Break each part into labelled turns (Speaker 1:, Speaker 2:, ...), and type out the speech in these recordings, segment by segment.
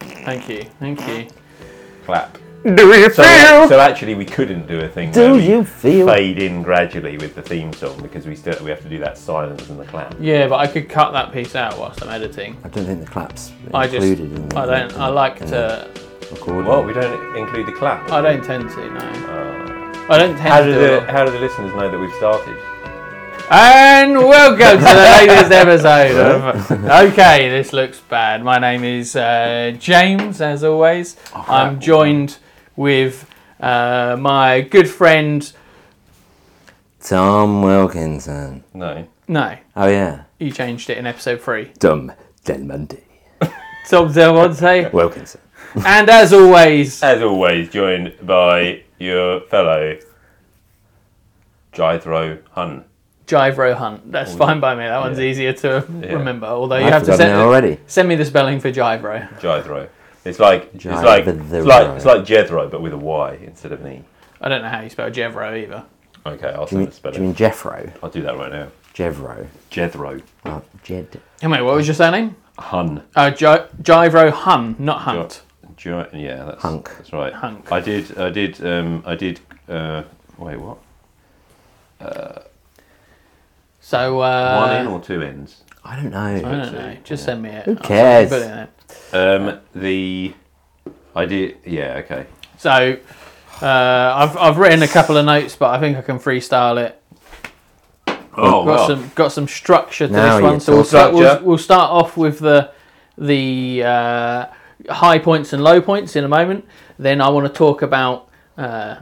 Speaker 1: Thank you. Thank you.
Speaker 2: clap.
Speaker 3: Do you
Speaker 2: So,
Speaker 3: feel?
Speaker 2: so actually, we couldn't do a thing. where
Speaker 3: Do
Speaker 2: we
Speaker 3: you feel?
Speaker 2: fade in gradually with the theme song because we still we have to do that silence and the clap.
Speaker 1: Yeah, but I could cut that piece out whilst I'm editing.
Speaker 3: I don't think the claps
Speaker 1: I just,
Speaker 3: included in the
Speaker 1: I don't, I like to,
Speaker 3: record.
Speaker 2: Well, we don't include the clap.
Speaker 1: I don't tend to, no.
Speaker 2: Uh,
Speaker 1: I don't tend
Speaker 2: how
Speaker 1: to.
Speaker 2: do
Speaker 1: do
Speaker 2: the
Speaker 1: it.
Speaker 2: how do the listeners know that we've started?
Speaker 1: And welcome to the latest episode of. Okay, this looks bad. My name is uh, James, as always.
Speaker 3: Oh,
Speaker 1: I'm joined with uh, my good friend.
Speaker 3: Tom Wilkinson.
Speaker 2: No.
Speaker 1: No,
Speaker 3: Oh yeah,
Speaker 1: you changed it in episode three.
Speaker 3: Dom Del Monte
Speaker 1: Tom Delmonte.
Speaker 3: Wilkinson.
Speaker 1: and as always,
Speaker 2: As always, joined by your fellow Jithro Hun.
Speaker 1: Jivro Hunt. That's fine by me. That one's easier to remember. Although you
Speaker 3: I've
Speaker 1: have to
Speaker 3: forgotten
Speaker 1: send
Speaker 3: it already.
Speaker 1: Send me the spelling for Jivro.
Speaker 2: Jithro. It's like it's like it's like it's like Jethro but with a Y instead of an E.
Speaker 1: I don't know how you spell Jevro either.
Speaker 2: Okay, I'll
Speaker 3: Do
Speaker 2: send the
Speaker 3: you mean, do you
Speaker 2: spelling.
Speaker 3: mean Jeffro?
Speaker 2: I'll do that right now.
Speaker 3: Jevro?
Speaker 2: Jethro
Speaker 3: Oh, Jed.
Speaker 1: Anyway, what was your surname?
Speaker 2: Hun.
Speaker 1: Uh, J- Jivro Hun, not Hunt.
Speaker 2: Jo- yeah, that's
Speaker 3: Hunk.
Speaker 2: That's right.
Speaker 1: Hunk.
Speaker 2: I did. I did. Um, I did. Uh, wait, what?
Speaker 1: So,
Speaker 2: One in
Speaker 1: uh,
Speaker 2: or two ends?
Speaker 3: I don't
Speaker 1: I
Speaker 3: know.
Speaker 1: don't know. Just send me it. Who
Speaker 3: cares?
Speaker 2: Um, the. I did. Yeah. Okay.
Speaker 1: So, uh, I've, I've written a couple of notes, but I think I can freestyle it. Got
Speaker 2: Oh, well.
Speaker 1: some got some structure to
Speaker 3: Now
Speaker 1: this
Speaker 3: you're
Speaker 1: one. So we'll
Speaker 3: talking.
Speaker 1: start, we'll,
Speaker 2: Structure.
Speaker 1: we'll start off with the the uh, high points and low points in a moment. Then I want to talk about uh,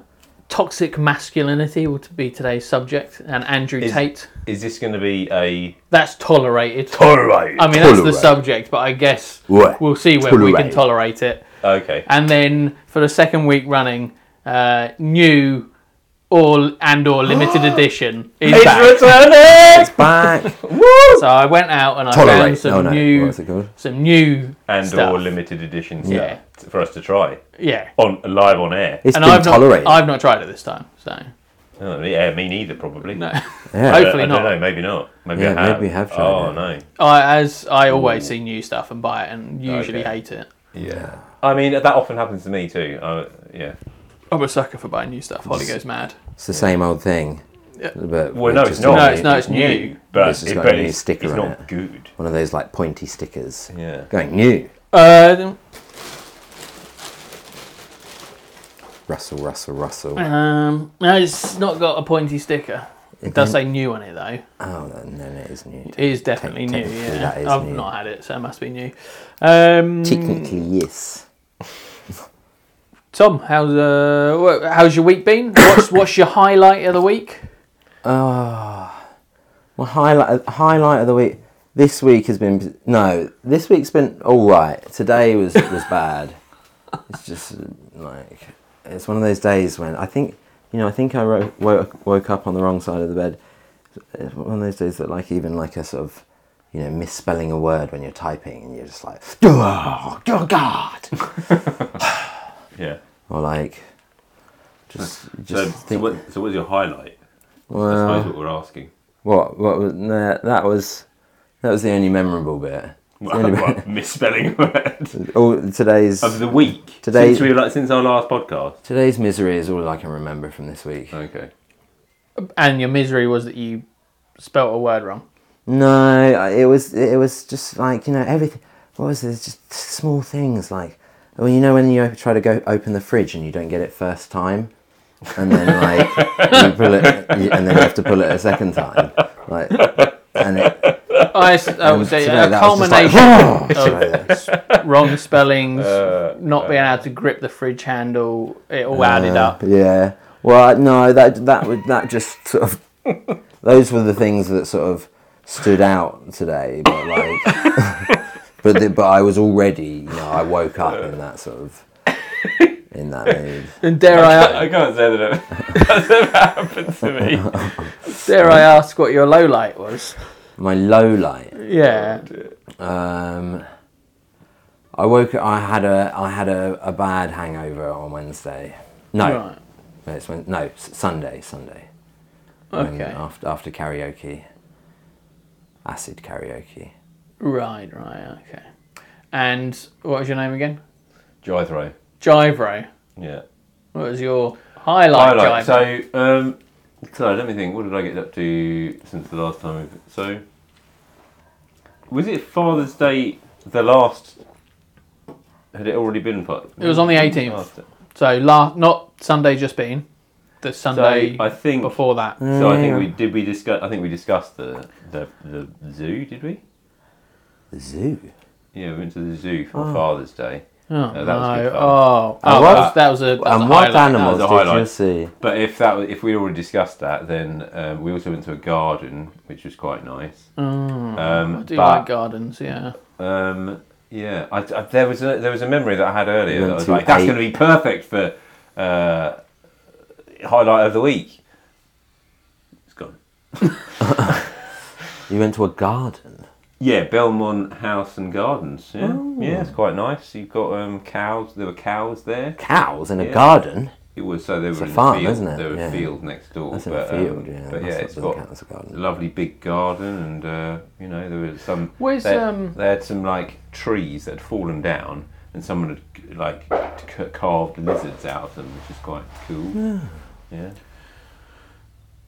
Speaker 1: toxic masculinity will be today's subject, and Andrew
Speaker 2: Is-
Speaker 1: Tate.
Speaker 2: Is this going to be a?
Speaker 1: That's tolerated.
Speaker 2: Alright.
Speaker 1: I mean, that's the
Speaker 3: Tolerate.
Speaker 1: subject, but I guess
Speaker 3: Right.
Speaker 1: we'll see whether we can
Speaker 3: Tolerate.
Speaker 1: tolerate it.
Speaker 2: Okay.
Speaker 1: And then for the second week running, uh, new or and or limited edition is
Speaker 2: It's
Speaker 1: back.
Speaker 2: returning!
Speaker 3: Back.
Speaker 1: So I went out and I found
Speaker 3: Tolerate.
Speaker 1: some
Speaker 3: No, no.
Speaker 1: new,
Speaker 3: What's it called?
Speaker 1: some new uh,
Speaker 2: And
Speaker 1: stuff.
Speaker 2: or limited edition stuff
Speaker 1: Yeah.
Speaker 2: for us to try
Speaker 1: yeah.
Speaker 2: on live on air.
Speaker 3: It's
Speaker 1: and
Speaker 3: been
Speaker 1: I've
Speaker 3: tolerated.
Speaker 1: not, I've not tried it this time, so
Speaker 2: Oh, yeah, me neither, probably.
Speaker 1: no.
Speaker 3: yeah.
Speaker 2: I,
Speaker 1: Hopefully
Speaker 2: I
Speaker 1: not.
Speaker 2: don't know. Maybe not. Maybe
Speaker 3: Yeah,
Speaker 2: I have.
Speaker 3: maybe you have tried
Speaker 2: oh
Speaker 3: it.
Speaker 2: no.
Speaker 1: I, as I always see new stuff and buy it, and usually
Speaker 2: Okay.
Speaker 1: hate it.
Speaker 2: Yeah. I mean, that often happens to me too. Uh, yeah.
Speaker 1: I'm a sucker for buying new stuff. Holly goes mad.
Speaker 3: It's the same old thing. But
Speaker 2: Well, no,
Speaker 3: just
Speaker 2: it's not.
Speaker 1: No, it's not, it's new.
Speaker 2: But
Speaker 3: This has
Speaker 2: it-
Speaker 3: got
Speaker 2: but
Speaker 3: a new
Speaker 2: it's,
Speaker 3: sticker
Speaker 2: it's
Speaker 3: on
Speaker 2: not
Speaker 3: it.
Speaker 2: good.
Speaker 3: One of those like pointy stickers.
Speaker 2: Yeah.
Speaker 3: Going new.
Speaker 1: Uh,
Speaker 3: Russell, Russell, Russell.
Speaker 1: um, no, it's not got a pointy sticker. It does say new on it though.
Speaker 3: Oh no, no, no, it is new.
Speaker 1: It is definitely new.
Speaker 3: technically
Speaker 1: Yeah,
Speaker 3: that is
Speaker 1: I've
Speaker 3: new.
Speaker 1: not had it, so it must be new. Um,
Speaker 3: Technically, yes.
Speaker 1: Tom, how's uh, wha- how's your week been? What's what's your highlight of the week?
Speaker 3: Well, Ah. highlight highlight of the week. This week has been no. This week's been all right. Today was was bad. It's just like it's one of those days when I think you know I think I ro- woke woke up on the wrong side of the bed. It's one of those days that like even like a sort of you know misspelling a word when you're typing and you're just like oh God
Speaker 2: Yeah.
Speaker 3: or like just
Speaker 2: So,
Speaker 3: just
Speaker 2: so,
Speaker 3: think
Speaker 2: what, so what was your highlight? I
Speaker 3: well
Speaker 2: suppose what we're asking.
Speaker 3: what what was nah, that was that was the only memorable bit. It's the
Speaker 2: Well,
Speaker 3: only bit-
Speaker 2: well, misspelling word
Speaker 3: All today's
Speaker 2: of the week.
Speaker 3: Today-
Speaker 2: since we were like since our last podcast.
Speaker 3: today's misery is all I can remember from this week.
Speaker 2: Okay.
Speaker 1: And your misery was that you spelt a word wrong.
Speaker 3: No, I- it was it was just like you know everything. What was this? Just small things like well, you know when you op- try to go open the fridge and you don't get it first time, and then like you pull it, you, and then you have to pull it a second time, like and it,
Speaker 1: I s- that was
Speaker 3: today
Speaker 1: a, a
Speaker 3: that was just
Speaker 1: oh, uh, culmination of
Speaker 3: like,
Speaker 1: s- wrong spellings, not being able to grip the fridge handle. It all added up.
Speaker 3: Yeah. Well, no, that that would that just sort of those were the things that sort of stood out today. But like, but the, but I was already, you know, I woke up in that sort of in that mood.
Speaker 1: And dare I
Speaker 2: I can't say that it- that's never happened to me.
Speaker 1: dare I ask what your low light was?
Speaker 3: My low light.
Speaker 1: Yeah,
Speaker 3: Um, I woke. I had a I had a, a bad hangover on Wednesday. No,
Speaker 1: right.
Speaker 3: no, it's when, no S- Sunday. Sunday. When-
Speaker 1: Okay.
Speaker 3: After after karaoke. Acid karaoke.
Speaker 1: Right, right, okay. And what was your name again?
Speaker 2: Jethro.
Speaker 1: Jivro.
Speaker 2: Yeah.
Speaker 1: What was your highlight?
Speaker 2: Highlight.
Speaker 1: Jivro?
Speaker 2: So, um, so let me think. What did I get up to since the last time? we've- So, was it Father's Day? The last. Had it already been? Fa-
Speaker 1: It was on the 18th.
Speaker 2: Last-
Speaker 1: So last, not Sunday just been, the
Speaker 2: So
Speaker 1: Sunday
Speaker 2: I think.
Speaker 1: before that.
Speaker 2: So I think
Speaker 3: Yeah.
Speaker 2: we did. We discuss. I think we discussed the the, the zoo. Did we?
Speaker 3: The zoo.
Speaker 2: Yeah, we went to the zoo for Father's Day. Uh,
Speaker 1: Oh,
Speaker 2: that was
Speaker 1: no.
Speaker 2: good fun.
Speaker 1: oh,
Speaker 3: And
Speaker 1: oh,
Speaker 3: what-
Speaker 1: that, was, that was a. That was a
Speaker 3: and what
Speaker 1: highlight.
Speaker 3: animals
Speaker 2: That was a
Speaker 3: did you
Speaker 2: highlight.
Speaker 3: see?
Speaker 2: But if that was- if we already discussed that, then um, we also went to a garden, which was quite nice. um,
Speaker 1: Oh, I do
Speaker 2: but,
Speaker 1: like gardens, yeah.
Speaker 2: um, yeah, I, I- there was a, there was a memory that I had earlier
Speaker 3: Went
Speaker 2: that I was
Speaker 3: to
Speaker 2: like, that's
Speaker 3: eight-
Speaker 2: going to be perfect for uh, highlight of the week. It's gone.
Speaker 3: You went to a garden.
Speaker 2: Yeah, Belmont House and Gardens. Yeah,
Speaker 3: Oh.
Speaker 2: yeah, it's quite nice. You've got um, cows. There were cows there.
Speaker 3: Cows in a
Speaker 2: Yeah.
Speaker 3: garden.
Speaker 2: It was so they were
Speaker 3: a
Speaker 2: in the
Speaker 3: farm,
Speaker 2: field.
Speaker 3: isn't it?
Speaker 2: There was
Speaker 3: Yeah.
Speaker 2: a field next door.
Speaker 3: That's in a
Speaker 2: but, um,
Speaker 3: field. yeah,
Speaker 2: but
Speaker 3: that's
Speaker 2: yeah,
Speaker 3: not-
Speaker 2: it's
Speaker 3: doesn't
Speaker 2: got
Speaker 3: count as a garden.
Speaker 2: lovely big garden and uh, you know there was some
Speaker 1: Where's,
Speaker 2: they,
Speaker 1: um,
Speaker 2: they had some like trees that had fallen down and someone had like c- carved lizards out of them which is quite cool yeah,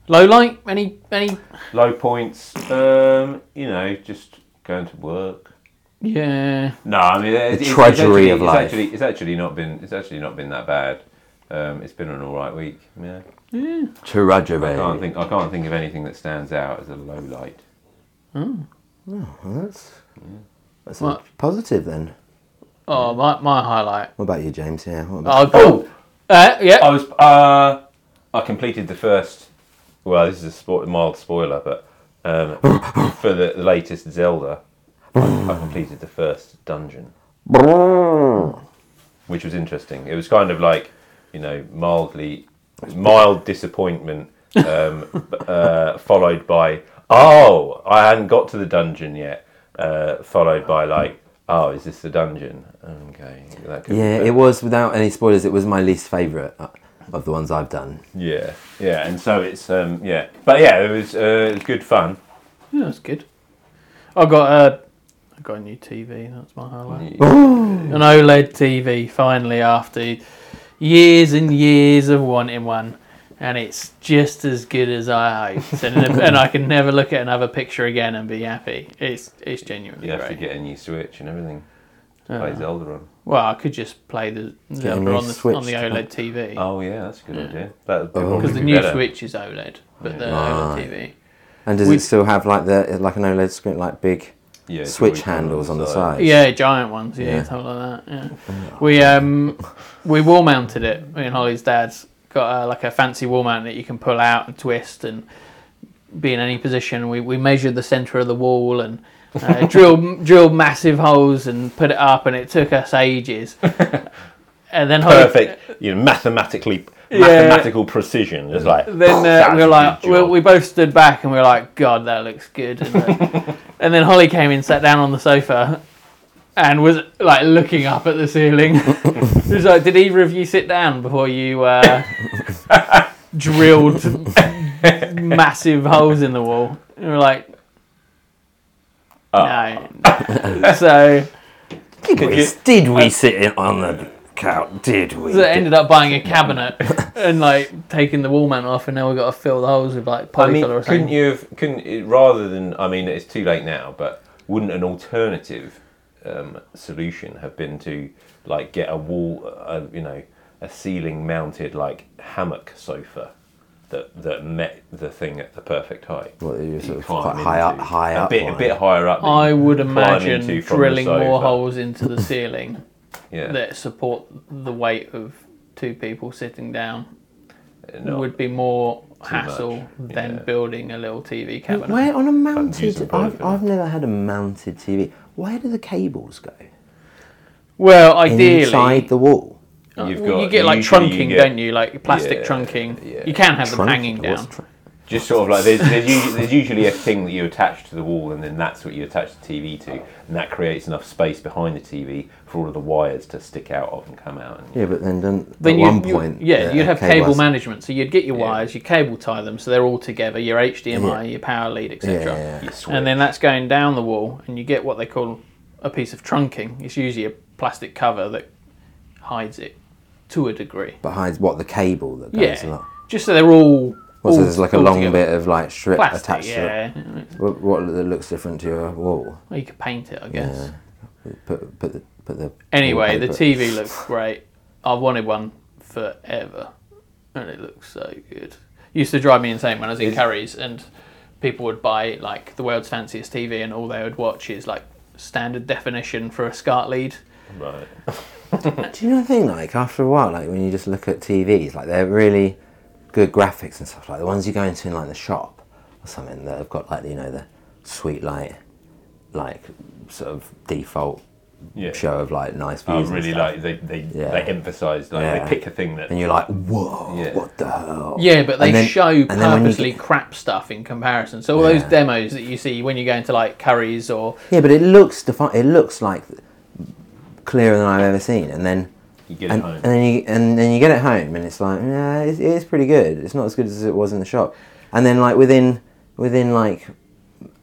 Speaker 1: Low light? Any any
Speaker 2: low points um, you know just going to work
Speaker 1: Yeah.
Speaker 2: no i mean it- it's,
Speaker 3: drudgery
Speaker 2: it's actually,
Speaker 3: of
Speaker 2: it's
Speaker 3: life.
Speaker 2: actually it's actually not been it's actually not been that bad um, it's been an all right week yeah i can't
Speaker 3: Chirajave.
Speaker 2: think i can't think of anything that stands out as a low light
Speaker 3: Well, that's that's a
Speaker 1: What?
Speaker 3: positive then.
Speaker 1: Oh my my highlight.
Speaker 3: What about you, James? Yeah. What about
Speaker 1: Oh, go. Uh, yeah.
Speaker 2: I was. Uh, I completed the first. Well, this is a spo- mild spoiler, but um, for the, the latest Zelda, I, I completed the first dungeon, which was interesting. It was kind of like, you know, mildly, mild disappointment, um, b- uh, followed by, oh, I hadn't got to the dungeon yet, uh, followed by like, oh, is this the dungeon? Okay, that could
Speaker 3: Yeah,
Speaker 2: but-
Speaker 3: it was without any spoilers. It was my least favourite uh, of the ones I've done.
Speaker 2: Yeah, yeah, and so it's um, yeah, but yeah, it was uh, it was good fun.
Speaker 1: yeah. That's good. I got a I got a new TV. That's my highlight.
Speaker 3: Oh.
Speaker 1: An E OLED TV. Finally, after years and years of wanting one. And it's just as good as I hoped, and, and I can never look at another picture again and be happy. It's it's genuinely
Speaker 2: You have to
Speaker 1: great. Uh,
Speaker 2: get a new Switch and everything. Play Zelda on.
Speaker 1: Well, I could just play the Zelda
Speaker 3: new
Speaker 1: on the E
Speaker 3: Switch
Speaker 1: on the
Speaker 3: to-
Speaker 1: OLED TV.
Speaker 2: Oh yeah, that's a good idea. That
Speaker 3: Oh.
Speaker 2: would probably
Speaker 1: Because the
Speaker 2: be
Speaker 1: new
Speaker 2: better.
Speaker 1: Switch is OLED, but the OLED TV.
Speaker 3: And does
Speaker 1: We-
Speaker 3: it still have like the like an OLED screen, like big
Speaker 2: Yeah, it's
Speaker 3: switch
Speaker 2: always on
Speaker 3: handles on the side?
Speaker 1: Yeah, giant ones. Yeah,
Speaker 3: Yeah.
Speaker 1: something like that.
Speaker 2: Oh.
Speaker 1: Yeah, we um we wall mounted it. Me and Holly's dad's got uh, like a fancy wall mount that you can pull out and twist and be in any position. We we measured the center of the wall and. Uh, drilled, drilled massive holes and put it up, and it took us ages. and then Holly,
Speaker 2: Perfect, you know, mathematically mathematical precision. It's like
Speaker 1: then uh,
Speaker 2: that's
Speaker 1: we
Speaker 2: a
Speaker 1: were like,
Speaker 2: good
Speaker 1: we,
Speaker 2: job.
Speaker 1: we both stood back and we were like, God, that looks good. And then, and then Holly came in, sat down on the sofa, and was like looking up at the ceiling. it was like, did either of you sit down before you uh, drilled massive holes in the wall? And we were like, no.
Speaker 2: Oh.
Speaker 1: so,
Speaker 3: Did we,
Speaker 2: you- uh,
Speaker 3: did we sit in on the couch? Did we?
Speaker 1: so I ended up buying a cabinet and like taking the wall mount off, and now we've got to fill the holes with like
Speaker 2: I
Speaker 1: polyfiller
Speaker 2: mean,
Speaker 1: or
Speaker 2: couldn't
Speaker 1: something.
Speaker 2: you have? Couldn't it- rather than? I mean, it's too late now, but wouldn't an alternative um, solution have been to like get a wall, uh, you know, a ceiling-mounted like hammock sofa that that met the thing at the perfect height?
Speaker 3: What, you sort of
Speaker 2: climb
Speaker 3: quite high up-
Speaker 2: into.
Speaker 3: high
Speaker 2: a
Speaker 3: up
Speaker 2: bit, a
Speaker 3: one.
Speaker 2: bit higher up. that
Speaker 1: I
Speaker 2: you
Speaker 1: would
Speaker 2: climb
Speaker 1: imagine
Speaker 2: into from the
Speaker 1: drilling more
Speaker 2: sofa.
Speaker 1: holes into the ceiling
Speaker 2: Yeah,
Speaker 1: that support the weight of two people sitting down
Speaker 2: no.
Speaker 1: would be more
Speaker 2: Eh, much,
Speaker 1: hassle than
Speaker 2: yeah.
Speaker 1: building a little TV cabinet.
Speaker 3: Where on a
Speaker 2: use
Speaker 3: mounted?
Speaker 2: them both,
Speaker 3: I've, I've never had a mounted TV. Where do the cables go?
Speaker 1: Well, ideally,
Speaker 3: Inside the wall.
Speaker 2: You've
Speaker 1: well, you
Speaker 2: got-
Speaker 1: get like
Speaker 2: usually you
Speaker 1: trunking,
Speaker 2: get-
Speaker 1: don't you? Like plastic
Speaker 2: Yeah,
Speaker 1: trunking.
Speaker 2: yeah.
Speaker 1: You can have them
Speaker 3: Trunk-
Speaker 1: hanging
Speaker 3: what's
Speaker 1: down.
Speaker 3: trunk?
Speaker 2: Just sort of like there's, there's, usually, there's usually a thing that you attach to the wall, and then that's what you attach the TV to, and that creates enough space behind the TV for all of the wires to stick out of and come out. And,
Speaker 3: Yeah, but then don't,
Speaker 1: Then
Speaker 3: at
Speaker 1: you,
Speaker 3: one
Speaker 1: you-
Speaker 3: point.
Speaker 1: yeah,
Speaker 3: the
Speaker 1: you'd have
Speaker 3: cable
Speaker 1: cable
Speaker 3: has-
Speaker 1: management. So you'd get your wires, you cable tie them, so they're all together. Your HDMI, your power lead,
Speaker 3: Yeah,
Speaker 1: etc.
Speaker 3: yeah, yeah.
Speaker 2: you switch.
Speaker 1: and then that's going down the wall, and you get what they call a piece of trunking. It's usually a plastic cover that hides it to a degree.
Speaker 3: But hides what the cable that goes
Speaker 1: Yeah,
Speaker 3: along.
Speaker 1: just so they're all.
Speaker 3: Well, so
Speaker 1: all-
Speaker 3: there's like a
Speaker 1: all
Speaker 3: long
Speaker 1: together.
Speaker 3: bit of like strip
Speaker 1: plastic.
Speaker 3: attached
Speaker 1: yeah,
Speaker 3: to it. What, what that looks different to your wall?
Speaker 1: Well, you could paint it, I guess.
Speaker 3: Put put the put the
Speaker 1: Anyway, the
Speaker 3: wallpaper-
Speaker 1: TV looks great. I've wanted one forever, and it looks so good. Used to drive me insane when I was in Curry's, and people would buy like the world's fanciest TV, and all they would watch is like standard definition for a SCART lead.
Speaker 2: Right.
Speaker 3: Do you know the thing? Like after a while, like when you just look at TVs, like they're really good graphics and stuff. Like the ones you go into in like the shop or something that have got like you know the sweet light, like sort of default
Speaker 2: Yeah.
Speaker 3: show of like nice
Speaker 2: I
Speaker 3: views. and
Speaker 2: really
Speaker 3: stuff.
Speaker 2: like they they,
Speaker 3: Yeah.
Speaker 2: they emphasise like
Speaker 3: Yeah.
Speaker 2: they pick a thing that
Speaker 3: And you're like, whoa,
Speaker 2: Yeah.
Speaker 3: what the hell?
Speaker 1: Yeah, but they
Speaker 3: And then-
Speaker 1: show
Speaker 3: and then when you
Speaker 1: purposely
Speaker 3: get-
Speaker 1: crap stuff in comparison. So all those
Speaker 3: Yeah.
Speaker 1: demos that you see when you go into like Curry's or
Speaker 3: Yeah, but it looks defi- It looks like clearer than I've ever seen. And then
Speaker 2: you get
Speaker 3: and,
Speaker 2: at home.
Speaker 3: and then you and then you get it home, and it's like, yeah, it's, it's pretty good. It's not as good as it was in the shop. And then like within within like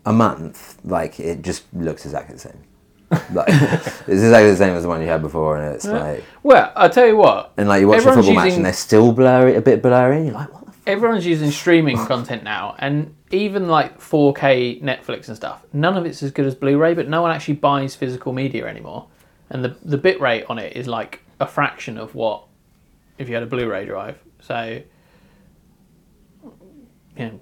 Speaker 3: a month, like it just looks exactly the same. Like it's exactly the same as the one you had before, and it's like
Speaker 1: well, I tell you what,
Speaker 3: and like you watch
Speaker 1: Everyone's
Speaker 3: a football match,
Speaker 1: using-
Speaker 3: and they're still blurry, a bit blurry. And you're like, what the f-?
Speaker 1: everyone's using streaming content now, and even like 4K Netflix and stuff, none of it's as good as Blu-ray. But no one actually buys physical media anymore, and the the bit rate on it is like a fraction of what if you had a Blu-ray drive. So, you know,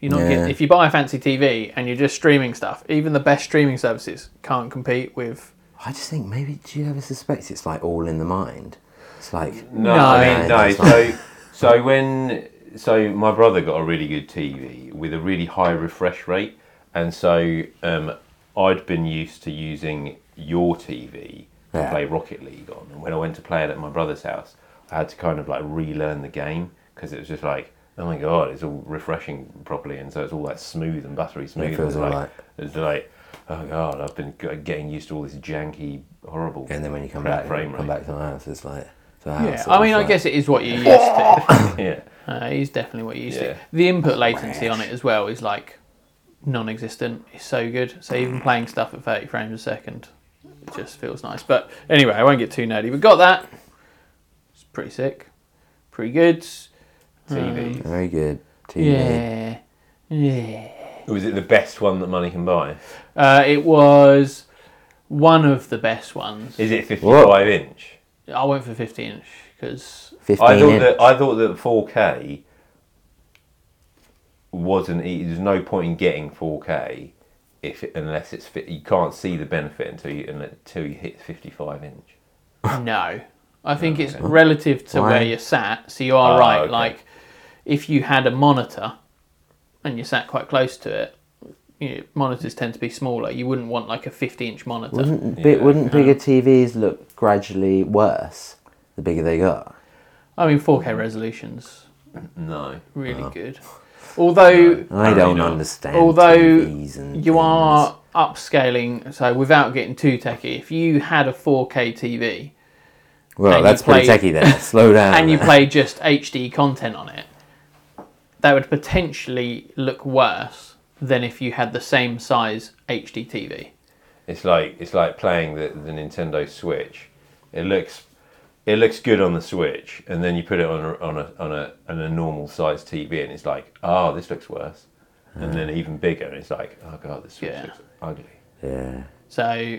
Speaker 1: you're not
Speaker 3: Yeah.
Speaker 1: getting, if you buy a fancy TV and you're just streaming stuff, even the best streaming services can't compete with.
Speaker 3: I just think maybe do you ever suspect it's like all in the mind? It's like
Speaker 2: No,
Speaker 1: No,
Speaker 2: I mean
Speaker 3: no,
Speaker 2: no.
Speaker 3: it's
Speaker 2: So, so when so my brother got a really good TV with a really high refresh rate, and so um, I'd been used to using your TV to
Speaker 3: Yeah.
Speaker 2: play Rocket League on, and when I went to play it at my brother's house, I had to kind of like relearn the game because it was just like. Oh my god, it's all refreshing properly, and so it's all like smooth and buttery smooth.
Speaker 3: feels
Speaker 2: and like,
Speaker 3: alright.
Speaker 2: It's like, oh god, I've been g- getting used to all this janky, horrible.
Speaker 3: And then when you come
Speaker 2: crap
Speaker 3: back,
Speaker 2: frame
Speaker 3: come
Speaker 2: rate.
Speaker 3: back to my house, it's like. to our
Speaker 1: Yeah,
Speaker 3: house,
Speaker 1: I mean,
Speaker 3: it's
Speaker 1: I
Speaker 3: like-
Speaker 1: guess it is what you're used to.
Speaker 2: yeah,
Speaker 1: Uh, he's definitely what you used
Speaker 2: Yeah.
Speaker 1: to. The input latency on it as well is like non-existent. It's so good. So even playing stuff at 30 frames a second, it just feels nice. But anyway, I won't get too nerdy. We got that. It's pretty sick. Pretty good.
Speaker 2: TV.
Speaker 3: very good. TV.
Speaker 1: Yeah. Yeah.
Speaker 2: Was it the best one that money can buy?
Speaker 1: Uh, it was one of the best ones.
Speaker 2: Is it 55
Speaker 3: Whoa.
Speaker 2: inch?
Speaker 1: I went for 50 inch because
Speaker 3: Fifteen.
Speaker 2: I thought
Speaker 3: in.
Speaker 2: that I thought that 4K wasn't. e- There's no point in getting 4K if it- unless it's fit. You can't see the benefit until you until you hit 55 inch.
Speaker 1: No, I think it's relative to
Speaker 3: Why?
Speaker 1: where you're sat. So you are
Speaker 2: Ah,
Speaker 1: right.
Speaker 2: okay.
Speaker 1: Like, if you had a monitor and you sat quite close to it, you know, monitors tend to be smaller. You wouldn't want like a 50 inch monitor.
Speaker 3: Wouldn't bi-
Speaker 2: Yeah.
Speaker 3: wouldn't bigger TVs look gradually worse the bigger they got?
Speaker 1: I mean, 4K resolution's
Speaker 2: No.
Speaker 1: really good. Although,
Speaker 3: I
Speaker 2: Apparently
Speaker 3: don't
Speaker 2: not.
Speaker 3: understand.
Speaker 1: although
Speaker 3: TVs and
Speaker 1: you
Speaker 3: things.
Speaker 1: are upscaling, so without getting too techy, if you had a 4K TV
Speaker 3: well,
Speaker 1: and
Speaker 3: that's
Speaker 1: you
Speaker 3: pretty
Speaker 1: play-
Speaker 3: techie there. Slow down.
Speaker 1: and you
Speaker 3: there.
Speaker 1: play just HD content on it, that would potentially look worse than if you had the same size HD TV.
Speaker 2: It's like it's like playing the, the Nintendo Switch. It looks it looks good on the Switch, and then you put it on a, on a on a on a normal size TV, and it's like, oh, this looks worse, and then even bigger, and it's like, oh god, this Switch
Speaker 1: Yeah.
Speaker 2: looks ugly.
Speaker 3: Yeah.
Speaker 1: So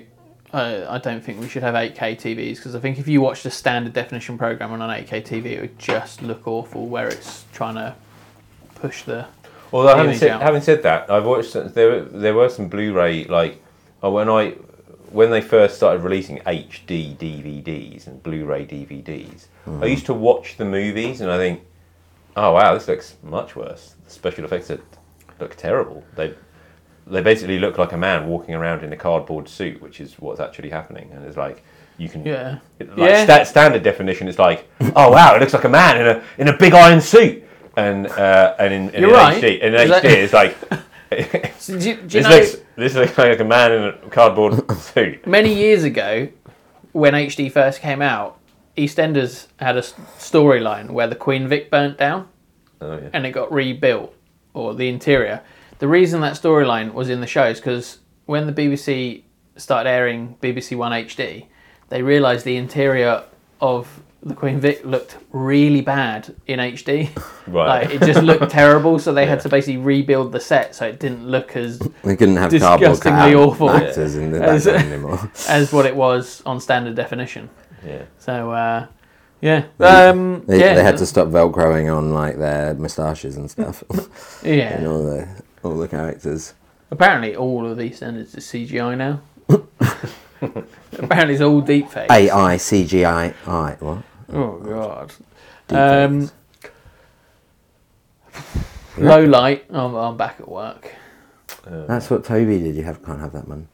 Speaker 1: uh, I don't think we should have 8K TVs because I think if you watched a standard definition program on an 8K TV, it would just look awful where it's trying to push the.
Speaker 2: Although having
Speaker 1: image
Speaker 2: said,
Speaker 1: out.
Speaker 2: having said that, I've watched some- there. were- There were some Blu-ray like oh, when I when they first started releasing HD DVDs and Blu-ray DVDs.
Speaker 1: Hmm.
Speaker 2: I used to watch the movies and I think, oh wow, this looks much worse. The special effects are, look terrible. They they basically look like a man walking around in a cardboard suit, which is what's actually happening. And it's like you can
Speaker 1: Yeah.
Speaker 2: it- Like
Speaker 1: Yeah.
Speaker 2: sta- standard definition, it's like, oh wow, it looks like a man in a in a big iron suit, and uh, and in, in
Speaker 1: You're
Speaker 2: an
Speaker 1: right.
Speaker 2: HD, in
Speaker 1: Is
Speaker 2: an
Speaker 1: that-
Speaker 2: HD, it's like
Speaker 1: So do, you- do you
Speaker 2: this
Speaker 1: know,
Speaker 2: looks this looks like a man in a cardboard suit.
Speaker 1: many years ago, when HD first came out, EastEnders had a s- storyline where the Queen Vic burnt down.
Speaker 2: Oh, yeah.
Speaker 1: and it got rebuilt or the interior. The reason that storyline was in the show is because when the BBC started airing BBC One HD, they realised the interior of the Queen Vic looked really bad in HD.
Speaker 2: Right.
Speaker 1: Like it just looked terrible, so they had to basically rebuild the set so it didn't look as
Speaker 3: We couldn't have cardboard
Speaker 1: Disgustingly
Speaker 3: cutout
Speaker 1: awful.
Speaker 3: actors in the
Speaker 1: As-
Speaker 3: background anymore.
Speaker 1: as what it was on standard definition.
Speaker 2: yeah.
Speaker 1: So uh, yeah, um,
Speaker 3: They,
Speaker 1: yeah,
Speaker 3: they had to stop velcroing on like their moustaches and stuff,
Speaker 1: yeah.
Speaker 3: and all the all the characters.
Speaker 1: Apparently, all of these standards are CGI now. Apparently, it's all deepfakes.
Speaker 3: AI CGI. I what?
Speaker 1: Oh god.
Speaker 3: Deepfakes.
Speaker 1: Um, low light. I'm, I'm back at work.
Speaker 2: Uh,
Speaker 3: That's what Toby did. You have can't have that man.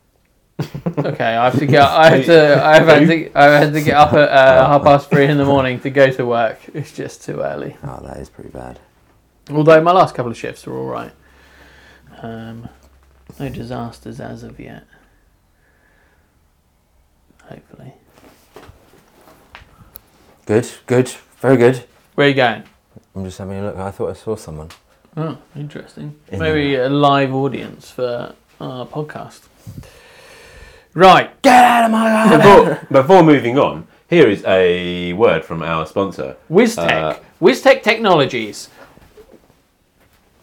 Speaker 1: Okay, I have to get. I have to. I have had to. I had to get up at uh, half past three in the morning to go to work. It's just too early.
Speaker 3: Oh, that is pretty bad.
Speaker 1: Although my last couple of shifts were all right. Um, no disasters as of yet. Hopefully.
Speaker 3: Good, good, very good.
Speaker 1: Where are you going?
Speaker 3: I'm just having a look. I thought I saw someone.
Speaker 1: Oh, interesting.
Speaker 3: In
Speaker 1: Maybe a live audience for our podcast. Right.
Speaker 3: Get out of my eye!
Speaker 2: before, before moving on, here is a word from our sponsor.
Speaker 1: WizTech.
Speaker 2: Uh,
Speaker 1: WizTech Technologies.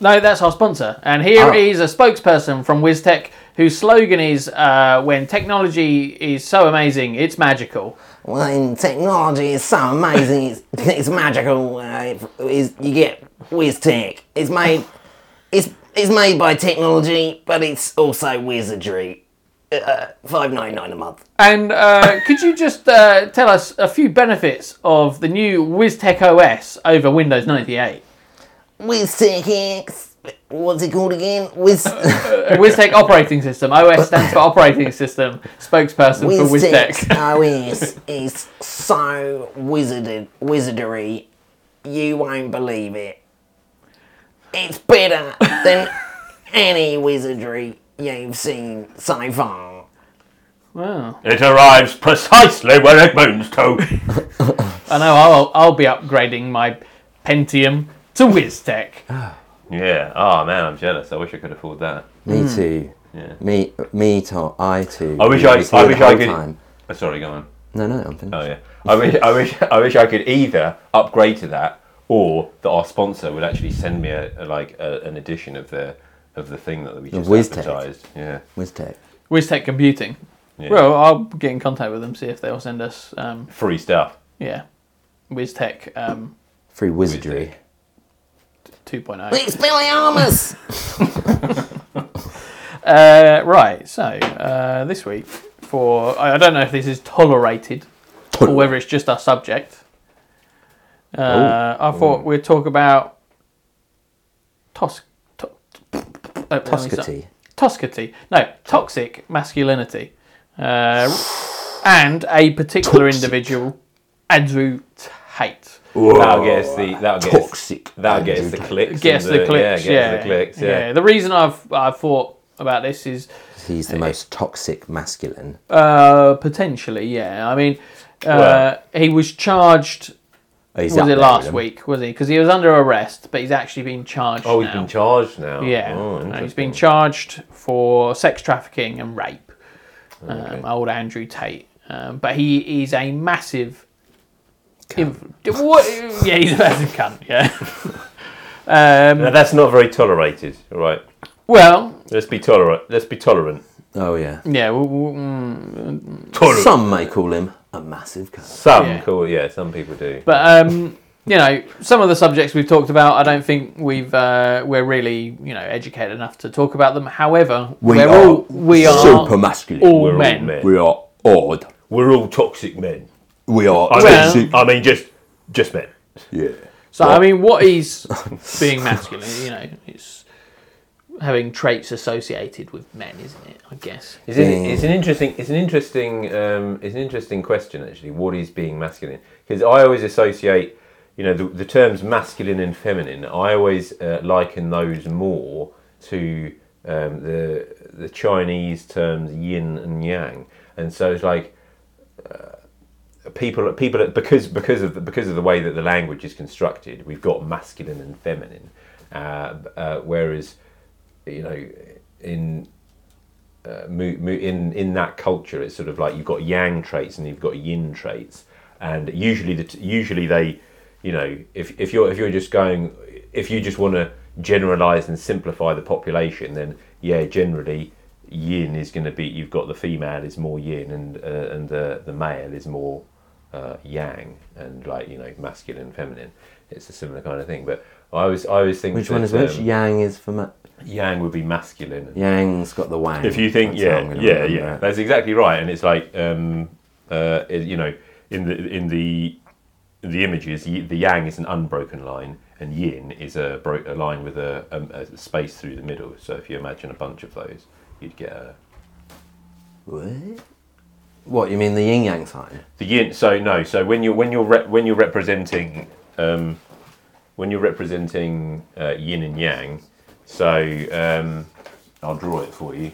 Speaker 1: No, that's our sponsor. And here
Speaker 3: Ah.
Speaker 1: is a spokesperson from WizTech whose slogan is uh, When technology is so amazing, it's magical.
Speaker 3: When technology is so amazing, it's, it's magical. Uh, it's, you get whiz tech. It's made, it's it's made by technology, but it's also wizardry. Uh, Five ninety nine a month.
Speaker 1: And uh, could you just uh, tell us a few benefits of the new WizTech OS over Windows 98?
Speaker 3: Whiz tech X. What's it called again? Whiz
Speaker 1: WizTech operating system. OS stands for operating system. Spokesperson for
Speaker 3: Whiz tech
Speaker 1: WizTech.
Speaker 3: OS is Oh, so wizarded wizardry. You won't believe it. It's better than any wizardry you've seen so far.
Speaker 1: Wow.
Speaker 2: It arrives precisely where it moons to.
Speaker 1: I know I'll, I'll be upgrading my Pentium to WizTech.
Speaker 2: yeah. Oh man, I'm jealous. I wish I could afford that.
Speaker 3: Me
Speaker 1: Hmm.
Speaker 3: too. Me, me, to, I too.
Speaker 2: I wish
Speaker 3: You
Speaker 2: I-
Speaker 3: can see
Speaker 2: I
Speaker 3: the
Speaker 2: wish I
Speaker 3: whole
Speaker 2: could-
Speaker 3: time.
Speaker 2: Oh, sorry, go on.
Speaker 3: No, no, I'm finished.
Speaker 2: Oh yeah. I wish, I wish, I wish I could either upgrade to that, or that our sponsor would actually send me a, a- like a, an edition of the of the thing that we just
Speaker 3: whiz tech.
Speaker 2: advertised. Yeah.
Speaker 3: WizTech.
Speaker 1: WizTech Computing.
Speaker 2: yeah.
Speaker 1: Well, I'll get in contact with them, see if they'll send us, um,
Speaker 2: free stuff.
Speaker 1: yeah, WizTech um, oh.
Speaker 3: Free wizardry.
Speaker 1: 2.0.
Speaker 3: It's Billy Armus!
Speaker 1: Uh, right, so uh, this week, for I I don't know if this is tolerated or whether it's just our subject.
Speaker 2: Oh.
Speaker 1: Uh, I thought we'd talk about tos- to- uh, let me start.
Speaker 3: Toscati.
Speaker 1: Toscati. No, toxic masculinity. Uh, and a particular individual, Andrew Tate.
Speaker 2: That'll get us the that'll get us,
Speaker 3: Toxic.
Speaker 2: that'll get us the clicks.
Speaker 1: Guess
Speaker 2: and
Speaker 1: the clicks.
Speaker 2: Yeah,
Speaker 1: Yeah,
Speaker 2: get us the clicks. Yeah.
Speaker 1: The reason I've I thought about this is
Speaker 3: He's the most toxic masculine.
Speaker 1: uh, potentially, yeah. I mean, uh,
Speaker 2: Well-
Speaker 1: he was charged.
Speaker 3: Oh, he's
Speaker 1: Was
Speaker 3: up there
Speaker 1: it
Speaker 3: with
Speaker 1: last
Speaker 3: them.
Speaker 1: week? Was he? Because he was under arrest, but he's actually been charged.
Speaker 2: Oh, he's
Speaker 1: now.
Speaker 2: been charged now.
Speaker 1: Yeah,
Speaker 2: Oh,
Speaker 1: and he's
Speaker 2: interesting.
Speaker 1: been charged for sex trafficking and rape.
Speaker 2: Oh,
Speaker 1: Um, old Andrew Tate, um, but he is a massive. Inf- what? Yeah, he's a massive cunt. Yeah. um,
Speaker 2: Now, that's not very tolerated. All right.
Speaker 1: well,
Speaker 2: Let's be tolerant. Let's be tolerant.
Speaker 3: Oh, yeah.
Speaker 1: yeah. w- w- mm,
Speaker 2: Tolerant. Some,
Speaker 3: Some may call him a massive cunt.
Speaker 1: Yeah.
Speaker 2: cool. Yeah, some people do.
Speaker 1: But um, you know, some of the subjects we've talked about, I don't think we've uh, we're really you know educated enough to talk about them. However,
Speaker 3: We
Speaker 1: are
Speaker 3: are
Speaker 1: all we are
Speaker 3: super masculine.
Speaker 1: all
Speaker 2: We're all
Speaker 1: men.
Speaker 2: men.
Speaker 3: We are odd.
Speaker 2: We're all toxic men.
Speaker 3: We are
Speaker 2: I
Speaker 1: Well-
Speaker 2: mean, I mean, just just men.
Speaker 3: Yeah.
Speaker 1: So I mean, what is being masculine? You know, it's having traits associated with men, isn't it? I guess.
Speaker 2: It's an, it's an interesting. It's an interesting. Um, it's an interesting question actually. What is being masculine? Because I always associate, you know, the, the terms masculine and feminine. I always uh, liken those more to um, the the Chinese terms yin and yang. And so it's like uh, people people because because of the, because of the way that the language is constructed, we've got masculine and feminine, uh, uh, whereas you know in uh, mo- mo- in in that culture it's sort of like you've got yang traits and you've got yin traits, and usually the t- usually they, you know, if if you're if you're just going, if you just want to generalize and simplify the population, then yeah, generally yin is going to be you've got the female is more yin and uh, and the the male is more uh, yang and like you know masculine and feminine. It's a similar kind of thing, but. I was, I um, was thinking.
Speaker 3: Which one is which? Yang is for ma-
Speaker 2: Yang would be masculine. and
Speaker 3: Yang's got the wang.
Speaker 2: if you think
Speaker 3: That's how I'm
Speaker 2: yeah
Speaker 3: gonna
Speaker 2: yeah
Speaker 3: remember
Speaker 2: yeah
Speaker 3: it.
Speaker 2: that's exactly right and it's like um uh it- you know in the in the the images y- the yang is an unbroken line and yin is a, bro- a line with a, um, a, a space through the middle so if you imagine a bunch of those you'd get a
Speaker 3: What? What you mean the yin yang sign?
Speaker 2: the yin so no so when you're when you're re- when you're representing um when you're representing uh, yin and yang so um i'll draw it for you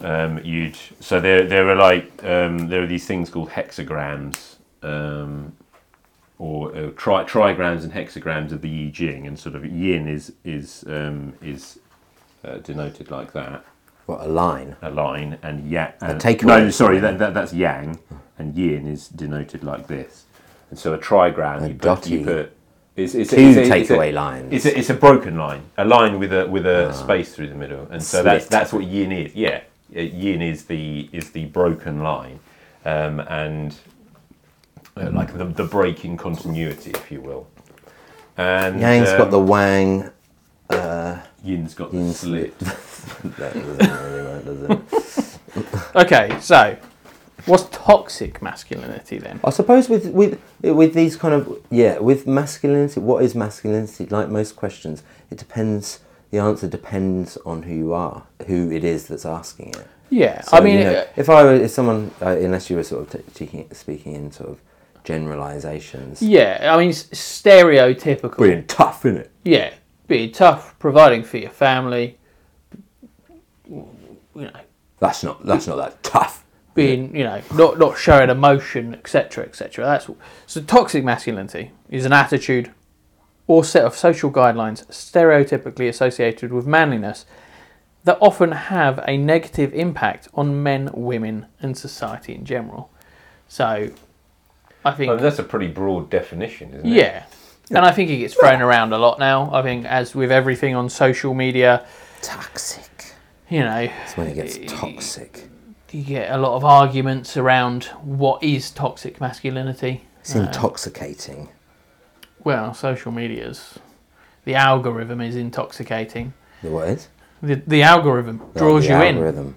Speaker 2: um you'd so there there are like um there are these things called hexagrams um or uh, tri- trigrams and hexagrams of the Yi Jing, and sort of Yin is is um, is uh, denoted like that,
Speaker 3: What a line.
Speaker 2: a line and yang. And,
Speaker 3: takeaway.
Speaker 2: no, sorry, that, that, that's yang, and yin is denoted like this. And so a trigram, you put, you
Speaker 3: dotty.
Speaker 2: put it's, it's,
Speaker 3: Two
Speaker 2: it's a- it's a-
Speaker 3: takeaway lines. Ah.
Speaker 2: It's a, it's a broken line, a line with a with a space through the middle, and so that's
Speaker 3: Slit.
Speaker 2: that's what yin is. Yeah, Uh, yin is the is the broken line, um, and uh,
Speaker 3: Mm.
Speaker 2: like the, the breaking continuity, if you will. And
Speaker 3: Yang's
Speaker 2: um,
Speaker 3: got the wang.
Speaker 2: yin's got the
Speaker 3: Yin's-
Speaker 2: slit.
Speaker 3: That doesn't really work, does it?
Speaker 1: Okay, so what's toxic masculinity then?
Speaker 3: I suppose with with with these kind of yeah with masculinity, what is masculinity? Like most questions, it depends. The answer depends on who you are, who it is that's asking it.
Speaker 1: Yeah,
Speaker 3: So,
Speaker 1: I mean,
Speaker 3: you know, if I were if someone, uh, unless you were sort of t- speaking, speaking in sort of generalizations,
Speaker 1: yeah, I mean, s- stereotypical.
Speaker 3: brilliant, tough, isn't it?
Speaker 1: Yeah, being tough, providing for your family, you know,
Speaker 3: That's not that's not that tough.
Speaker 1: being you know not not showing emotion, etc., etc. That's so toxic masculinity is an attitude or set of social guidelines stereotypically associated with manliness that often have a negative impact on men, women, and society in general. So, I think
Speaker 2: I mean, that's a pretty broad definition, isn't Oh, it?
Speaker 1: yeah. And I think it gets thrown around a lot now. I think, as with everything on social media,
Speaker 3: Toxic.
Speaker 1: you know,
Speaker 3: That's when it gets toxic.
Speaker 1: you get a lot of arguments around what is toxic masculinity.
Speaker 3: It's intoxicating.
Speaker 1: Well, social media's the algorithm is intoxicating.
Speaker 3: The what is?
Speaker 1: The, the algorithm draws you in,
Speaker 3: in.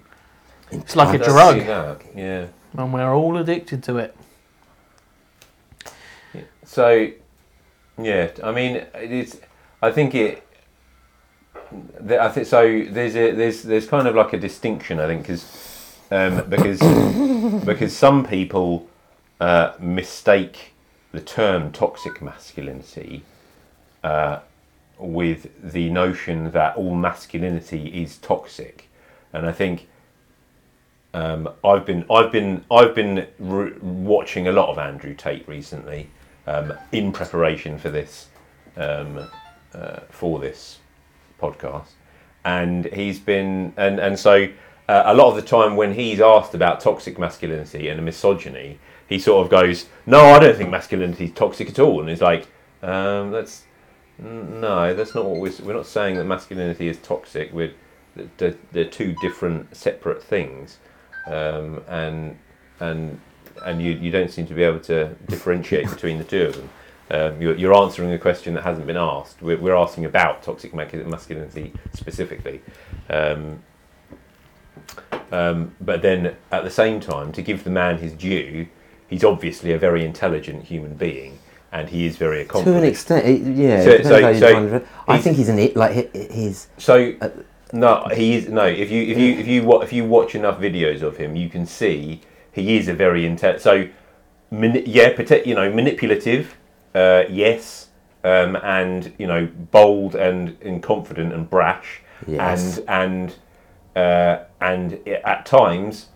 Speaker 1: It's like a
Speaker 2: I've
Speaker 1: drug.
Speaker 2: seen that, Yeah.
Speaker 1: and we're all addicted to it.
Speaker 2: So, yeah, I mean, it's. I think it. th- I think so. There's a there's there's kind of like a distinction. I think because um, because because some people uh, mistake the term toxic masculinity uh, with the notion that all masculinity is toxic, and I think um, I've been I've been I've been re- watching a lot of Andrew Tate recently um, in preparation for this um, uh, for this podcast, and he's been and and so uh, a lot of the time when he's asked about toxic masculinity and misogyny, he sort of goes, "No, I don't think masculinity is toxic at all," and he's like, um, "That's n- no, that's not what we're s- we're not saying that masculinity is toxic. We're th- th- they're two different, separate things." um, and and and you, you don't seem to be able to differentiate between the two of them. Um, you're, you're answering a question that hasn't been asked. We're, we're asking about toxic ma- masculinity specifically. Um, um, but then at the same time, to give the man his due, he's obviously a very intelligent human being and he is very
Speaker 3: To an
Speaker 2: accomplished.
Speaker 3: extent, it, yeah. it
Speaker 2: So-
Speaker 3: depends
Speaker 2: so-
Speaker 3: how you
Speaker 2: so
Speaker 3: define it. I
Speaker 2: he's-
Speaker 3: think he's an it. Like he- he- he's
Speaker 2: So no, he is no. If you if you if you wa- if you watch enough videos of him, you can see he is a very intense. So mani- yeah, protect you know manipulative. Uh, yes, um, and you know bold and, and confident and brash,
Speaker 3: Yes.
Speaker 2: and and uh, and i- at times.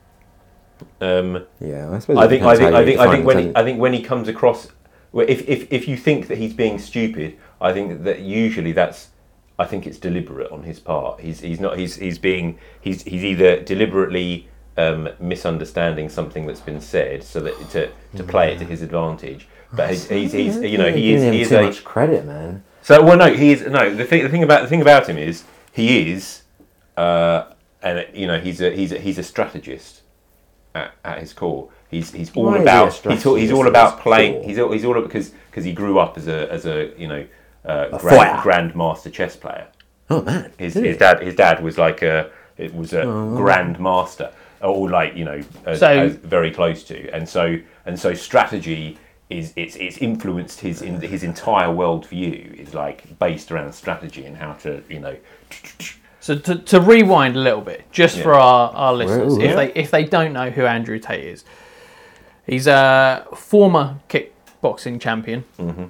Speaker 2: Um,
Speaker 3: yeah. I suppose. it
Speaker 2: I think I
Speaker 3: depends
Speaker 2: think
Speaker 3: how
Speaker 2: I think I
Speaker 3: you
Speaker 2: think
Speaker 3: define
Speaker 2: when he,
Speaker 3: intelligent.
Speaker 2: I think when he comes across, well, if, if if you think that he's being stupid, I think that usually that's, I think it's deliberate on his part. He's he's not he's he's being he's he's either deliberately um, misunderstanding something that's been said so that to, to play it to his advantage. But he's, he's, he's you know he is
Speaker 3: Giving him
Speaker 2: he is
Speaker 3: too
Speaker 2: a
Speaker 3: much credit, man.
Speaker 2: so well, no, he is no. The thing, the thing about the thing about him is he is, uh, and you know, he's a he's a, he's a strategist at, at his core. He's he's all
Speaker 3: Why is he a
Speaker 2: about he's all, he's
Speaker 3: strategist
Speaker 2: all
Speaker 3: at
Speaker 2: about
Speaker 3: his
Speaker 2: playing.
Speaker 3: core?
Speaker 2: He's all, he's all because because he grew up as a as a you know uh,
Speaker 3: fighter.
Speaker 2: grand, grandmaster chess player.
Speaker 3: Oh man,
Speaker 2: His
Speaker 3: did
Speaker 2: his
Speaker 3: he?
Speaker 2: dad his dad was like a it was a grandmaster or like you know a,
Speaker 1: So-
Speaker 2: a- very close to and so and so strategy is it's it's influenced his in, his entire world view is like based around strategy and how to you know
Speaker 1: So to, to rewind a little bit, just for our, our listeners,
Speaker 3: ooh,
Speaker 1: if
Speaker 2: yeah.
Speaker 1: they if they don't know who Andrew Tate is, he's a former kickboxing champion.
Speaker 2: Mm-hmm.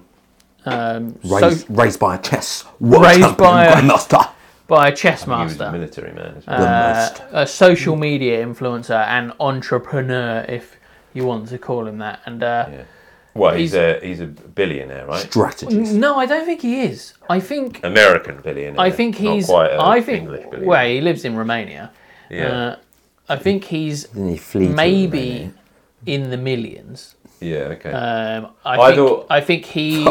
Speaker 1: Um, so,
Speaker 3: Raised, raised by a chess world
Speaker 1: Raised
Speaker 3: champion
Speaker 1: by a-
Speaker 3: grandmaster.
Speaker 1: by a chess
Speaker 2: he was a
Speaker 1: master,
Speaker 2: military man as
Speaker 3: The
Speaker 2: well.
Speaker 3: most.
Speaker 1: uh, a social media influencer, and entrepreneur, if you want to call him that. And uh,
Speaker 2: yeah. well he's, a he's a billionaire right
Speaker 3: strategist.
Speaker 1: no, I don't think he is. I think
Speaker 2: American billionaire
Speaker 1: I think he's.
Speaker 2: not quite a
Speaker 1: I think
Speaker 2: English billionaire
Speaker 1: well, he lives in Romania.
Speaker 2: Yeah.
Speaker 1: Uh, I think he's
Speaker 3: Didn't he flee to Romania?
Speaker 1: maybe in the millions.
Speaker 2: yeah okay
Speaker 1: Um, I,
Speaker 2: I
Speaker 1: think
Speaker 2: thought-
Speaker 1: I think he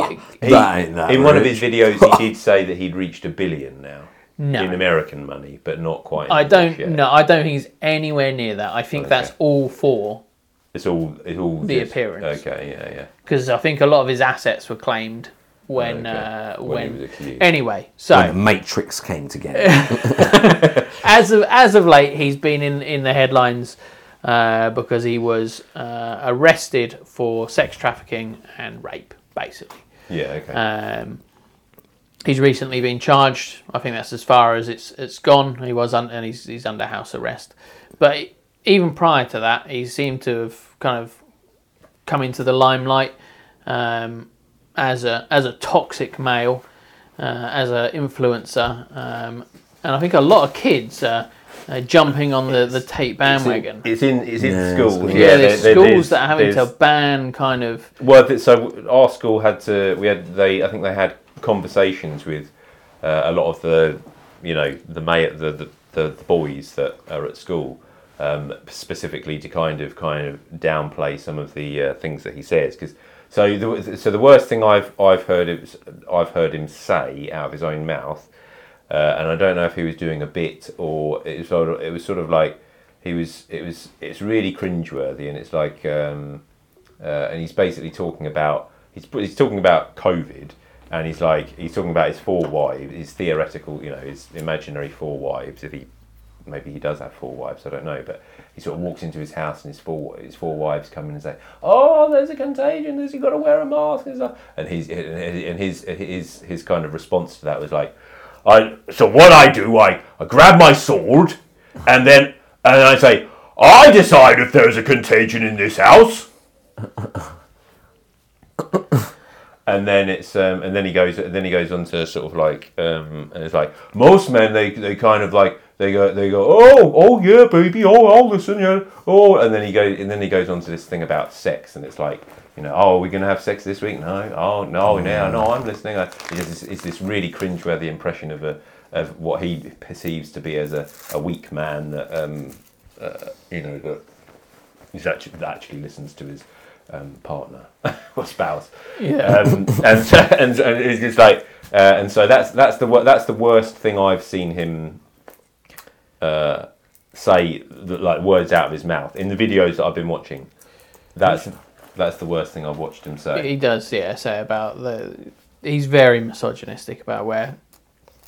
Speaker 3: that ain't that.
Speaker 2: in one of
Speaker 3: rich.
Speaker 2: his videos he did say that he'd reached a billion now
Speaker 1: No.
Speaker 2: in American money but not quite in
Speaker 1: I
Speaker 2: English
Speaker 1: don't
Speaker 2: yet.
Speaker 1: no I don't think he's anywhere near that. I think that's all for
Speaker 2: It's all it's all
Speaker 1: The
Speaker 2: just-
Speaker 1: appearance.
Speaker 2: Okay, yeah, yeah.
Speaker 1: because I think a lot of his assets were claimed when
Speaker 2: Okay.
Speaker 1: uh,
Speaker 2: When he
Speaker 1: when,
Speaker 2: was accused.
Speaker 1: anyway.
Speaker 3: when the
Speaker 1: So
Speaker 3: Matrix came together.
Speaker 1: as of as of late, he's been in in the headlines. Uh, because he was uh, arrested for sex trafficking and rape, basically.
Speaker 2: Yeah, okay.
Speaker 1: Um, he's recently been charged. I think that's as far as it's it's gone. He was un- and he's he's under house arrest. But even prior to that, he seemed to have kind of come into the limelight um, as a as a toxic male, uh, as an influencer, um, and I think a lot of kids are, are jumping on the the Tate bandwagon.
Speaker 2: it's in it's in
Speaker 3: Yeah,
Speaker 2: schools.
Speaker 3: schools.
Speaker 1: yeah, there's
Speaker 2: there- there-
Speaker 1: schools
Speaker 2: there's-
Speaker 1: that are having to
Speaker 2: there's-
Speaker 1: ban kind of
Speaker 2: Well, th- so our school had to. We had they. I think they had conversations with uh, a lot of the, you know, the may the the, the, the boys that are at school, um, specifically to kind of kind of downplay some of the uh, things that he says. Because so the so the worst thing I've I've heard it I've heard him say out of his own mouth, uh, and I don't know if he was doing a bit or it was sort of, it was sort of like he was it was it's really cringeworthy and it's like. Um, uh, and he's basically talking about he's he's talking about COVID, and he's like he's talking about his four wives, his theoretical, you know, his imaginary four wives. If he maybe he does have four wives, I don't know, but he sort of walks into his house and his four his four wives come in and say, "Oh, there's a contagion. There's you got to wear a mask." And stuff. And he's and his his his kind of response to that was like, "I so what I do, I I grab my sword, and then and I say." I decide if there's a contagion in this house. and then it's um, and then he goes and then he goes on to sort of like um, and it's like most men they, they kind of like they go they go oh oh yeah baby oh I'll listen yeah oh and then he goes and then he goes on to this thing about sex and it's like you know oh we're gonna have sex this week no oh no no no I'm listening I, it's, this- it's this really cringeworthy impression of a of what he perceives to be as a, a weak man that um, uh, you know that he's actually that actually listens to his um, partner or spouse.
Speaker 1: Yeah.
Speaker 2: Um, and, and and it's just like uh, and so that's that's the wor- that's the worst thing I've seen him uh, say th- like words out of his mouth in the videos that I've been watching. That's that's the worst thing I've watched him say.
Speaker 1: He does, yeah, say about the. He's very misogynistic about where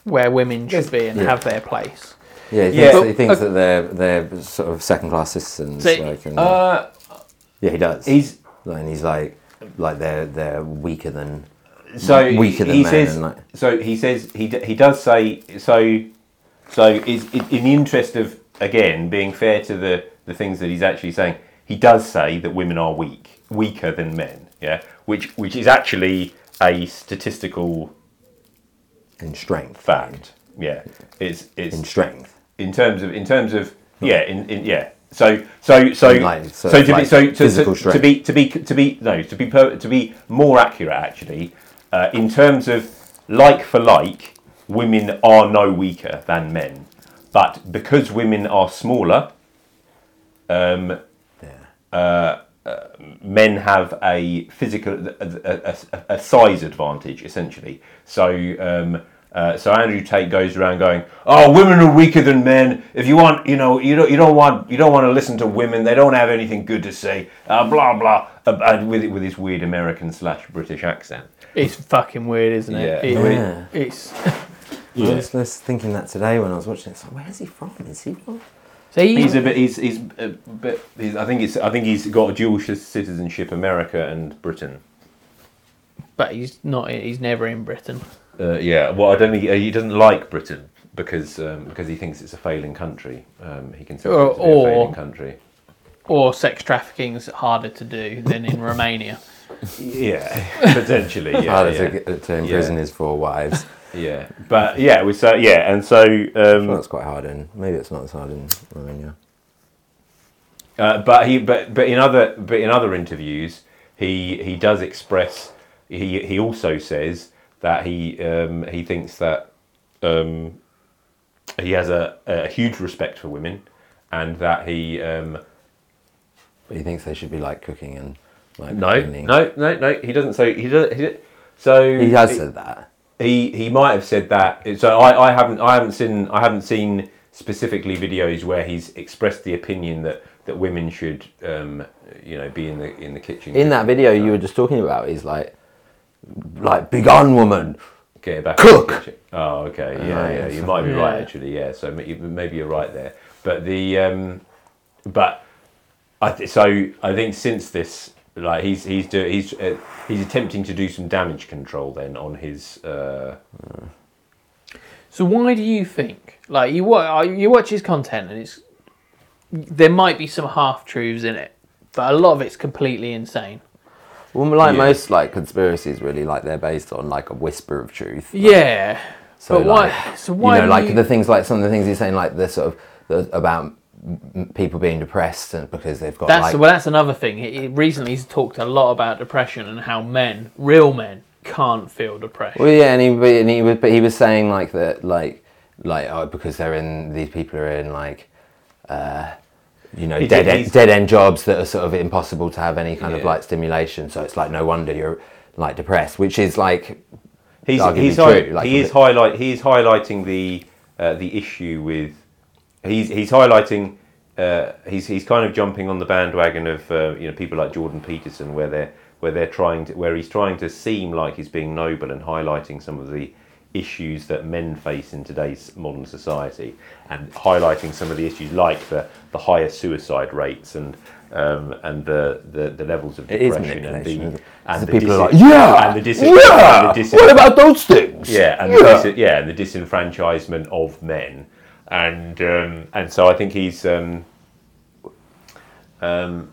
Speaker 1: where women should be and
Speaker 3: yeah.
Speaker 1: have their place.
Speaker 3: yeah, he thinks,
Speaker 2: Yeah.
Speaker 3: that, he thinks that they're they're sort of second class citizens.
Speaker 1: So,
Speaker 3: like, and,
Speaker 2: Uh,
Speaker 3: yeah, he does.
Speaker 2: he's
Speaker 3: and he's like, like they're they're weaker than.
Speaker 2: so
Speaker 3: Weaker than
Speaker 2: he
Speaker 3: men
Speaker 2: says
Speaker 3: and, like-
Speaker 2: so he says he d- he does say so so is in in the interest of again being fair to the the things that he's actually saying he does say that women are weak weaker than men yeah which which is actually a statistical
Speaker 3: in strength.
Speaker 2: fact yeah it's it's
Speaker 3: In strength.
Speaker 2: in terms of in terms of yeah in, in yeah so so so
Speaker 3: like,
Speaker 2: so,
Speaker 3: so
Speaker 2: to be
Speaker 3: like
Speaker 2: so to,
Speaker 3: physical
Speaker 2: to, to be to be to be no to be per, to be more accurate actually uh, in terms of like for like women are no weaker than men but because women are smaller Um,
Speaker 3: Yeah.
Speaker 2: men have a physical a, a, a- a size advantage essentially. So um, uh, so Andrew Tate goes around going, "Oh, women are weaker than men. If you want, you know, you don't you don't want you don't want to listen to women. They don't have anything good to say. Uh, blah blah." Uh, uh, with with his weird American slash British accent.
Speaker 1: It's fucking weird, isn't it?
Speaker 2: Yeah.
Speaker 1: It-
Speaker 3: Yeah.
Speaker 1: It's
Speaker 3: I was just thinking that today when I was watching. it. It's like, where's he from? Is he from?
Speaker 1: see,
Speaker 2: He's a bit. He's he's a bit. He's, I think it's. I think he's got dual c- citizenship, America and Britain.
Speaker 1: but he's not. He's never in Britain.
Speaker 2: Uh, yeah, well, I don't think he doesn't like Britain because um, because he thinks it's a failing country. Um, he considers
Speaker 1: Or-
Speaker 2: it to be a
Speaker 1: or-
Speaker 2: failing country.
Speaker 1: Or sex trafficking's harder to do than in Romania.
Speaker 2: Yeah, potentially. Yeah,
Speaker 3: Harder
Speaker 2: yeah,
Speaker 3: to, get- to imprison his four wives.
Speaker 2: yeah. But yeah, we so yeah, and so
Speaker 3: Well,
Speaker 2: um,
Speaker 3: that's quite hard in. Maybe it's not as hard in Romania.
Speaker 2: uh, but he but but in other but in other interviews he he does express he he also says that he um, he thinks that um, he has a, a huge respect for women and that he um,
Speaker 3: But he thinks they should be like cooking and like
Speaker 2: No,
Speaker 3: cleaning.
Speaker 2: no, no, no. He doesn't say he does. He, so
Speaker 3: He has
Speaker 2: he-
Speaker 3: said that.
Speaker 2: He he might have said that. So I, I haven't I haven't seen I haven't seen specifically videos where he's expressed the opinion that that women should um, you know be in the in the kitchen
Speaker 3: In that video you were just talking about, he's like, like begone woman.
Speaker 2: get back in
Speaker 3: Cook!
Speaker 2: the kitchen. Oh, okay. Yeah,
Speaker 3: Uh,
Speaker 2: yeah.
Speaker 3: yes.
Speaker 2: You might be right
Speaker 1: Yeah.
Speaker 2: actually. Yeah. So may- maybe you're right there. But the um, but I th- so I think since this like he's he's do, he's uh, he's attempting to do some damage control then on his uh,
Speaker 1: So why do you think, like, you watch you watch his content and it's there might be some half truths in it, but a lot of it's completely insane.
Speaker 3: Well, like
Speaker 2: Yeah.
Speaker 3: most like conspiracies, really, like they're based on like a whisper of truth.
Speaker 1: Yeah.
Speaker 3: So
Speaker 1: but
Speaker 3: like,
Speaker 1: why? So why?
Speaker 3: you know,
Speaker 1: do
Speaker 3: like
Speaker 1: you-
Speaker 3: the things like some of the things he's saying, like the sort of the, about m- people being depressed and because they've got
Speaker 1: That's
Speaker 3: like
Speaker 1: well. That's another thing. He, he- recently, he's talked a lot about depression and how men, real men, can't feel depression.
Speaker 3: Well, yeah, and he, but- and he was, but he was saying like that, like, like oh, because they're in these people are in like, uh, you know,
Speaker 2: He
Speaker 3: dead
Speaker 2: did-
Speaker 3: end,
Speaker 2: he's-
Speaker 3: dead end jobs that are sort of impossible to have any kind of
Speaker 2: Yeah.
Speaker 3: like stimulation. So it's like no wonder you're like depressed, which is like,
Speaker 2: he's
Speaker 3: Arguably
Speaker 2: he's,
Speaker 3: true,
Speaker 2: hi-
Speaker 3: like,
Speaker 2: he is
Speaker 3: but-
Speaker 2: highlight he is highlighting the uh, the issue with he's he's highlighting uh, he's he's kind of jumping on the bandwagon of uh, you know people like Jordan Peterson where they're where they're trying to where he's trying to seem like he's being noble and highlighting some of the issues that men face in today's modern society and highlighting some of the issues like the the higher suicide rates and um, and the, the the levels of
Speaker 3: it is
Speaker 2: depression and
Speaker 3: manipulation.
Speaker 2: the
Speaker 3: isn't it?
Speaker 2: and
Speaker 3: So
Speaker 2: the
Speaker 3: people are
Speaker 2: disi-
Speaker 3: like, yeah,
Speaker 2: and the dis-
Speaker 3: yeah.
Speaker 2: and the dis-
Speaker 3: what about those things?
Speaker 2: yeah, and
Speaker 3: yeah.
Speaker 2: The dis- yeah, and the disenfranchisement of men, and um, and so I think he's um, um,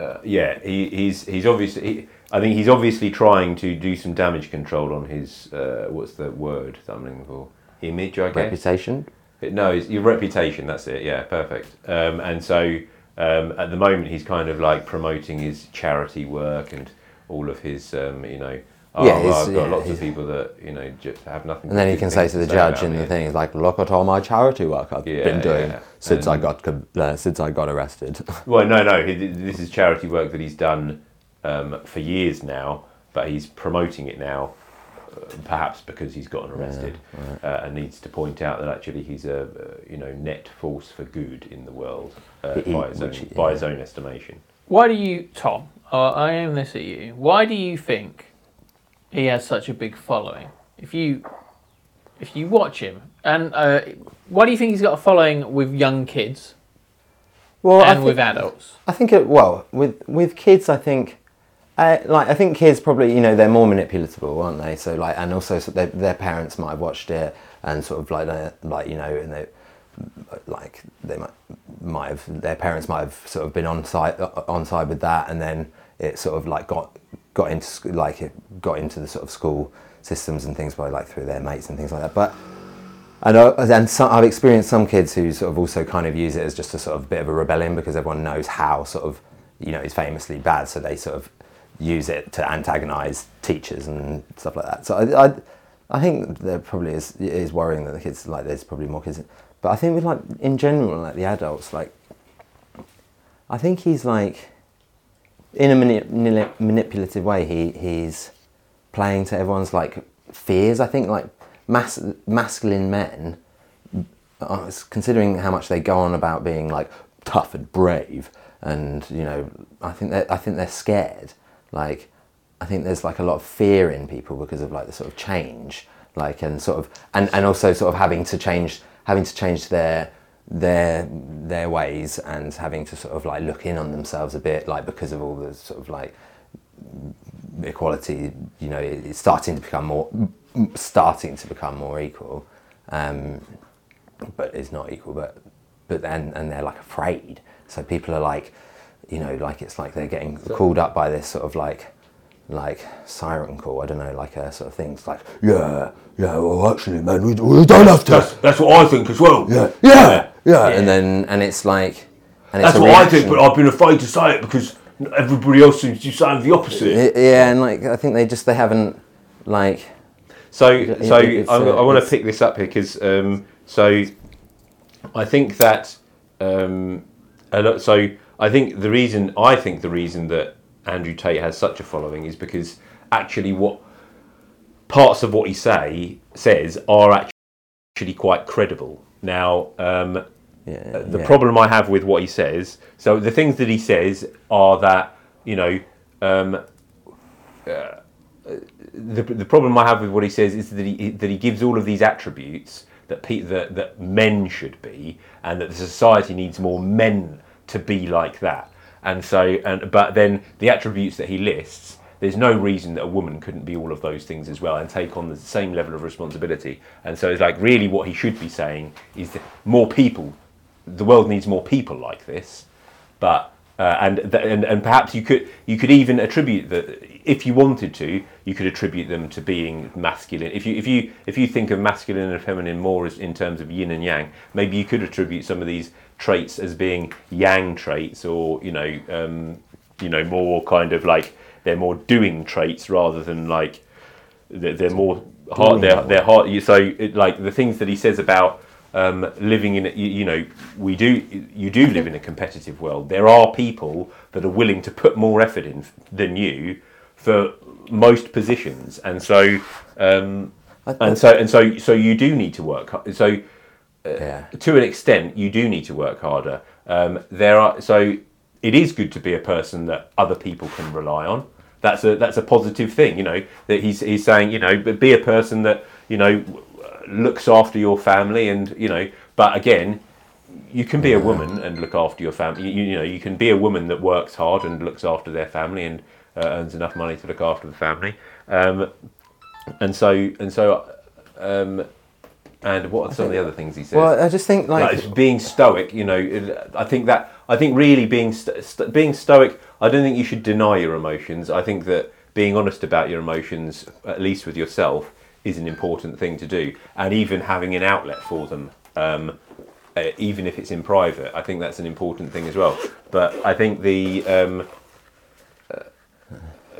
Speaker 2: uh, yeah, he, he's he's obviously he, I think he's obviously trying to do some damage control on his uh, what's the word that I'm looking for image, I guess.
Speaker 3: reputation.
Speaker 2: It- No, it's your reputation. That's it. Yeah, perfect. Um, and so um, at the moment, he's kind of like promoting his charity work and all of his, um, you know, oh,
Speaker 3: Yeah,
Speaker 2: well,
Speaker 3: he's-
Speaker 2: I've got
Speaker 3: yeah,
Speaker 2: lots
Speaker 3: he's-
Speaker 2: of people that you know just have nothing.
Speaker 3: And then he
Speaker 2: good
Speaker 3: can say
Speaker 2: things
Speaker 3: to the judge
Speaker 2: about
Speaker 3: in the
Speaker 2: me.
Speaker 3: thing, he's like, look at all my charity work I've
Speaker 2: Yeah,
Speaker 3: been doing
Speaker 2: yeah.
Speaker 3: since I
Speaker 2: And-
Speaker 3: got com- uh, since I got arrested.
Speaker 2: Well, no, no. He, this is charity work that he's done um, for years now, but he's promoting it now, uh, perhaps because he's gotten arrested uh, and needs to point out that actually he's a uh, you know net force for good in the world uh,
Speaker 3: He-
Speaker 2: by, his own,
Speaker 3: which-
Speaker 2: by his own estimation.
Speaker 1: Why do you, Tom? Uh, I aim this at you. Why do you think he has such a big following? If you, if you watch him, and uh, why do you think he's got a following with young kids
Speaker 3: well, I
Speaker 1: and
Speaker 3: think-
Speaker 1: with adults?
Speaker 3: I think it, well with with kids I think uh, like I think kids probably you know they're more manipulatable aren't they so like and also so their, their parents might have watched it and sort of like uh, like you know and they like they might might have their parents might have sort of been on side uh, on side with that and then it sort of like got got into sc- like it got into the sort of school systems and things by like through their mates and things like that but and, I, and so I've experienced some kids who sort of also kind of use it as just a sort of bit of a rebellion because everyone knows how sort of, you know, it's famously bad. So they sort of use it to antagonize teachers and stuff like that. So I, I, I think there probably is it is worrying that the kids like there's probably more kids, but I think with like in general like the adults like. I think he's like, in a mani- nili- manipulative way, he he's playing to everyone's like fears. I think like mas- masculine men, uh, considering how much they go on about being like tough and brave, and you know, I think they I think they're scared. Like, I think there's like a lot of fear in people because of like the sort of change, like and sort of and, and also sort of having to change having to change their their their ways and having to sort of like look in on themselves a bit like because of all the sort of like equality you know it- it's starting to become more starting to become more equal um but it's not equal but but then and they're like afraid so people are like you know like it's like they're getting called up by this sort of like like siren call i don't know like a sort of things like yeah yeah well actually man we, we don't have to
Speaker 4: That's, that's what I think as well.
Speaker 3: yeah, yeah, yeah. uh, And then, and it's like, and it's
Speaker 4: That's
Speaker 3: a
Speaker 4: what I think,
Speaker 3: reaction.
Speaker 4: but I've been afraid to say it because everybody else seems to be saying the opposite.
Speaker 3: Y- yeah, and like I think they just they haven't like
Speaker 2: So,
Speaker 3: it-
Speaker 2: so
Speaker 3: it's,
Speaker 2: I,
Speaker 3: uh,
Speaker 2: I want to
Speaker 3: it's-
Speaker 2: pick this up here because um, so I think that um, a lot, so I think the reason I think the reason that Andrew Tate has such a following is because actually what parts of what he say says are actually quite credible. Now, um,
Speaker 3: yeah,
Speaker 2: the
Speaker 3: yeah.
Speaker 2: problem I have with what he says. So the things that he says are that you know um, uh, the the problem I have with what he says is that he that he gives all of these attributes that pe- that that men should be, and that the society needs more men to be like that. And so, and but then the attributes that he lists. There's no reason that a woman couldn't be all of those things as well and take on the same level of responsibility. And so it's like really what he should be saying is that more people the world needs more people like this, but uh, and, th- and and perhaps you could you could even attribute that if you wanted to, you could attribute them to being masculine. If you if you if you think of masculine and feminine more as in terms of yin and yang, maybe you could attribute some of these traits as being yang traits, or you know um, you know more kind of like they're more doing traits rather than like they're, they're more hard. They're, they're hard. you- So it, like the things that he says about um, living in, a- you, you know, we do you do live in a competitive world. There are people that are willing to put more effort in f- than you for most positions, and so um, and so and so so you do need to work. h- So
Speaker 3: yeah.
Speaker 2: to an extent, you do need to work harder. Um, there are so it is good to be a person that other people can rely on. That's a that's a positive thing, you know. That he's he's saying, you know, but be a person that you know w- looks after your family, and you know. But again, you can be a woman and look after your family. You, you know, you can be a woman that works hard and looks after their family and uh, earns enough money to look after the family. Um, and so and so, um, and what are some of the other things he says?
Speaker 3: Well, I just think like,
Speaker 2: like it's being stoic you know it- i think that i think really being st- st- being stoic i don't think you should deny your emotions i think that being honest about your emotions at least with yourself is an important thing to do and even having an outlet for them um, uh, even if it's in private i think that's an important thing as well but i think the um,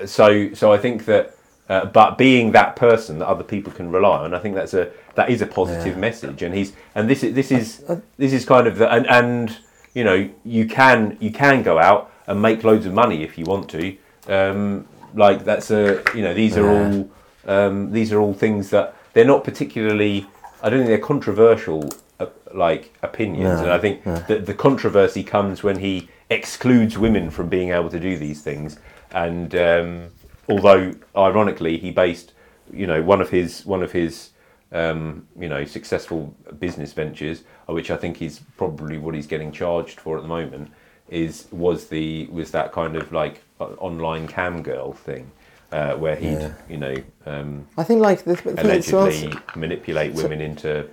Speaker 2: so so I think that uh, but being that person that other people can rely on, I think that's a that is a positive message, and he's and this is this is this is kind of the, and and you know you can you can go out and make loads of money if you want to, um, like that's a you know these are all um, these are all things that they're not particularly I don't think they're controversial uh, like opinions,
Speaker 3: No.
Speaker 2: and I think that the controversy comes when he excludes women from being able to do these things. And um, although ironically, he based you know one of his one of his um, you know successful business ventures, uh, which I think is probably what he's getting charged for at the moment, is was the was that kind of like uh, online cam girl thing. Uh, where he'd,
Speaker 3: Yeah.
Speaker 2: you know, um,
Speaker 3: I think like the, the thing it's also-
Speaker 2: allegedly manipulate women into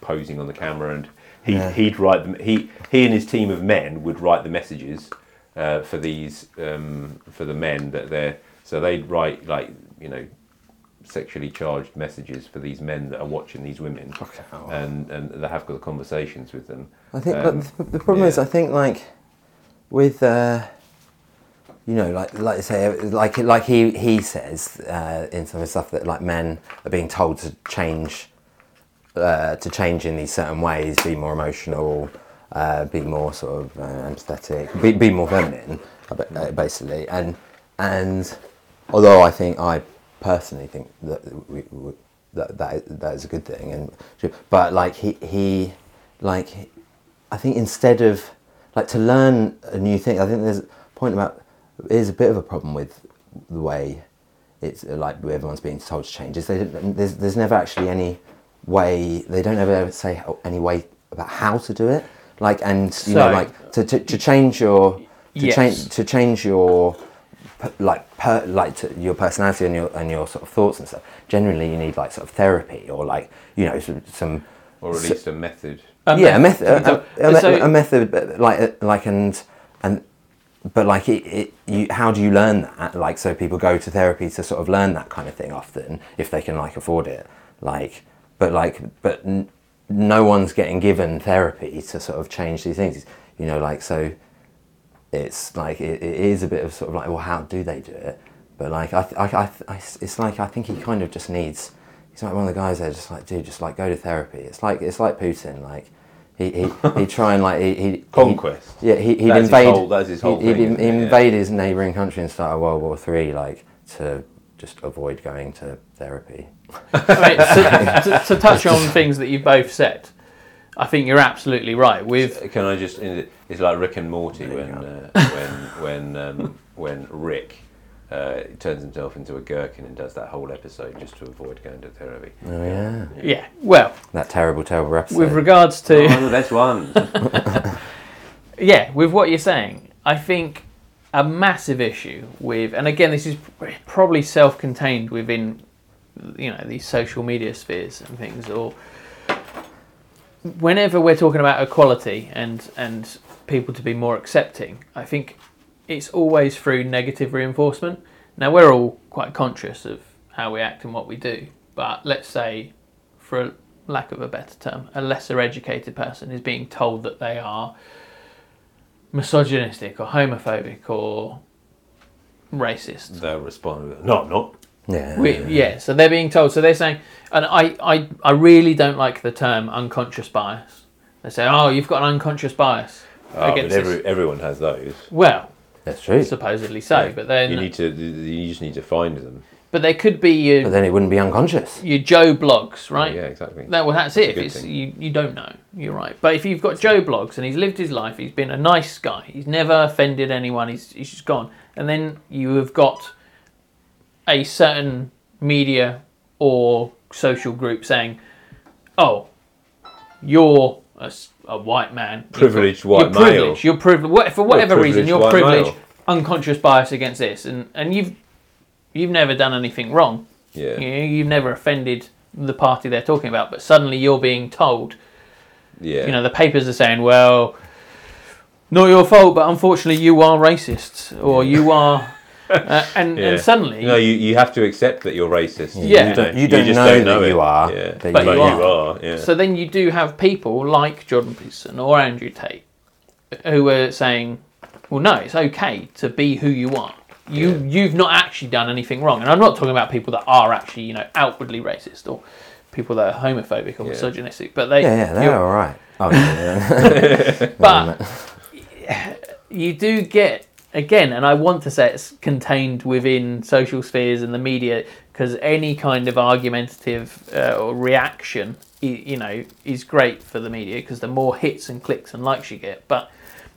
Speaker 2: posing on the camera, and he he'd write them. He he and his team of men would write the messages uh, for these um, for the men that they're so they'd write like you know sexually charged messages for these men that are watching these women,
Speaker 3: hell.
Speaker 2: and and they have got conversations with them.
Speaker 3: I think
Speaker 2: Um,
Speaker 3: but the, the problem is
Speaker 2: yeah.
Speaker 3: I think like with uh, you know, like like say, like like he he says uh, in some of the stuff that like men are being told to change, uh, to change in these certain ways, be more emotional, uh, be more sort of uh, empathetic, be, be more feminine, uh, ba- uh, basically. And and although I think I personally think that we, we, that, that is- that is a good thing, and but like he he like I think instead of like to learn a new thing, I think there's a point about there's a bit of a problem with the way it's uh, like everyone's being told to change. Is they don't- um, there's there's never actually any way they don't ever, ever say ho- any way about how to do it. Like and you know
Speaker 1: So-
Speaker 3: like to, to, to change your to
Speaker 1: Yes.
Speaker 3: change to change your p- like per, like to your personality and your and your sort of thoughts and stuff. Generally, you need like sort of therapy or like you know some. some
Speaker 2: or at least a method.
Speaker 3: yeah, a method,
Speaker 1: So-
Speaker 3: a, a, me-
Speaker 1: so-
Speaker 3: a method, but like like and and but like it, it, you, how do you learn that? Like, so people go to therapy to sort of learn that kind of thing often if they can like afford it. Like, but like, but n- no one's getting given therapy to sort of change these things. You know, like so, it's like it, it is a bit of sort of like, well, how do they do it? But like, I, th- I, I, th- I s- it's like I think he kind of just needs. He's like one of the guys there, just like, dude, just like go to therapy. It's like it's like Putin, like. He he he try and like he, he
Speaker 2: Conquest.
Speaker 3: He, yeah, he
Speaker 2: That's
Speaker 3: he would
Speaker 2: his
Speaker 3: invade.
Speaker 2: whole- that's his whole
Speaker 3: he'd,
Speaker 2: thing,
Speaker 3: he'd
Speaker 2: isn't it? Yeah.
Speaker 3: invade his neighbouring country and start a World War Three, like to just avoid going to therapy.
Speaker 1: Right, so, to, to touch on things that you both said, I think you're absolutely right. With
Speaker 2: Can I just? It's like Rick and Morty when uh, when when um, when Rick uh, turns himself into a gherkin and does that whole episode just to avoid going to therapy.
Speaker 3: Oh yeah,
Speaker 1: yeah, well,
Speaker 3: that terrible, terrible episode.
Speaker 1: with regards to
Speaker 2: One of the best ones.
Speaker 1: yeah, with what you're saying, I think a massive issue with, and again, this is probably self-contained within, you know, these social media spheres and things, or whenever we're talking about equality and and people to be more accepting, I think it's always through negative reinforcement. Now we're all quite conscious of how we act and what we do, but let's say, for lack of a better term, a lesser educated person is being told that they are misogynistic or homophobic or racist.
Speaker 2: They'll respond with
Speaker 4: No, I'm not.
Speaker 3: yeah,
Speaker 1: We, yeah, so they're being told. So they're saying, and I, I, I really don't like the term unconscious bias. They say, oh, you've got an unconscious bias
Speaker 2: Oh, but
Speaker 1: against this."
Speaker 2: every, everyone has those.
Speaker 1: Well,
Speaker 3: that's true.
Speaker 1: supposedly so, but then,
Speaker 2: you need to. You just need to find them.
Speaker 1: but there could be
Speaker 3: But
Speaker 1: your,
Speaker 3: then it wouldn't be unconscious.
Speaker 1: your Joe blogs, right?
Speaker 2: Yeah, exactly.
Speaker 1: That, well, that's,
Speaker 2: That's a
Speaker 1: it.
Speaker 2: good
Speaker 1: If it's
Speaker 2: thing.
Speaker 1: you, you don't know. You're right. But if you've got Joe Blogs and he's lived his life, he's been a nice guy. He's never offended anyone. He's he's just gone. And then you have got a certain media or social group saying, "Oh, you're a, s- a white man,
Speaker 2: Privileged
Speaker 1: You're-
Speaker 2: white
Speaker 1: you're
Speaker 2: male."
Speaker 1: privileged. You're privileged what- for whatever reason.
Speaker 2: privileged
Speaker 1: You're
Speaker 2: white
Speaker 1: privileged,
Speaker 2: male.
Speaker 1: unconscious bias against this, and and you've you've never done anything wrong."
Speaker 2: Yeah.
Speaker 1: You know, you've never offended the party they're talking about, but suddenly you're being told.
Speaker 2: Yeah.
Speaker 1: You know, the papers are saying, "Well, not your fault, but unfortunately, you are racist, or you are," uh, and,
Speaker 2: Yeah.
Speaker 1: and suddenly,
Speaker 2: No, you, you have to accept that you're racist.
Speaker 1: Yeah. You don't-
Speaker 2: know,
Speaker 3: you don't
Speaker 2: just
Speaker 3: know that you
Speaker 2: it.
Speaker 3: are,
Speaker 2: Yeah.
Speaker 3: but
Speaker 2: But
Speaker 1: you
Speaker 2: you
Speaker 1: are.
Speaker 2: are. Yeah.
Speaker 1: so then you do have people like Jordan Peterson or Andrew Tate who are saying, "Well, no, it's okay to be who you are." You, you've not actually done anything wrong, and I'm not talking about people that are actually, you know, outwardly racist or people that are homophobic or misogynistic. But they,
Speaker 3: Yeah, yeah,
Speaker 1: you're-
Speaker 3: they're all right. Oh, yeah, yeah.
Speaker 1: but you do get again and i want to say it's contained within social spheres and the media because any kind of argumentative uh, or reaction i- you know is great for the media because the more hits and clicks and likes you get but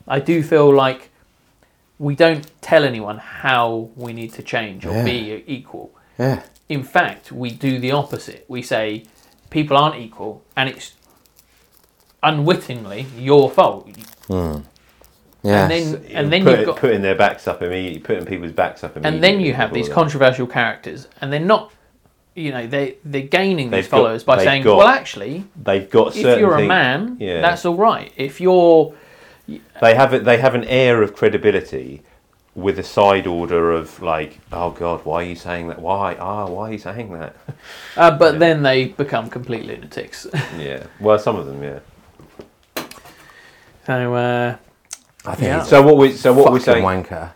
Speaker 1: i do feel like we don't tell anyone how we need to change or
Speaker 3: Yeah.
Speaker 1: be equal
Speaker 3: yeah.
Speaker 1: in fact, we do the opposite. We say people aren't equal, and it's unwittingly your fault.
Speaker 3: yeah.
Speaker 1: And then, and then
Speaker 2: Put-
Speaker 1: you've got,
Speaker 2: putting their backs up immediately, putting people's backs up immediately.
Speaker 1: and then you have these
Speaker 2: before
Speaker 1: controversial characters, and they're not, you know, they they're gaining these
Speaker 2: They've got-
Speaker 1: followers by
Speaker 2: they've
Speaker 1: saying,
Speaker 2: got
Speaker 1: well, actually,
Speaker 2: that. They've got certain.
Speaker 1: if you're a
Speaker 2: thing-
Speaker 1: man,
Speaker 2: yeah.
Speaker 1: that's all right. If you're
Speaker 2: they have it. They have an air of credibility with a side order of like, oh god, why are you saying that? Why? Ah, why are you saying that?
Speaker 1: uh, but then they become complete lunatics.
Speaker 2: yeah. Well, some of them, yeah.
Speaker 1: so, uh,
Speaker 3: I think
Speaker 1: Yeah. uh,
Speaker 3: he's a
Speaker 2: So what we so what we're
Speaker 3: fucking
Speaker 2: saying
Speaker 3: wanker.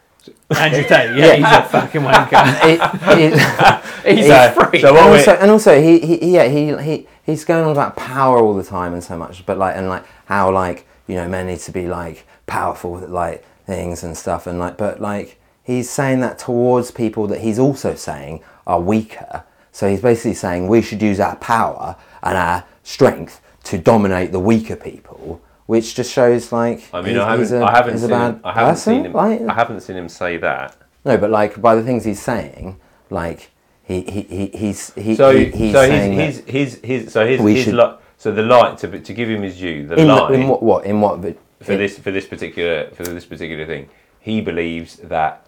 Speaker 1: Andrew Tate. Yeah, he's a fucking wanker.
Speaker 3: It- it-
Speaker 1: He's
Speaker 2: So-
Speaker 1: a freak.
Speaker 2: so what
Speaker 3: and
Speaker 2: we-
Speaker 3: also, and also he, he yeah he, he he's going on about power all the time and so much but like and like how like you know men need to be like powerful with like things and stuff and like but like he's saying that towards people that he's also saying are weaker so he's basically saying we should use our power and our strength to dominate the weaker people which just shows like
Speaker 2: I mean,
Speaker 3: he's-
Speaker 2: I haven't,
Speaker 3: he's a-
Speaker 2: I haven't
Speaker 3: he's a
Speaker 2: seen, him,
Speaker 3: bad
Speaker 2: I haven't
Speaker 3: person,
Speaker 2: seen him,
Speaker 3: like-
Speaker 2: I haven't seen him say that.
Speaker 3: no, but like by the things he's saying, like he he, he he's he,
Speaker 2: So,
Speaker 3: he- he's
Speaker 2: so
Speaker 3: saying
Speaker 2: his,
Speaker 3: that
Speaker 2: his, his, his, so his,
Speaker 3: we
Speaker 2: his
Speaker 3: should-
Speaker 2: li- so the line to, to give him his due, the
Speaker 3: in,
Speaker 2: line
Speaker 3: in what what in what vi-
Speaker 2: for this for this particular for this particular thing, he believes that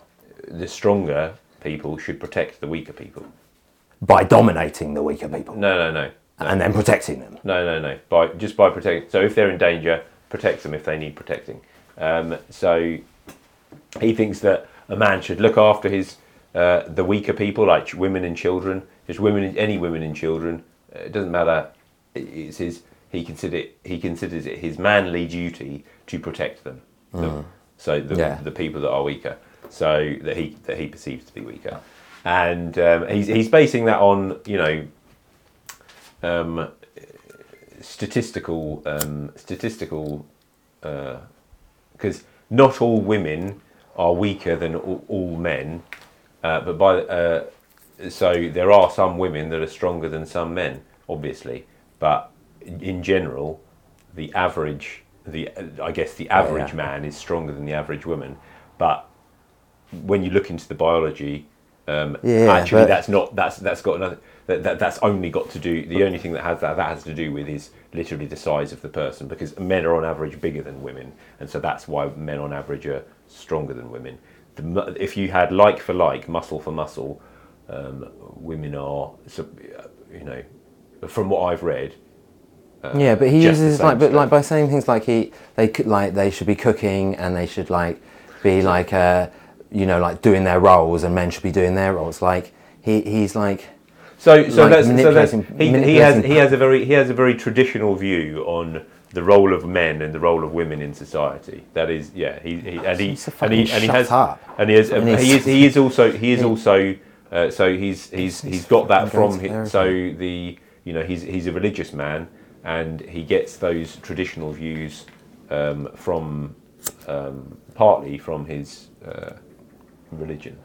Speaker 2: the stronger people should protect the weaker people.
Speaker 3: by dominating the weaker people
Speaker 2: No, no, no,
Speaker 3: and then protecting them.
Speaker 2: no, no, no. By just by protecting. So if they're in danger, protect them if they need protecting. Um, so he thinks that a man should look after his uh, the weaker people, like ch- women and children, just women, any women and children. uh, It doesn't matter. I- It's his. He consider he considers it his manly duty to protect them. The- so the,
Speaker 3: Yeah.
Speaker 2: the people that are weaker, so that he that he perceives to be weaker, and um, he's he's basing that on you know. Um, statistical um, statistical because not all women are weaker than all, all men, uh, but by uh, so there are some women that are stronger than some men, obviously. But in general, the average, the I guess the average
Speaker 3: yeah.
Speaker 2: man is stronger than the average woman. But when you look into the biology, um,
Speaker 3: Yeah,
Speaker 2: actually,
Speaker 3: but-
Speaker 2: that's not that's that's got nothing. That, that, that's only got to do the only thing that has that, that has to do with is literally the size of the person because men are on average bigger than women and so that's why men on average are stronger than women the, mu- if you had like for like muscle for muscle um, women are so- you know from what I've read
Speaker 3: yeah, but he
Speaker 2: Uh, just the
Speaker 3: uses
Speaker 2: same
Speaker 3: like but
Speaker 2: stuff.
Speaker 3: like by saying things like he they could like they should be cooking and they should like be like uh you know like doing their roles and men should be doing their roles like he he's like
Speaker 2: So, so
Speaker 3: Like
Speaker 2: that's, so that's
Speaker 3: manipulating-
Speaker 2: he, he has
Speaker 3: manipulating-
Speaker 2: he has a very he has a very traditional view on the role of men and the role of women in society. That is, yeah, he, he and he
Speaker 3: Needs to
Speaker 2: and he,
Speaker 3: fucking
Speaker 2: and he
Speaker 3: shut
Speaker 2: has
Speaker 3: up.
Speaker 2: and he has
Speaker 3: what he
Speaker 2: he
Speaker 3: needs.
Speaker 2: is he is also he is also uh, so he's he's he's got that from
Speaker 3: fucking going to
Speaker 2: hi- so the you know he's he's a religious man and he gets those traditional views um, from um, partly from his uh, religion.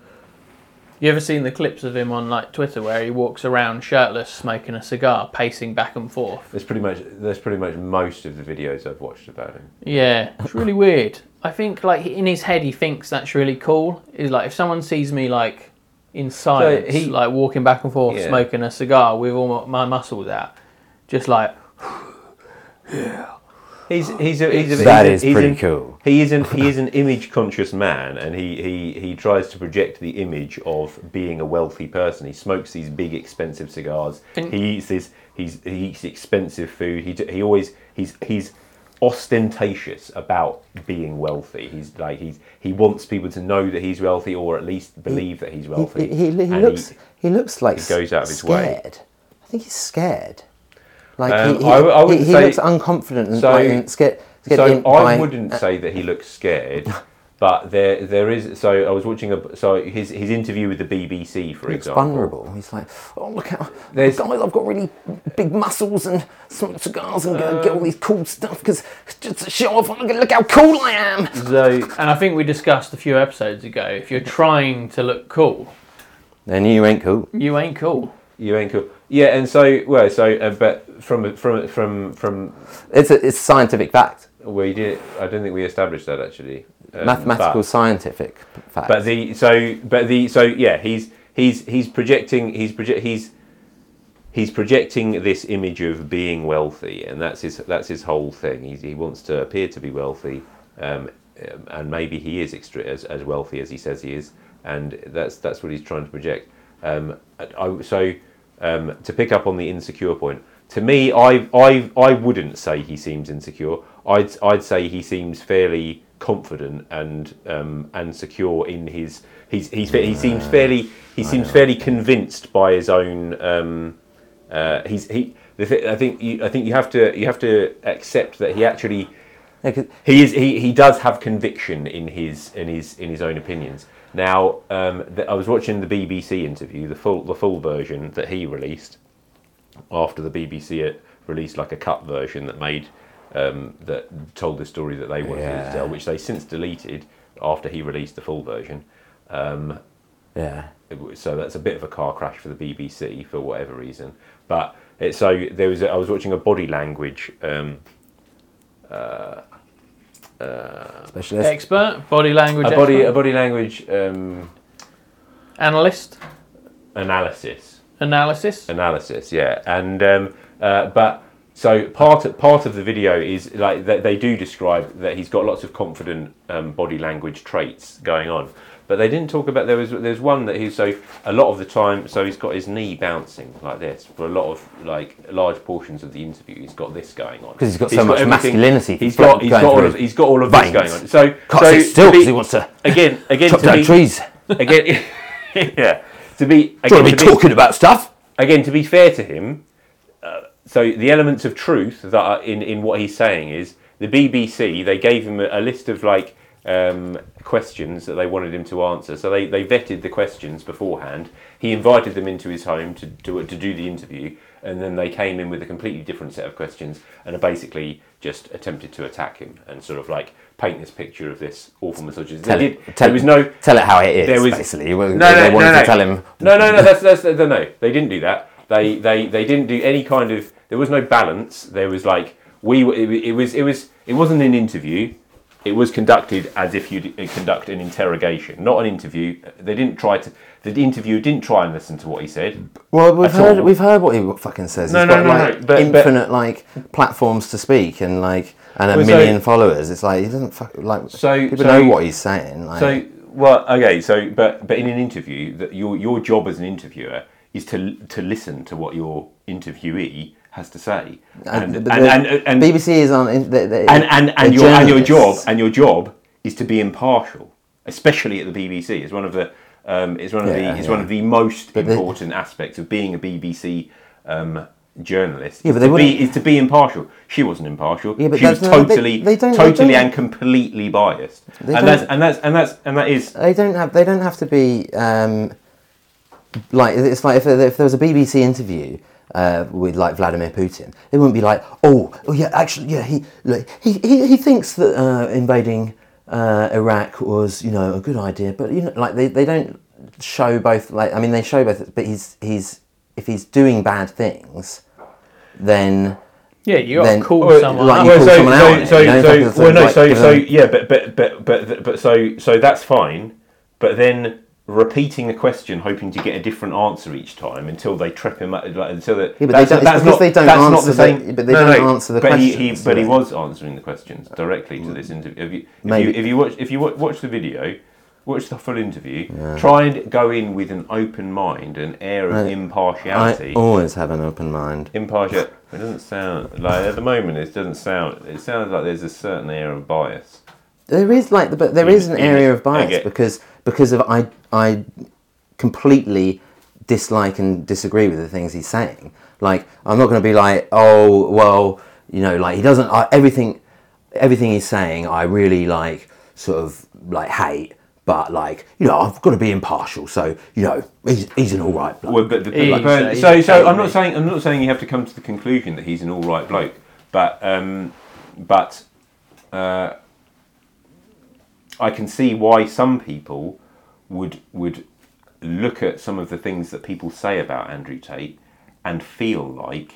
Speaker 1: You ever seen the clips of him on like Twitter where he walks around shirtless, smoking a cigar, pacing back and forth?
Speaker 2: That's pretty much that's pretty much most of the videos I've watched about him.
Speaker 1: Yeah, it's really weird. I think like in his head he thinks that's really cool. Is like if someone sees me like in silence,
Speaker 2: he-
Speaker 1: like walking back and forth,
Speaker 2: Yeah.
Speaker 1: smoking a cigar with all my my muscles out, just like
Speaker 2: He's he's a, he's a,
Speaker 3: That
Speaker 2: he's a-
Speaker 3: is
Speaker 2: he's
Speaker 3: pretty
Speaker 2: an-
Speaker 3: cool.
Speaker 2: He is an he is an image conscious man, and he, he he tries to project the image of being a wealthy person. He smokes these big expensive cigars.
Speaker 1: And-
Speaker 2: he eats this. He's he eats expensive food. He d- he always he's he's ostentatious about being wealthy. He's like he's he wants people to know that he's wealthy, or at least believe that he's
Speaker 3: he,
Speaker 2: wealthy.
Speaker 3: he, he, he
Speaker 2: And he-
Speaker 3: looks he, looks like
Speaker 2: goes out of his way.
Speaker 3: scared. I think he's scared. Like
Speaker 2: Um,
Speaker 3: he, he,
Speaker 2: I w- I wouldn't
Speaker 3: he, he
Speaker 2: say-
Speaker 3: looks unconfident and,
Speaker 2: So-
Speaker 3: like, and scared. scared
Speaker 2: so
Speaker 3: in- uh,
Speaker 2: I
Speaker 3: by-
Speaker 2: wouldn't say that he looks scared, but there there is. So I was watching a so his his interview with the BBC, for
Speaker 3: looks
Speaker 2: example.
Speaker 3: vulnerable. He's like, oh look how
Speaker 2: There's-
Speaker 3: guys, I've got really big muscles and smoke cigars and go get all these cool stuff because just to show off. Look, look how cool I am.
Speaker 2: So
Speaker 1: And I think we discussed a few episodes ago. If you're trying to look cool,
Speaker 3: Then you ain't cool.
Speaker 1: you ain't cool.
Speaker 2: you ain't cool. Yeah, and so well, so uh, but from from from from
Speaker 3: It's a it's scientific fact,
Speaker 2: we did. I don't think we established that actually. Um,
Speaker 3: mathematical
Speaker 2: but-
Speaker 3: scientific fact.
Speaker 2: But the so but the so yeah he's he's he's projecting he's project he's he's projecting this image of being wealthy and that's his that's his whole thing. He's, he wants to appear to be wealthy, um, um, and maybe he is extra as, as wealthy as he says he is, and that's that's what he's trying to project. Um, I- I- so um, to pick up on the insecure point. To me, I, I, I wouldn't say he seems insecure. I'd, I'd say he seems fairly confident and um, and secure in his. He's, he's, he seems fairly he seems fairly convinced by his own. Um, uh, he's he. The th- I think you, I think you have to you have to accept that he actually
Speaker 3: Yeah, 'cause-
Speaker 2: he is he, he does have conviction in his in his in his own opinions. Now, um, th- I was watching the BBC interview, the full the full version that he released after the BBC had released like a cut version that made um, that told the story that they wanted
Speaker 3: Yeah.
Speaker 2: to tell, which they since deleted after he released the full version.
Speaker 3: Yeah.
Speaker 2: It w- so that's a bit of a car crash for the BBC for whatever reason. But it, so there was a, I was watching a body language. Um,
Speaker 3: Specialist.
Speaker 1: Expert, body language
Speaker 2: a body a
Speaker 1: expert,
Speaker 2: body language um,
Speaker 1: analyst,
Speaker 2: analysis
Speaker 1: analysis.
Speaker 2: analysis yeah and um, uh, but so part of, part of the video is like they, they do describe that he's got lots of confident um, body language traits going on but they didn't talk about there was there's one that he's so a lot of the time so he's got his knee bouncing like this for a lot of like large portions of the interview he's got this going on
Speaker 3: 'Cause he's got so much masculinity
Speaker 2: he's
Speaker 3: flo-
Speaker 2: got he's
Speaker 3: going
Speaker 2: got all
Speaker 3: through
Speaker 2: of,
Speaker 3: his
Speaker 2: he's got all of this
Speaker 3: veins.
Speaker 2: going on so
Speaker 3: Can't
Speaker 2: so
Speaker 3: sit still
Speaker 2: to be-
Speaker 3: 'cause he wants to
Speaker 2: again again
Speaker 3: chop
Speaker 2: to
Speaker 3: down
Speaker 2: be-
Speaker 3: trees.
Speaker 2: again yeah to be
Speaker 3: Do you
Speaker 2: again,
Speaker 3: want to be
Speaker 2: be-
Speaker 3: talking about stuff?
Speaker 2: again, to be fair to him, uh, so the elements of truth that are in, in what he's saying is the BBC, they gave him a, a list of like um, questions that they wanted him to answer. So they, they vetted the questions beforehand. He invited them into his home to, to, to do the interview, and then they came in with a completely different set of questions and basically just attempted to attack him and sort of like paint this picture of this awful misogynist. They
Speaker 3: Tell
Speaker 2: did,
Speaker 3: it-
Speaker 2: there
Speaker 3: tell-
Speaker 2: was no
Speaker 3: Tell it how it is.
Speaker 2: There was-
Speaker 3: basically, no, they wanted to tell him.
Speaker 2: no, no, no. That's that's no, no. They didn't do that. They they they didn't do any kind of. There was no balance. There was like we. were- It, it was it was it wasn't an interview. It was conducted as if you'd uh, conduct an interrogation, not an interview. They didn't try to. The interviewer didn't try and listen to what he said.
Speaker 3: Well, we've
Speaker 2: At
Speaker 3: heard
Speaker 2: all.
Speaker 3: we've heard what he fucking says.
Speaker 2: No,
Speaker 3: He's
Speaker 2: no,
Speaker 3: got
Speaker 2: no, no,
Speaker 3: like
Speaker 2: but- but-
Speaker 3: infinite like platforms to speak and like and a
Speaker 2: Well, so-
Speaker 3: million followers. It's like he doesn't fuck like
Speaker 2: So-
Speaker 3: people
Speaker 2: so-
Speaker 3: know what he's saying. Like,
Speaker 2: So well, okay. So but but in an interview, that your your job as an interviewer is to to listen to what your interviewee has to say, and and,
Speaker 3: but
Speaker 2: and,
Speaker 3: the
Speaker 2: and,
Speaker 3: BBC is on in- they- they-
Speaker 2: and and,
Speaker 3: they're
Speaker 2: and your and your job
Speaker 3: journalists.
Speaker 2: and your job is to be impartial, especially at the BBC. It's one of the um, it's one of
Speaker 3: Yeah,
Speaker 2: the it's
Speaker 3: yeah.
Speaker 2: one of the most
Speaker 3: they-
Speaker 2: important aspects of being a BBC um, journalist.
Speaker 3: Yeah,
Speaker 2: is
Speaker 3: but they
Speaker 2: to be,
Speaker 3: wouldn't-
Speaker 2: is to be impartial. She wasn't impartial.
Speaker 3: Yeah, but
Speaker 2: she was
Speaker 3: that's not- they-
Speaker 2: totally
Speaker 3: they don't- they
Speaker 2: totally
Speaker 3: don't-
Speaker 2: and completely biased.
Speaker 3: They
Speaker 2: And that's
Speaker 3: don't-
Speaker 2: and that's and that's and that is
Speaker 3: They don't have. They don't have to be. Um, like it's like if, if there was a BBC interview uh, with like Vladimir Putin, it wouldn't be like, oh, oh yeah, actually, yeah, he like, he, he he thinks that uh, invading uh, Iraq was you know a good idea, but you know, like they, they don't show both. Like I mean, they show both, but he's he's if he's doing bad things, then
Speaker 1: Yeah, you got
Speaker 3: Then-
Speaker 1: to call
Speaker 2: Well,
Speaker 1: someone
Speaker 3: like
Speaker 1: up.
Speaker 3: you
Speaker 2: well,
Speaker 3: call
Speaker 2: so,
Speaker 3: someone
Speaker 2: so,
Speaker 3: out on it,
Speaker 2: So,
Speaker 3: you know,
Speaker 2: so-
Speaker 3: it's like- it's
Speaker 2: well, no,
Speaker 3: like
Speaker 2: so,
Speaker 3: give
Speaker 2: so
Speaker 3: them-
Speaker 2: yeah, but but but but but so so that's fine. But then repeating a question, hoping to get a different answer each time until they trip him up, like, until that.
Speaker 3: Yeah, but they
Speaker 2: that's,
Speaker 3: don't- it's
Speaker 2: that's
Speaker 3: because
Speaker 2: not,
Speaker 3: they don't
Speaker 2: that's not
Speaker 3: answer
Speaker 2: the
Speaker 3: the-
Speaker 2: same.
Speaker 3: but they
Speaker 2: no,
Speaker 3: don't
Speaker 2: no,
Speaker 3: answer the
Speaker 2: but He, he,
Speaker 3: questions,
Speaker 2: but he
Speaker 3: do they?
Speaker 2: was answering the questions directly to this interview. If you, if you,
Speaker 3: Maybe.
Speaker 2: if you watch if you watch, watch the video. Watch the full interview. Try and go in with an open mind, an air of
Speaker 3: I-
Speaker 2: impartiality
Speaker 3: I always have an open mind.
Speaker 2: impartial. It doesn't sound like at the moment. It doesn't sound. It sounds like there's a certain air of bias.
Speaker 3: There is like, but there
Speaker 2: You-
Speaker 3: is an
Speaker 2: you-
Speaker 3: area of bias
Speaker 2: okay.
Speaker 3: because because of I I completely dislike and disagree with the things he's saying. Like I'm not going to be like, oh well, you know, like he doesn't I, everything everything he's saying. I really like sort of like hate, but like you know, I've got to be impartial. So you know, he's he's an all right. bloke.
Speaker 2: Well, but the,
Speaker 1: He's
Speaker 2: like, but-
Speaker 1: a- he's
Speaker 2: so
Speaker 1: a
Speaker 2: so I'm
Speaker 1: totally-
Speaker 2: not saying I'm not saying you have to come to the conclusion that he's an all right bloke, but um, but uh, I can see why some people would would look at some of the things that people say about Andrew Tate and feel like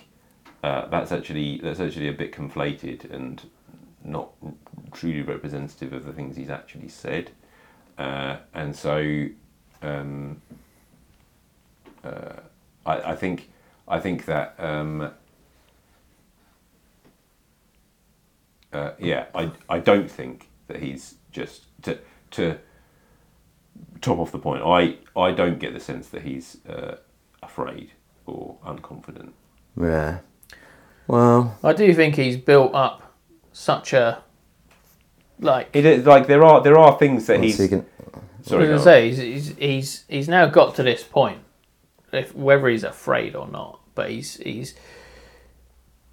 Speaker 2: uh, that's actually that's actually a bit conflated and not truly representative of the things he's actually said, uh, and so I, I think I think that um, uh, yeah I, I don't think that he's just to to top off the point I I don't get the sense that he's uh, afraid or unconfident
Speaker 3: yeah. Well,
Speaker 1: I do think he's built up such a like.
Speaker 2: it is like there are there are things that
Speaker 3: once
Speaker 2: he's
Speaker 3: you can,
Speaker 2: sorry
Speaker 1: I
Speaker 2: go
Speaker 1: was gonna
Speaker 2: on.
Speaker 1: say he's, he's he's he's now got to this point, if whether he's afraid or not, but he's he's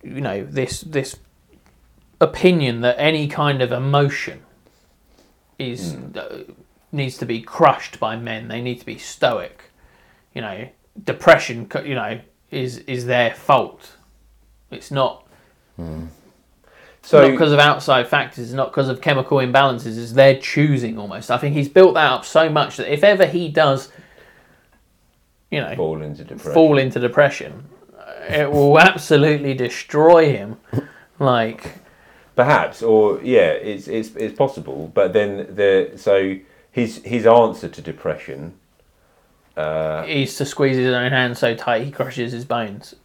Speaker 1: you know this this
Speaker 2: Hmm.
Speaker 1: opinion that any kind of emotion is uh, needs to be crushed by men. They need to be stoic. You know, depression. co- You know, is is their fault. It's not
Speaker 2: So
Speaker 1: not because of outside factors, it's not because of chemical imbalances. It's their choosing almost. I think he's built that up so much that if ever he does, you know,
Speaker 2: fall into depression.
Speaker 1: fall into depression, it will absolutely destroy him. Like,
Speaker 2: Perhaps, or yeah, it's it's it's possible. But then the so his his answer to depression. Uh.
Speaker 1: he's to squeeze his own hand so tight he crushes his bones.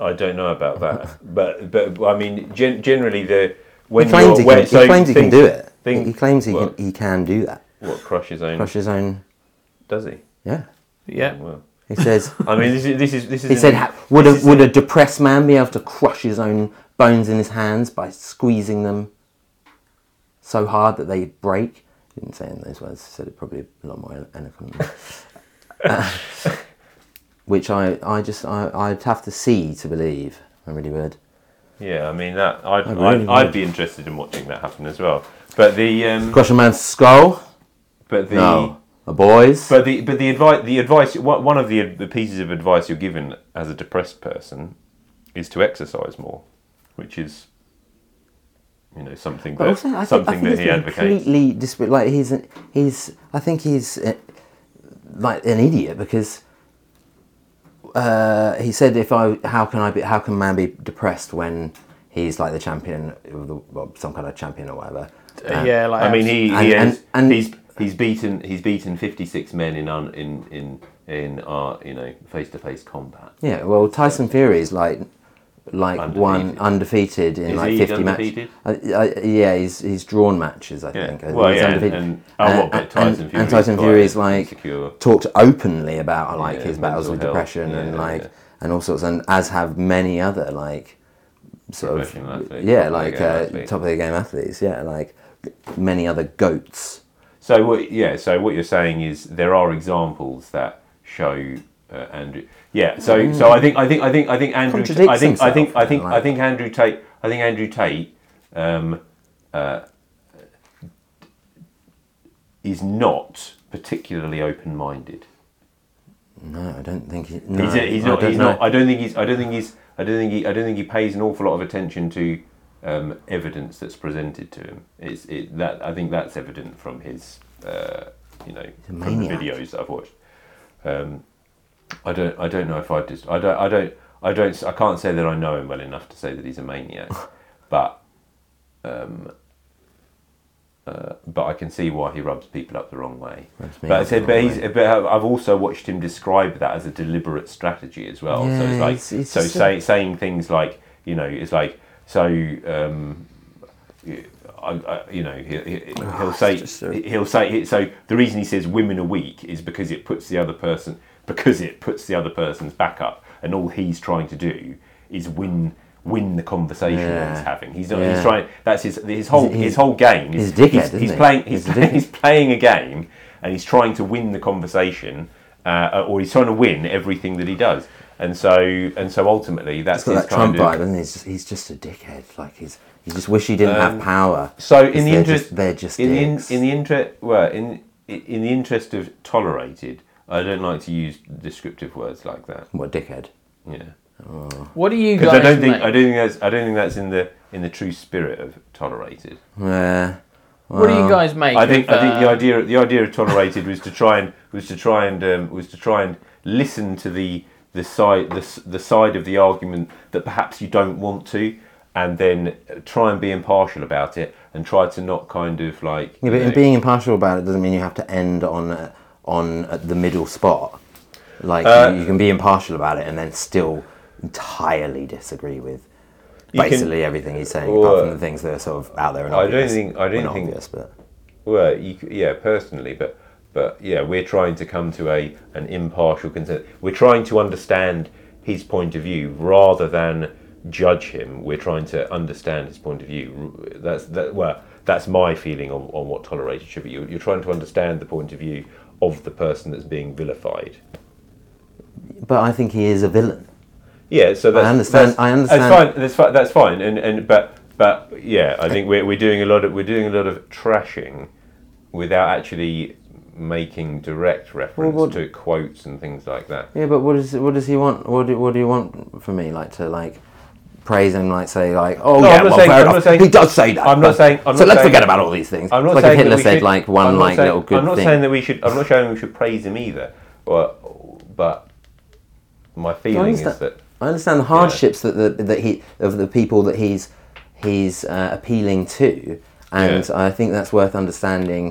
Speaker 2: I don't know about that, but but I mean, gen- generally the when
Speaker 3: he
Speaker 2: you're
Speaker 3: claims he can,
Speaker 2: when-
Speaker 3: he
Speaker 2: so
Speaker 3: claims he can
Speaker 2: think-
Speaker 3: do it.
Speaker 2: think-
Speaker 3: he claims he
Speaker 2: well,
Speaker 3: can, he can do that.
Speaker 2: What crush his own?
Speaker 3: Crush his own.
Speaker 2: Does he? Oh,
Speaker 3: Yeah.
Speaker 1: Yeah.
Speaker 2: Well,
Speaker 3: He says.
Speaker 2: I mean, this is this is this is.
Speaker 3: he said, "Ha- "Would
Speaker 2: this
Speaker 3: a
Speaker 2: is-
Speaker 3: would a depressed man be able to crush his own bones in his hands by squeezing them so hard that they break?" Didn't say it in those words. Said it probably a lot more eloquently. Uh, which I, I just I, I'd have to see to believe. I really would.
Speaker 2: Yeah, I mean that. I'd,
Speaker 3: really
Speaker 2: I'd, I'd
Speaker 3: would.
Speaker 2: be interested in watching that happen as well. But the um,
Speaker 3: Crush a man's skull?
Speaker 2: but the
Speaker 3: No. A boy's?
Speaker 2: but the but the advice the advice one one of the the pieces of advice you're given as a depressed person is to exercise more, which is you know something that
Speaker 3: But also, I think, I
Speaker 2: something
Speaker 3: think
Speaker 2: that
Speaker 3: he's
Speaker 2: he advocates.
Speaker 3: completely disp- like he's an- he's I think he's uh, like an idiot because uh, he said if I how can I be how can man be depressed when he's like the champion of the well, some kind of champion or whatever.
Speaker 1: Uh, yeah, like
Speaker 2: I mean he,
Speaker 3: And-
Speaker 2: he
Speaker 3: and-
Speaker 2: ends-
Speaker 3: and-
Speaker 2: he's he's beaten he's beaten 56 men in un, in in in uh, you know face to face combat.
Speaker 3: Yeah, well, Tyson Fury is like like one
Speaker 2: Undefeated.
Speaker 3: undefeated in
Speaker 2: Is
Speaker 3: like
Speaker 2: he
Speaker 3: fifty
Speaker 2: undefeated?
Speaker 3: matches. yeah, he's he's drawn matches. I
Speaker 2: Yeah.
Speaker 3: think. I
Speaker 2: Well,
Speaker 3: think he's
Speaker 2: yeah,
Speaker 3: undefeated.
Speaker 2: and- oh, what, but
Speaker 3: and-
Speaker 2: Tyson Fury
Speaker 3: and- and
Speaker 2: is
Speaker 3: Tyson
Speaker 2: quite
Speaker 3: Fury's like
Speaker 2: insecure.
Speaker 3: talked openly about like
Speaker 2: Yeah,
Speaker 3: his battles
Speaker 2: mental
Speaker 3: with
Speaker 2: health.
Speaker 3: depression
Speaker 2: Yeah,
Speaker 3: and
Speaker 2: yeah,
Speaker 3: like
Speaker 2: yeah.
Speaker 3: and all sorts, and as have many other like sort of
Speaker 2: Professional athletes, top
Speaker 3: yeah,
Speaker 2: of their
Speaker 3: like
Speaker 2: game
Speaker 3: uh,
Speaker 2: athletes.
Speaker 3: top of the game athletes. Yeah, like many other goats.
Speaker 2: So what? Yeah. So what you're saying is there are examples that show uh, Andrew. Yeah. So so I think I think I think I think Andrew.
Speaker 3: Contradicts
Speaker 2: I think I think
Speaker 3: himself,
Speaker 2: I think
Speaker 3: you know,
Speaker 2: I think Andrew Tate. I think Andrew Tate. Um, uh, is not particularly open-minded.
Speaker 3: No, I don't think he. No,
Speaker 2: he's, he's not.
Speaker 3: I don't
Speaker 2: he's
Speaker 3: know.
Speaker 2: not. I don't think he's. I don't think he's. I don't think he. I don't think he pays an awful lot of attention to um, evidence that's presented to him. It's it, that. I think that's evident from his. Uh, you know,
Speaker 3: a
Speaker 2: from the
Speaker 3: maniac.
Speaker 2: videos that I've watched. Um, I don't. I don't know if I just. I don't. I don't. I don't. I can't say that I know him well enough to say that he's a maniac, but. Um, uh, but I can see why he rubs people up the wrong way.
Speaker 3: Rubs me
Speaker 2: But I
Speaker 3: up the
Speaker 2: said, but,
Speaker 3: wrong
Speaker 2: he's, but I've also watched him describe that as a deliberate strategy as well. so
Speaker 3: Yeah,
Speaker 2: it's like,
Speaker 3: it's- it's
Speaker 2: so
Speaker 3: just a-
Speaker 2: say, saying things like, you know, it's like, so, um, I, I, you know, he, he, he'll say,
Speaker 3: Ah, just so-
Speaker 2: he'll say, so the reason he says women are weak is because it puts the other person, because it puts the other person's back up, and all he's trying to do is win. Win the conversation that
Speaker 3: Yeah.
Speaker 2: he's having. He's not.
Speaker 3: Yeah.
Speaker 2: He's trying. That's his. His whole.
Speaker 3: He's-
Speaker 2: his whole game. is-
Speaker 3: he's a dickhead,
Speaker 2: He's,
Speaker 3: isn't
Speaker 2: he's
Speaker 3: he?
Speaker 2: playing. He's,
Speaker 3: He's a
Speaker 2: playing-
Speaker 3: dickhead.
Speaker 2: he's playing a game and he's trying to win the conversation uh, or he's trying to win everything that he does and so and so ultimately that's
Speaker 3: It's got
Speaker 2: his
Speaker 3: that
Speaker 2: kind
Speaker 3: Trump vibe,
Speaker 2: of
Speaker 3: and he's just, he's just a dickhead. Like he's you just wish he didn't have power.
Speaker 2: Um, so
Speaker 3: 'cause
Speaker 2: in the
Speaker 3: they're
Speaker 2: interest
Speaker 3: just, they're just
Speaker 2: in the in,
Speaker 3: dicks.
Speaker 2: in the interest well in in the interest of tolerated I don't like to use descriptive words like that
Speaker 3: what dickhead?
Speaker 2: yeah
Speaker 1: What do you guys
Speaker 2: because I don't think
Speaker 1: make?
Speaker 2: I don't think that's I don't think that's in the in the true spirit of tolerated
Speaker 3: Yeah.
Speaker 1: what do you guys make?
Speaker 2: I think
Speaker 1: of,
Speaker 2: I think the
Speaker 1: uh,
Speaker 2: idea the idea of tolerated was to try and was to try and um, was to try and listen to the the side the, s- the side of the argument that perhaps you don't want to, and then uh, try and be impartial about it and try to not kind of like
Speaker 3: Yeah,
Speaker 2: you
Speaker 3: but
Speaker 2: know-
Speaker 3: being impartial about it doesn't mean you have to end on uh, on uh, the middle spot. Like
Speaker 2: Uh,
Speaker 3: you, you can be impartial about it and then still entirely disagree with
Speaker 2: You can-
Speaker 3: basically everything he's saying,
Speaker 2: Well,
Speaker 3: apart
Speaker 2: uh,
Speaker 3: from the things that are sort of out there. And
Speaker 2: I don't
Speaker 3: obvious.
Speaker 2: think- I
Speaker 3: Well,
Speaker 2: don't
Speaker 3: not
Speaker 2: think-
Speaker 3: obvious, but
Speaker 2: Well, you, c- yeah, personally, but but yeah, we're trying to come to a an impartial consent. We're trying to understand his point of view rather than judge him. We're trying to understand his point of view. R- That's that. Well, that's my feeling on, on what tolerated should be. You're, you're trying to understand the point of view of the person that's being vilified.
Speaker 3: but I think he is a villain.
Speaker 2: Yeah, so that's,
Speaker 3: understand-
Speaker 2: That's,
Speaker 3: I understand.
Speaker 2: That's fine. That's fine. That's fine. And and but but yeah, I think we're, we're doing a lot of we're doing a lot of trashing without actually making direct reference
Speaker 3: what-
Speaker 2: to quotes and things like that.
Speaker 3: Yeah, but what is what does he want? What do what do you want from me? Like to like praise him, like say like, oh
Speaker 2: No,
Speaker 3: yeah,
Speaker 2: I'm not
Speaker 3: well,
Speaker 2: saying-
Speaker 3: fair
Speaker 2: I'm
Speaker 3: enough.
Speaker 2: not saying-
Speaker 3: he does say that.
Speaker 2: I'm not
Speaker 3: but-
Speaker 2: saying- I'm
Speaker 3: so
Speaker 2: not
Speaker 3: let's
Speaker 2: saying-
Speaker 3: forget about all these things.
Speaker 2: I'm not
Speaker 3: It's like
Speaker 2: saying
Speaker 3: if Hitler
Speaker 2: that we
Speaker 3: said
Speaker 2: should-
Speaker 3: like one
Speaker 2: I'm not
Speaker 3: like
Speaker 2: saying-
Speaker 3: little good
Speaker 2: I'm not
Speaker 3: thing.
Speaker 2: saying that we should. I'm not saying we should praise him either. Well, but my feeling is
Speaker 3: understand.
Speaker 2: that
Speaker 3: I understand the hardships that the, that he of the people that he's he's uh, appealing to, and
Speaker 2: Yeah.
Speaker 3: I think that's worth understanding,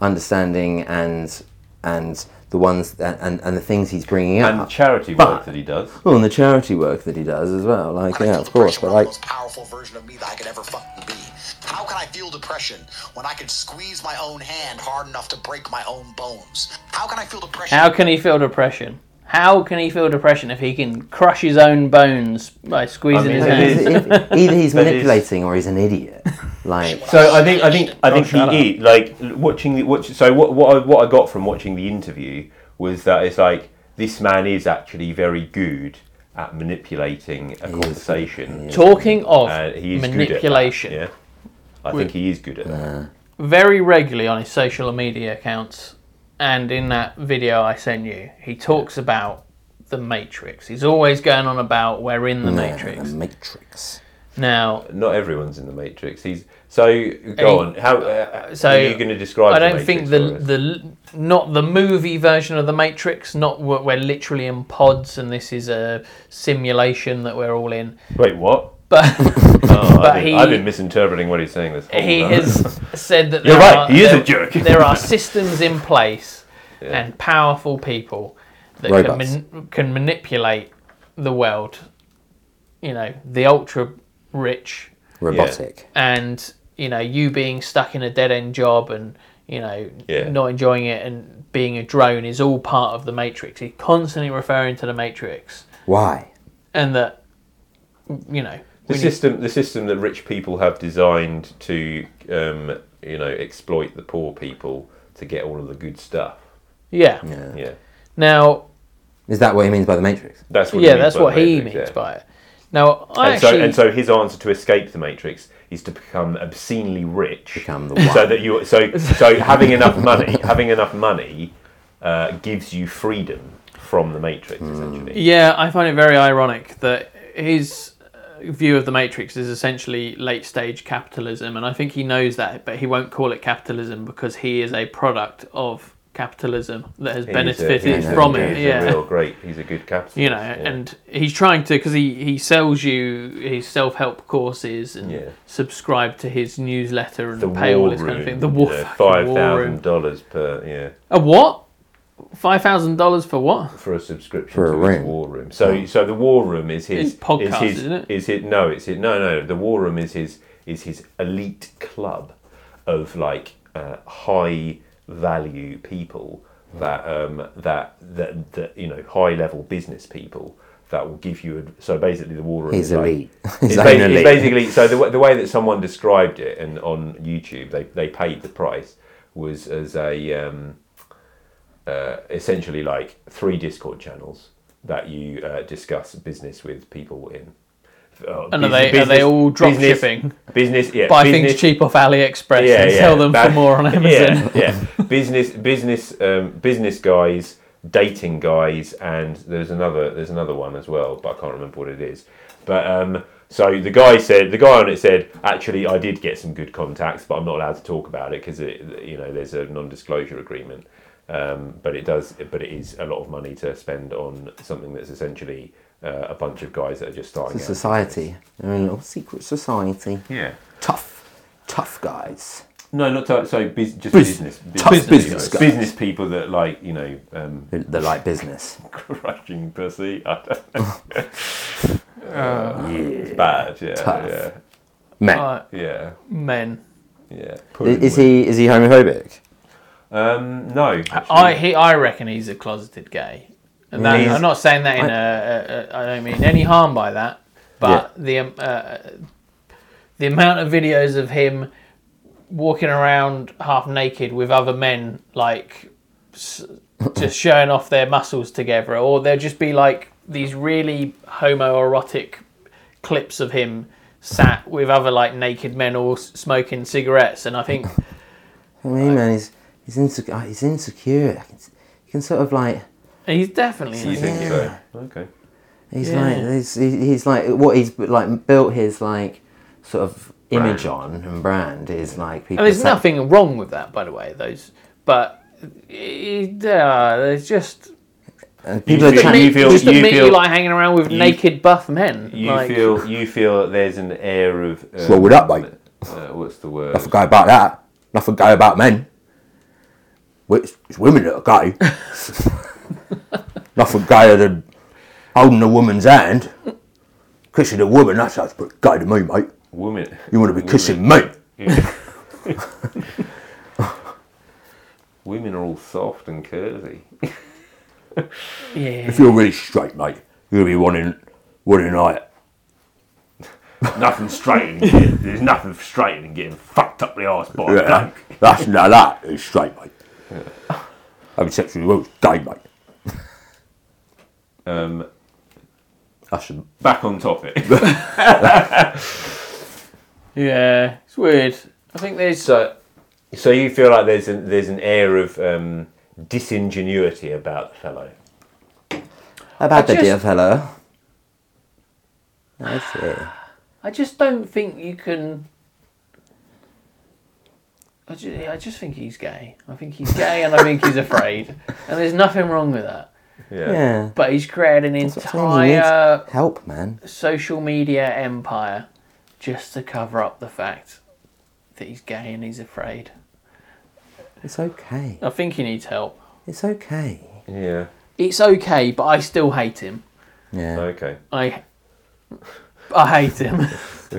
Speaker 3: understanding and and the ones and and, and the things he's bringing
Speaker 2: and
Speaker 3: up.
Speaker 2: charity
Speaker 3: But-
Speaker 2: work that he does.
Speaker 3: well, and the charity work that he does as well. Like
Speaker 5: I
Speaker 3: yeah,
Speaker 5: feel
Speaker 3: of course,
Speaker 5: depression
Speaker 3: but
Speaker 5: when I'm
Speaker 3: like
Speaker 5: the most powerful version of me that I could ever fucking be. How can I feel depression when I could squeeze my own hand hard enough to break my own bones? How can I feel depression?
Speaker 1: How can he feel depression? How can he feel depression if he can crush his own bones by squeezing
Speaker 2: mean,
Speaker 1: his
Speaker 2: it
Speaker 1: hands?
Speaker 2: is-
Speaker 3: Either- either he's
Speaker 2: That is-
Speaker 3: manipulating or he's an idiot. Like
Speaker 2: So I think I think I think
Speaker 1: Oh, shut
Speaker 2: he is like l- watching the watch. So what what I, what I got from watching the interview was that it's like this man is actually very good at manipulating a conversation.
Speaker 1: Talking of
Speaker 2: Uh, he is
Speaker 1: manipulation,
Speaker 2: Good at that, yeah, I think he is good at that.
Speaker 1: very regularly on his social media accounts and in that video I sent you, he talks about the Matrix. He's always going on about we're in the
Speaker 3: The
Speaker 2: Um,
Speaker 1: Matrix.
Speaker 3: Matrix.
Speaker 1: Now,
Speaker 2: Not everyone's in the Matrix. He's so go on. How uh,
Speaker 1: so
Speaker 2: are you going to describe?
Speaker 1: I
Speaker 2: the
Speaker 1: don't
Speaker 2: Matrix
Speaker 1: think
Speaker 2: for
Speaker 1: the
Speaker 2: us?
Speaker 1: the not the movie version of the Matrix, not what we're literally in pods and this is a simulation that we're all in.
Speaker 2: wait what?
Speaker 1: But but
Speaker 2: Oh, I've, been,
Speaker 1: he-
Speaker 2: I've been misinterpreting what he's saying this whole
Speaker 1: he
Speaker 2: time.
Speaker 1: has said that
Speaker 2: You're
Speaker 1: there
Speaker 2: right,
Speaker 1: Are,
Speaker 2: he is a
Speaker 1: there-
Speaker 2: jerk.
Speaker 1: there are systems in place and powerful people that can,
Speaker 3: Robots.
Speaker 1: man- can manipulate the world. You know, the ultra rich
Speaker 3: Robotic.
Speaker 1: and you know you being stuck in a dead end job and you know
Speaker 2: Yeah.
Speaker 1: not enjoying it and being a drone is all part of the matrix. He's constantly referring to the matrix
Speaker 3: Why?
Speaker 1: and that you know
Speaker 2: the
Speaker 1: we need-
Speaker 2: system the system that rich people have designed to um, you know exploit the poor people to get all of the good stuff
Speaker 1: yeah.
Speaker 2: yeah
Speaker 1: Now
Speaker 3: Is that what he means by the Matrix?
Speaker 2: that's what he
Speaker 1: yeah,
Speaker 2: means
Speaker 1: that's
Speaker 2: by the
Speaker 1: what he
Speaker 2: Matrix,
Speaker 1: means
Speaker 2: yeah.
Speaker 1: by it. Now, I
Speaker 2: and
Speaker 1: actually,
Speaker 2: so, and so his answer to escape the matrix is to become obscenely rich
Speaker 3: Become the
Speaker 2: so that you so so having enough money having enough money uh, gives you freedom from the matrix
Speaker 3: Hmm.
Speaker 2: essentially
Speaker 1: yeah, I find it very ironic that his uh, view of the Matrix is essentially late stage capitalism, and I think he knows that, but he won't call it capitalism because he is a product of capitalism that has
Speaker 2: He's a-
Speaker 1: benefited
Speaker 2: he's a-
Speaker 1: from it.
Speaker 2: he's
Speaker 1: Yeah.
Speaker 2: a real great he's a good capitalist
Speaker 1: you know,
Speaker 2: yeah.
Speaker 1: and he's trying to because he, he sells you his self help courses and
Speaker 2: Yeah.
Speaker 1: subscribe to his newsletter and
Speaker 2: the
Speaker 1: pay all
Speaker 2: war
Speaker 1: this kind of
Speaker 2: room,
Speaker 1: thing. The war,
Speaker 2: yeah,
Speaker 1: fucking
Speaker 2: five
Speaker 1: war room.
Speaker 2: thousand dollars per yeah
Speaker 1: A what? Five thousand dollars for what?
Speaker 2: for a subscription
Speaker 3: For a
Speaker 2: to his
Speaker 3: room.
Speaker 2: war room. So so the war room is his
Speaker 1: It's podcast,
Speaker 2: is his,
Speaker 1: isn't it?
Speaker 2: is his- no it's his, no no the war room is his is his elite club of like uh, high value people that um that, that that you know high level business people that will give you a, so basically the war room
Speaker 3: He's
Speaker 2: is like-
Speaker 3: elite.
Speaker 2: it's,
Speaker 3: He's
Speaker 2: basi-
Speaker 3: own
Speaker 2: it's
Speaker 3: elite.
Speaker 2: basically so the, wa- the way that someone described it and on YouTube they, they paid the price was as a um, uh, essentially like three Discord channels that you uh, discuss business with people in. Uh,
Speaker 1: And are
Speaker 2: bus-
Speaker 1: they- are they all drop
Speaker 2: business-
Speaker 1: shipping?
Speaker 2: Business, yeah.
Speaker 1: buy
Speaker 2: business,
Speaker 1: things cheap off AliExpress and sell them for
Speaker 2: That-
Speaker 1: more on Amazon.
Speaker 2: Yeah, yeah. business, business, um, business guys, dating guys, and there's another, there's another one as well, but I can't remember what it is. But um, so the guy said, the guy on it said, actually, I did get some good contacts, but I'm not allowed to talk about it because you know there's a non-disclosure agreement. Um, but it does, but it is a lot of money to spend on something that's essentially uh, a bunch of guys that are just starting.
Speaker 3: It's a
Speaker 2: out.
Speaker 3: society. They're in a little secret society.
Speaker 2: Yeah.
Speaker 3: Tough, tough guys.
Speaker 2: No, not so. so bus- just
Speaker 3: Bus-
Speaker 2: business,
Speaker 3: tough business guys.
Speaker 2: business people that like you know um,
Speaker 3: They they like business.
Speaker 2: crushing pussy. Uh, I don't know.
Speaker 3: Yeah.
Speaker 2: Bad, yeah,
Speaker 3: Tough.
Speaker 2: yeah,
Speaker 3: Men.
Speaker 1: Uh,
Speaker 2: yeah,
Speaker 1: men.
Speaker 2: yeah.
Speaker 3: is he is he homophobic?
Speaker 2: Um, no,
Speaker 1: I
Speaker 2: actually.
Speaker 1: he, I reckon he's a closeted gay. And that,
Speaker 2: He's-
Speaker 1: I'm not saying that in a- a- a. I don't mean any harm by that, but the um, uh, the amount of videos of him walking around half naked with other men, like s- just showing off their muscles together, or they'll just be like these really homoerotic clips of him sat with other like naked men all s- smoking cigarettes, and I think
Speaker 3: I mean, man, he's He's insecure. He's insecure. I can s- You can sort of like
Speaker 1: He's definitely.
Speaker 2: You
Speaker 1: in it.
Speaker 2: think so? Okay.
Speaker 3: he's
Speaker 1: Yeah.
Speaker 3: like he's, he- he's like what he's bu- like built his like sort of image on and brand is like people.
Speaker 1: And there's
Speaker 3: sa-
Speaker 1: nothing wrong with that, by the way. Those, but it, uh, there's just
Speaker 3: and people are
Speaker 2: You
Speaker 1: just
Speaker 3: chat-
Speaker 1: admit,
Speaker 2: feel-
Speaker 1: just
Speaker 2: you
Speaker 1: admit you
Speaker 2: feel-
Speaker 1: like hanging around with naked buff men.
Speaker 2: You
Speaker 1: like,
Speaker 2: feel you feel that there's an air of uh,
Speaker 3: Slow it up, mate.
Speaker 2: Uh, what's the word?
Speaker 3: Nothing gay about that. Nothing gay about men. Well, It's, it's women that are gay. Nothing gayer than holding a woman's hand. Kissing a woman, that sounds pretty gay to me, mate.
Speaker 2: Woman.
Speaker 3: You want to be
Speaker 2: Women.
Speaker 3: kissing me.
Speaker 2: Women are all soft and curly.
Speaker 1: Yeah.
Speaker 3: If you're really straight, mate, you'll be wanting, wanting like,
Speaker 4: Nothing straight. in getting- There's nothing straight in getting fucked up the arse by a
Speaker 3: yeah,
Speaker 4: bloke.
Speaker 3: that's now that is straight, mate. Having sex with a woman's gay, mate.
Speaker 2: Um,
Speaker 3: That's a,
Speaker 2: back on topic.
Speaker 1: yeah, it's weird. I think there's
Speaker 2: so, so you feel like there's an, there's an air of um, disingenuity about the fellow.
Speaker 3: about
Speaker 1: the dear
Speaker 3: fellow. I see.
Speaker 1: I just don't think you can. I just, I just think he's gay. I think he's gay and I think he's afraid. And there's nothing wrong with that.
Speaker 3: Yeah.
Speaker 1: But he's created an
Speaker 3: That's what I'm saying, he needs
Speaker 1: entire
Speaker 3: Help, man.
Speaker 1: social media empire just to cover up the fact that he's gay and he's afraid.
Speaker 3: It's okay.
Speaker 1: I think he needs help.
Speaker 3: It's okay.
Speaker 2: Yeah.
Speaker 1: It's okay, but I still hate him.
Speaker 3: Yeah.
Speaker 2: Okay.
Speaker 1: I I hate him.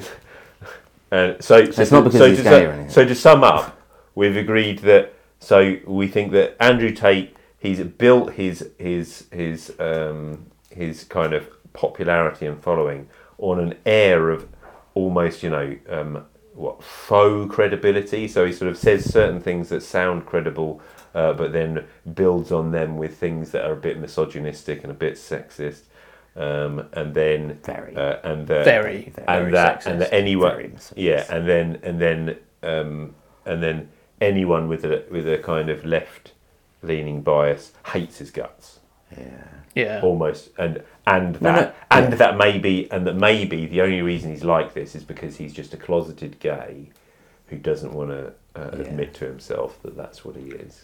Speaker 2: And Uh, so, so
Speaker 3: It's not because
Speaker 2: so
Speaker 3: he's
Speaker 2: to,
Speaker 3: gay or anything.
Speaker 2: So to sum up, we've agreed that. So we think that Andrew Tate, he's built his his his um, his kind of popularity and following on an air of almost, you know, um, what faux credibility. So he sort of says certain things that sound credible. Uh, but then builds on them with things that are a bit misogynistic and a bit sexist, um, and then
Speaker 3: Very.
Speaker 2: uh, and the,
Speaker 1: Very,
Speaker 2: and
Speaker 1: very
Speaker 2: that
Speaker 1: sexist.
Speaker 2: and that anyone
Speaker 3: Very sexist.
Speaker 2: yeah and then and then um, and then anyone with a with a kind of left leaning bias hates his guts
Speaker 1: Yeah.
Speaker 2: almost and and that
Speaker 3: no,
Speaker 2: and that maybe and that maybe the only reason he's like this is because he's just a closeted gay who doesn't want to uh, admit to himself that that's what he is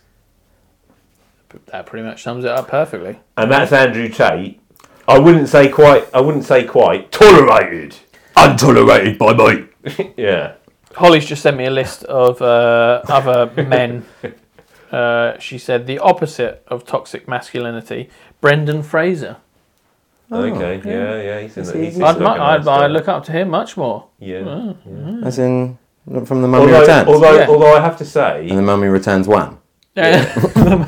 Speaker 1: That pretty much sums it up perfectly.
Speaker 2: and that's Andrew Tate I wouldn't say quite I wouldn't say quite
Speaker 4: Tolerated. Untolerated by me.
Speaker 2: yeah
Speaker 1: Holly's just sent me a list of uh, other men. Uh, she said the opposite of toxic masculinity, Brendan Fraser.
Speaker 2: okay yeah yeah he's in the, he's in
Speaker 1: I'd,
Speaker 2: the
Speaker 1: mu- I'd,
Speaker 2: organised
Speaker 1: I'd
Speaker 2: stuff.
Speaker 1: look up to him much more.
Speaker 2: yeah
Speaker 3: As in not from the mummy
Speaker 2: although,
Speaker 3: returns.
Speaker 2: although,
Speaker 1: Yeah.
Speaker 2: although I have to say,
Speaker 3: and the mummy returns one.
Speaker 1: Yeah.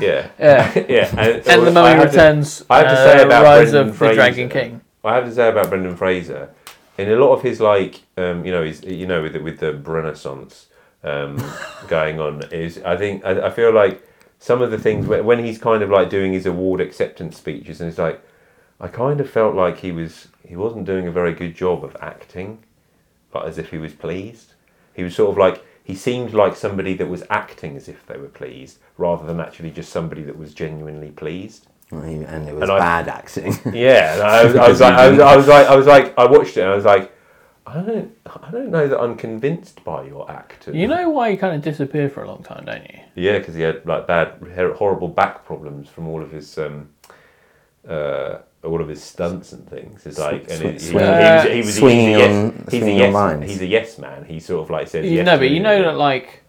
Speaker 2: yeah,
Speaker 1: yeah.
Speaker 2: yeah, and,
Speaker 1: And the
Speaker 2: I
Speaker 1: Mummy
Speaker 2: have to-
Speaker 1: Returns.
Speaker 2: I have to say
Speaker 1: uh,
Speaker 2: about
Speaker 1: Rise
Speaker 2: Brendan
Speaker 1: of
Speaker 2: Fraser,
Speaker 1: the Dragon King.
Speaker 2: I have to say about Brendan Fraser, in a lot of his like, um, you know, his, you know, with the, with the Renaissance um, going on, is I think I, I feel like some of the things when, when he's kind of like doing his award acceptance speeches, and it's like, I kind of felt like he was he wasn't doing a very good job of acting, but as if he was pleased. He was sort of like he seemed like somebody that was acting as if they were pleased, rather than actually just somebody that was genuinely pleased.
Speaker 3: And it was
Speaker 2: And I-
Speaker 3: bad acting.
Speaker 2: Yeah, and I was, I was like, I was, I was like, I was like, I watched it, and I was like, I don't, I don't know that I'm convinced by your actor.
Speaker 1: You know why you kind of disappear for a long time, don't you?
Speaker 2: Yeah, because he had like bad, her- horrible back problems from all of his, um, uh, all of his stunts and things. It's like, and
Speaker 3: swi-
Speaker 2: he- he, he
Speaker 3: swinging-
Speaker 2: was- he was- he's a
Speaker 3: swinging
Speaker 2: yes-
Speaker 3: on-
Speaker 2: he's a
Speaker 3: swinging on
Speaker 2: yes,
Speaker 3: lines.
Speaker 2: He's a yes man. He sort of like says
Speaker 1: You
Speaker 2: yes.
Speaker 1: know,
Speaker 2: to
Speaker 1: but you know
Speaker 2: everything.
Speaker 1: that like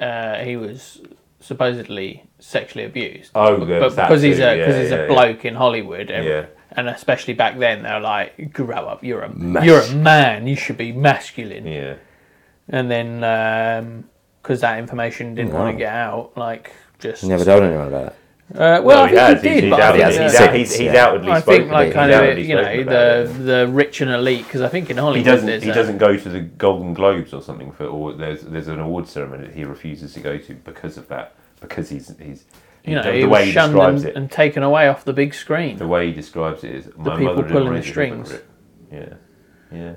Speaker 1: uh, he was supposedly sexually abused.
Speaker 2: Oh,
Speaker 1: B-
Speaker 2: there
Speaker 1: but
Speaker 2: was that
Speaker 1: because he's
Speaker 2: too,
Speaker 1: a
Speaker 2: yeah,
Speaker 1: because he's
Speaker 2: yeah,
Speaker 1: a
Speaker 2: yeah.
Speaker 1: bloke in Hollywood, and,
Speaker 2: Yeah.
Speaker 1: and especially back then they're like, grow up, you're a you're a man, you should be masculine.
Speaker 2: Yeah,
Speaker 1: And then because that information didn't want
Speaker 3: Wow.
Speaker 1: to get out, like just
Speaker 3: Never told anyone about that.
Speaker 1: Uh, well,
Speaker 2: Oh,
Speaker 1: I think
Speaker 2: has.
Speaker 1: he
Speaker 2: He's-
Speaker 1: did,
Speaker 2: he's
Speaker 1: but I
Speaker 2: outwardly-
Speaker 1: think,
Speaker 3: he
Speaker 2: he's
Speaker 1: uh,
Speaker 3: has.
Speaker 2: out- he's-
Speaker 3: yeah.
Speaker 2: he's outwardly
Speaker 1: I
Speaker 2: spoken
Speaker 1: think like
Speaker 2: about
Speaker 1: kind
Speaker 2: it. He's
Speaker 1: of
Speaker 2: outwardly
Speaker 1: you know
Speaker 2: spoken about it.
Speaker 1: the the rich and elite because I think in Hollywood
Speaker 2: he doesn't
Speaker 1: there's
Speaker 2: he
Speaker 1: a-
Speaker 2: doesn't go to the Golden Globes or something for or there's there's an award ceremony that he refuses to go to because of that because he's he's
Speaker 1: you know
Speaker 2: the,
Speaker 1: he
Speaker 2: way
Speaker 1: was
Speaker 2: he
Speaker 1: shunned
Speaker 2: describes
Speaker 1: and,
Speaker 2: it
Speaker 1: and taken away off the big screen.
Speaker 2: the way he describes it is my
Speaker 1: people
Speaker 2: mother
Speaker 1: pulling the
Speaker 2: didn't raise me, but
Speaker 1: strings.
Speaker 2: it- yeah yeah Yeah,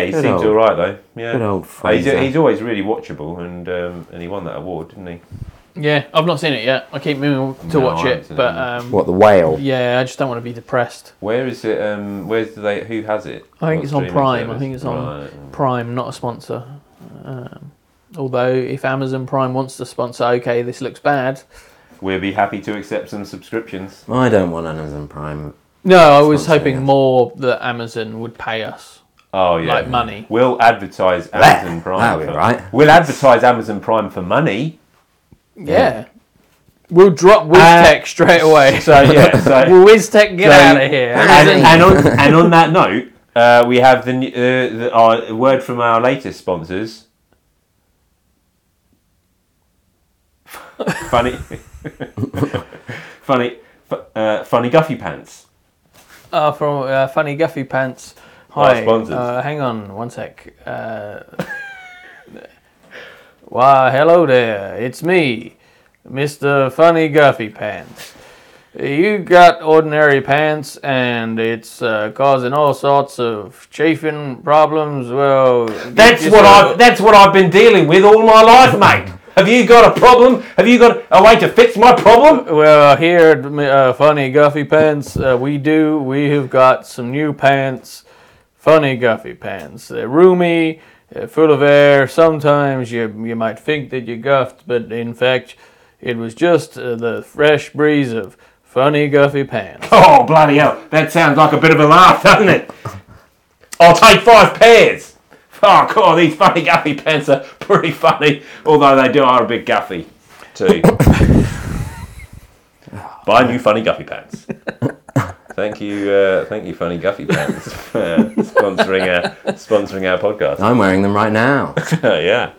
Speaker 2: he
Speaker 3: Hmm. Good
Speaker 2: seems
Speaker 3: old-
Speaker 2: all right though. Yeah,
Speaker 3: good old
Speaker 2: Uh, he's,
Speaker 3: Fraser.
Speaker 2: he's always really watchable, and um, and he won that award, didn't he?
Speaker 1: Yeah, I've not seen it yet. I keep meaning to
Speaker 2: No,
Speaker 1: watch it,
Speaker 2: I haven't seen
Speaker 1: but
Speaker 2: it.
Speaker 1: um,
Speaker 3: What the whale?
Speaker 1: yeah, I just don't want to be depressed.
Speaker 2: Where is it? Um, where's the they? Who has it?
Speaker 1: I think
Speaker 2: What
Speaker 1: it's on
Speaker 2: streaming
Speaker 1: Prime. I
Speaker 2: service?
Speaker 1: think it's on
Speaker 2: Right.
Speaker 1: Prime, not a sponsor. Um, although, if Amazon Prime wants to sponsor, okay, this looks bad.
Speaker 2: We'll be happy to accept some subscriptions.
Speaker 3: I don't want Amazon Prime.
Speaker 1: No, I was
Speaker 3: Sponsoring
Speaker 1: hoping
Speaker 3: us.
Speaker 1: more that Amazon would pay us.
Speaker 2: Oh yeah,
Speaker 1: Like money.
Speaker 2: We'll advertise Amazon Prime.
Speaker 3: that'll be
Speaker 2: for,
Speaker 3: right.
Speaker 2: We'll advertise Amazon Prime for money.
Speaker 1: Yeah. We'll drop WizTech straight away.
Speaker 2: Ah. So yeah, so
Speaker 1: Will WizTech get out of here?
Speaker 2: and, and on, and on that note, uh, we have the, n- uh, the our word from our latest sponsors. funny, funny, fu- uh, funny Guffy Pants.
Speaker 1: Oh, from uh, Funny Guffy Pants.
Speaker 2: Our
Speaker 1: Hi.
Speaker 2: sponsors.
Speaker 1: Uh, hang on one sec. Uh, why, hello there. It's me, Mr. Funny Guffy Pants. You got ordinary pants and it's uh, causing all sorts of chafing problems. Well, get
Speaker 2: That's what
Speaker 1: yourself-
Speaker 2: I. That's what I've been dealing with all my life, mate. Have you got a problem? Have you got a way to fix my problem?
Speaker 1: Well, here at uh, Funny Guffy Pants, uh, we do. We have got some new pants, Funny Guffy Pants. They're roomy, they're full of air. Sometimes you you might think that you guffed, but in fact, it was just uh, the fresh breeze of Funny Guffy Pants.
Speaker 2: Oh bloody hell! That sounds like a bit of a laugh, doesn't it? I'll take five pairs. Oh god, these funny guffy pants are pretty funny, although they do are a bit guffy too. Buy new funny guffy pants. Thank you, uh, thank you, funny guffy pants, for sponsoring our sponsoring our podcast.
Speaker 3: I'm wearing them right now.
Speaker 2: yeah.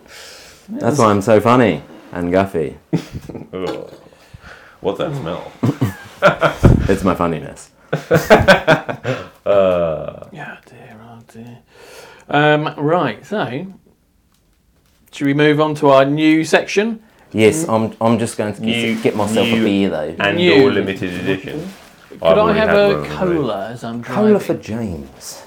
Speaker 3: That's why I'm so funny and guffy.
Speaker 2: Ugh. What's that smell?
Speaker 3: It's my funniness.
Speaker 1: Yeah, dear, oh dear. Um, right, so should we move on to our new section?
Speaker 3: Yes, I'm. I'm just going to
Speaker 2: You-
Speaker 3: get myself
Speaker 2: you-
Speaker 3: a beer though.
Speaker 2: And
Speaker 1: New.
Speaker 2: all limited edition.
Speaker 1: Could I have a cola as I'm driving?
Speaker 3: Cola for James.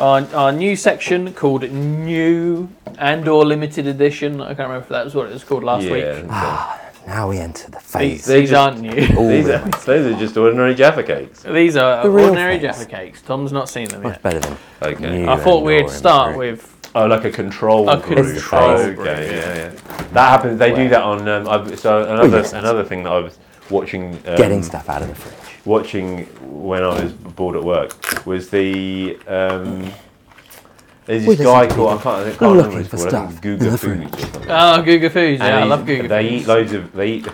Speaker 1: our, our new section called new and or limited edition i can't remember if that was what it was called last week Ah.
Speaker 2: Yeah.
Speaker 3: Now we enter the phase.
Speaker 2: They
Speaker 1: these
Speaker 2: just-
Speaker 1: aren't new
Speaker 3: All
Speaker 2: These
Speaker 3: the
Speaker 2: are, those are just ordinary Jaffa cakes.
Speaker 1: these are
Speaker 3: real
Speaker 1: ordinary
Speaker 3: things.
Speaker 1: jaffa cakes tom's not seen them
Speaker 3: much
Speaker 1: yet
Speaker 3: better than.
Speaker 2: Okay.
Speaker 3: new
Speaker 1: i thought
Speaker 3: and
Speaker 1: we'd
Speaker 3: or
Speaker 1: start
Speaker 3: improved.
Speaker 1: with
Speaker 2: Oh, like a control.
Speaker 1: A
Speaker 2: group.
Speaker 1: control
Speaker 2: Okay,
Speaker 1: group,
Speaker 2: yeah, yeah. That happens. They do that on. Um, I, so another another thing that I was watching. Um,
Speaker 3: getting stuff out of the fridge.
Speaker 2: watching when I was bored at work was the um, there's
Speaker 3: We
Speaker 2: this
Speaker 3: listen
Speaker 2: guy
Speaker 3: to
Speaker 2: called I can't,
Speaker 3: people
Speaker 2: I can't
Speaker 3: who are
Speaker 2: remember
Speaker 3: looking
Speaker 2: his
Speaker 3: for
Speaker 2: called. I think
Speaker 3: stuff in
Speaker 2: Guga
Speaker 3: the
Speaker 2: Foods or something.
Speaker 1: oh Guga Foods. yeah i
Speaker 2: And
Speaker 1: love
Speaker 2: he-
Speaker 1: Guga
Speaker 2: They
Speaker 1: Foods.
Speaker 2: eat loads of they eat.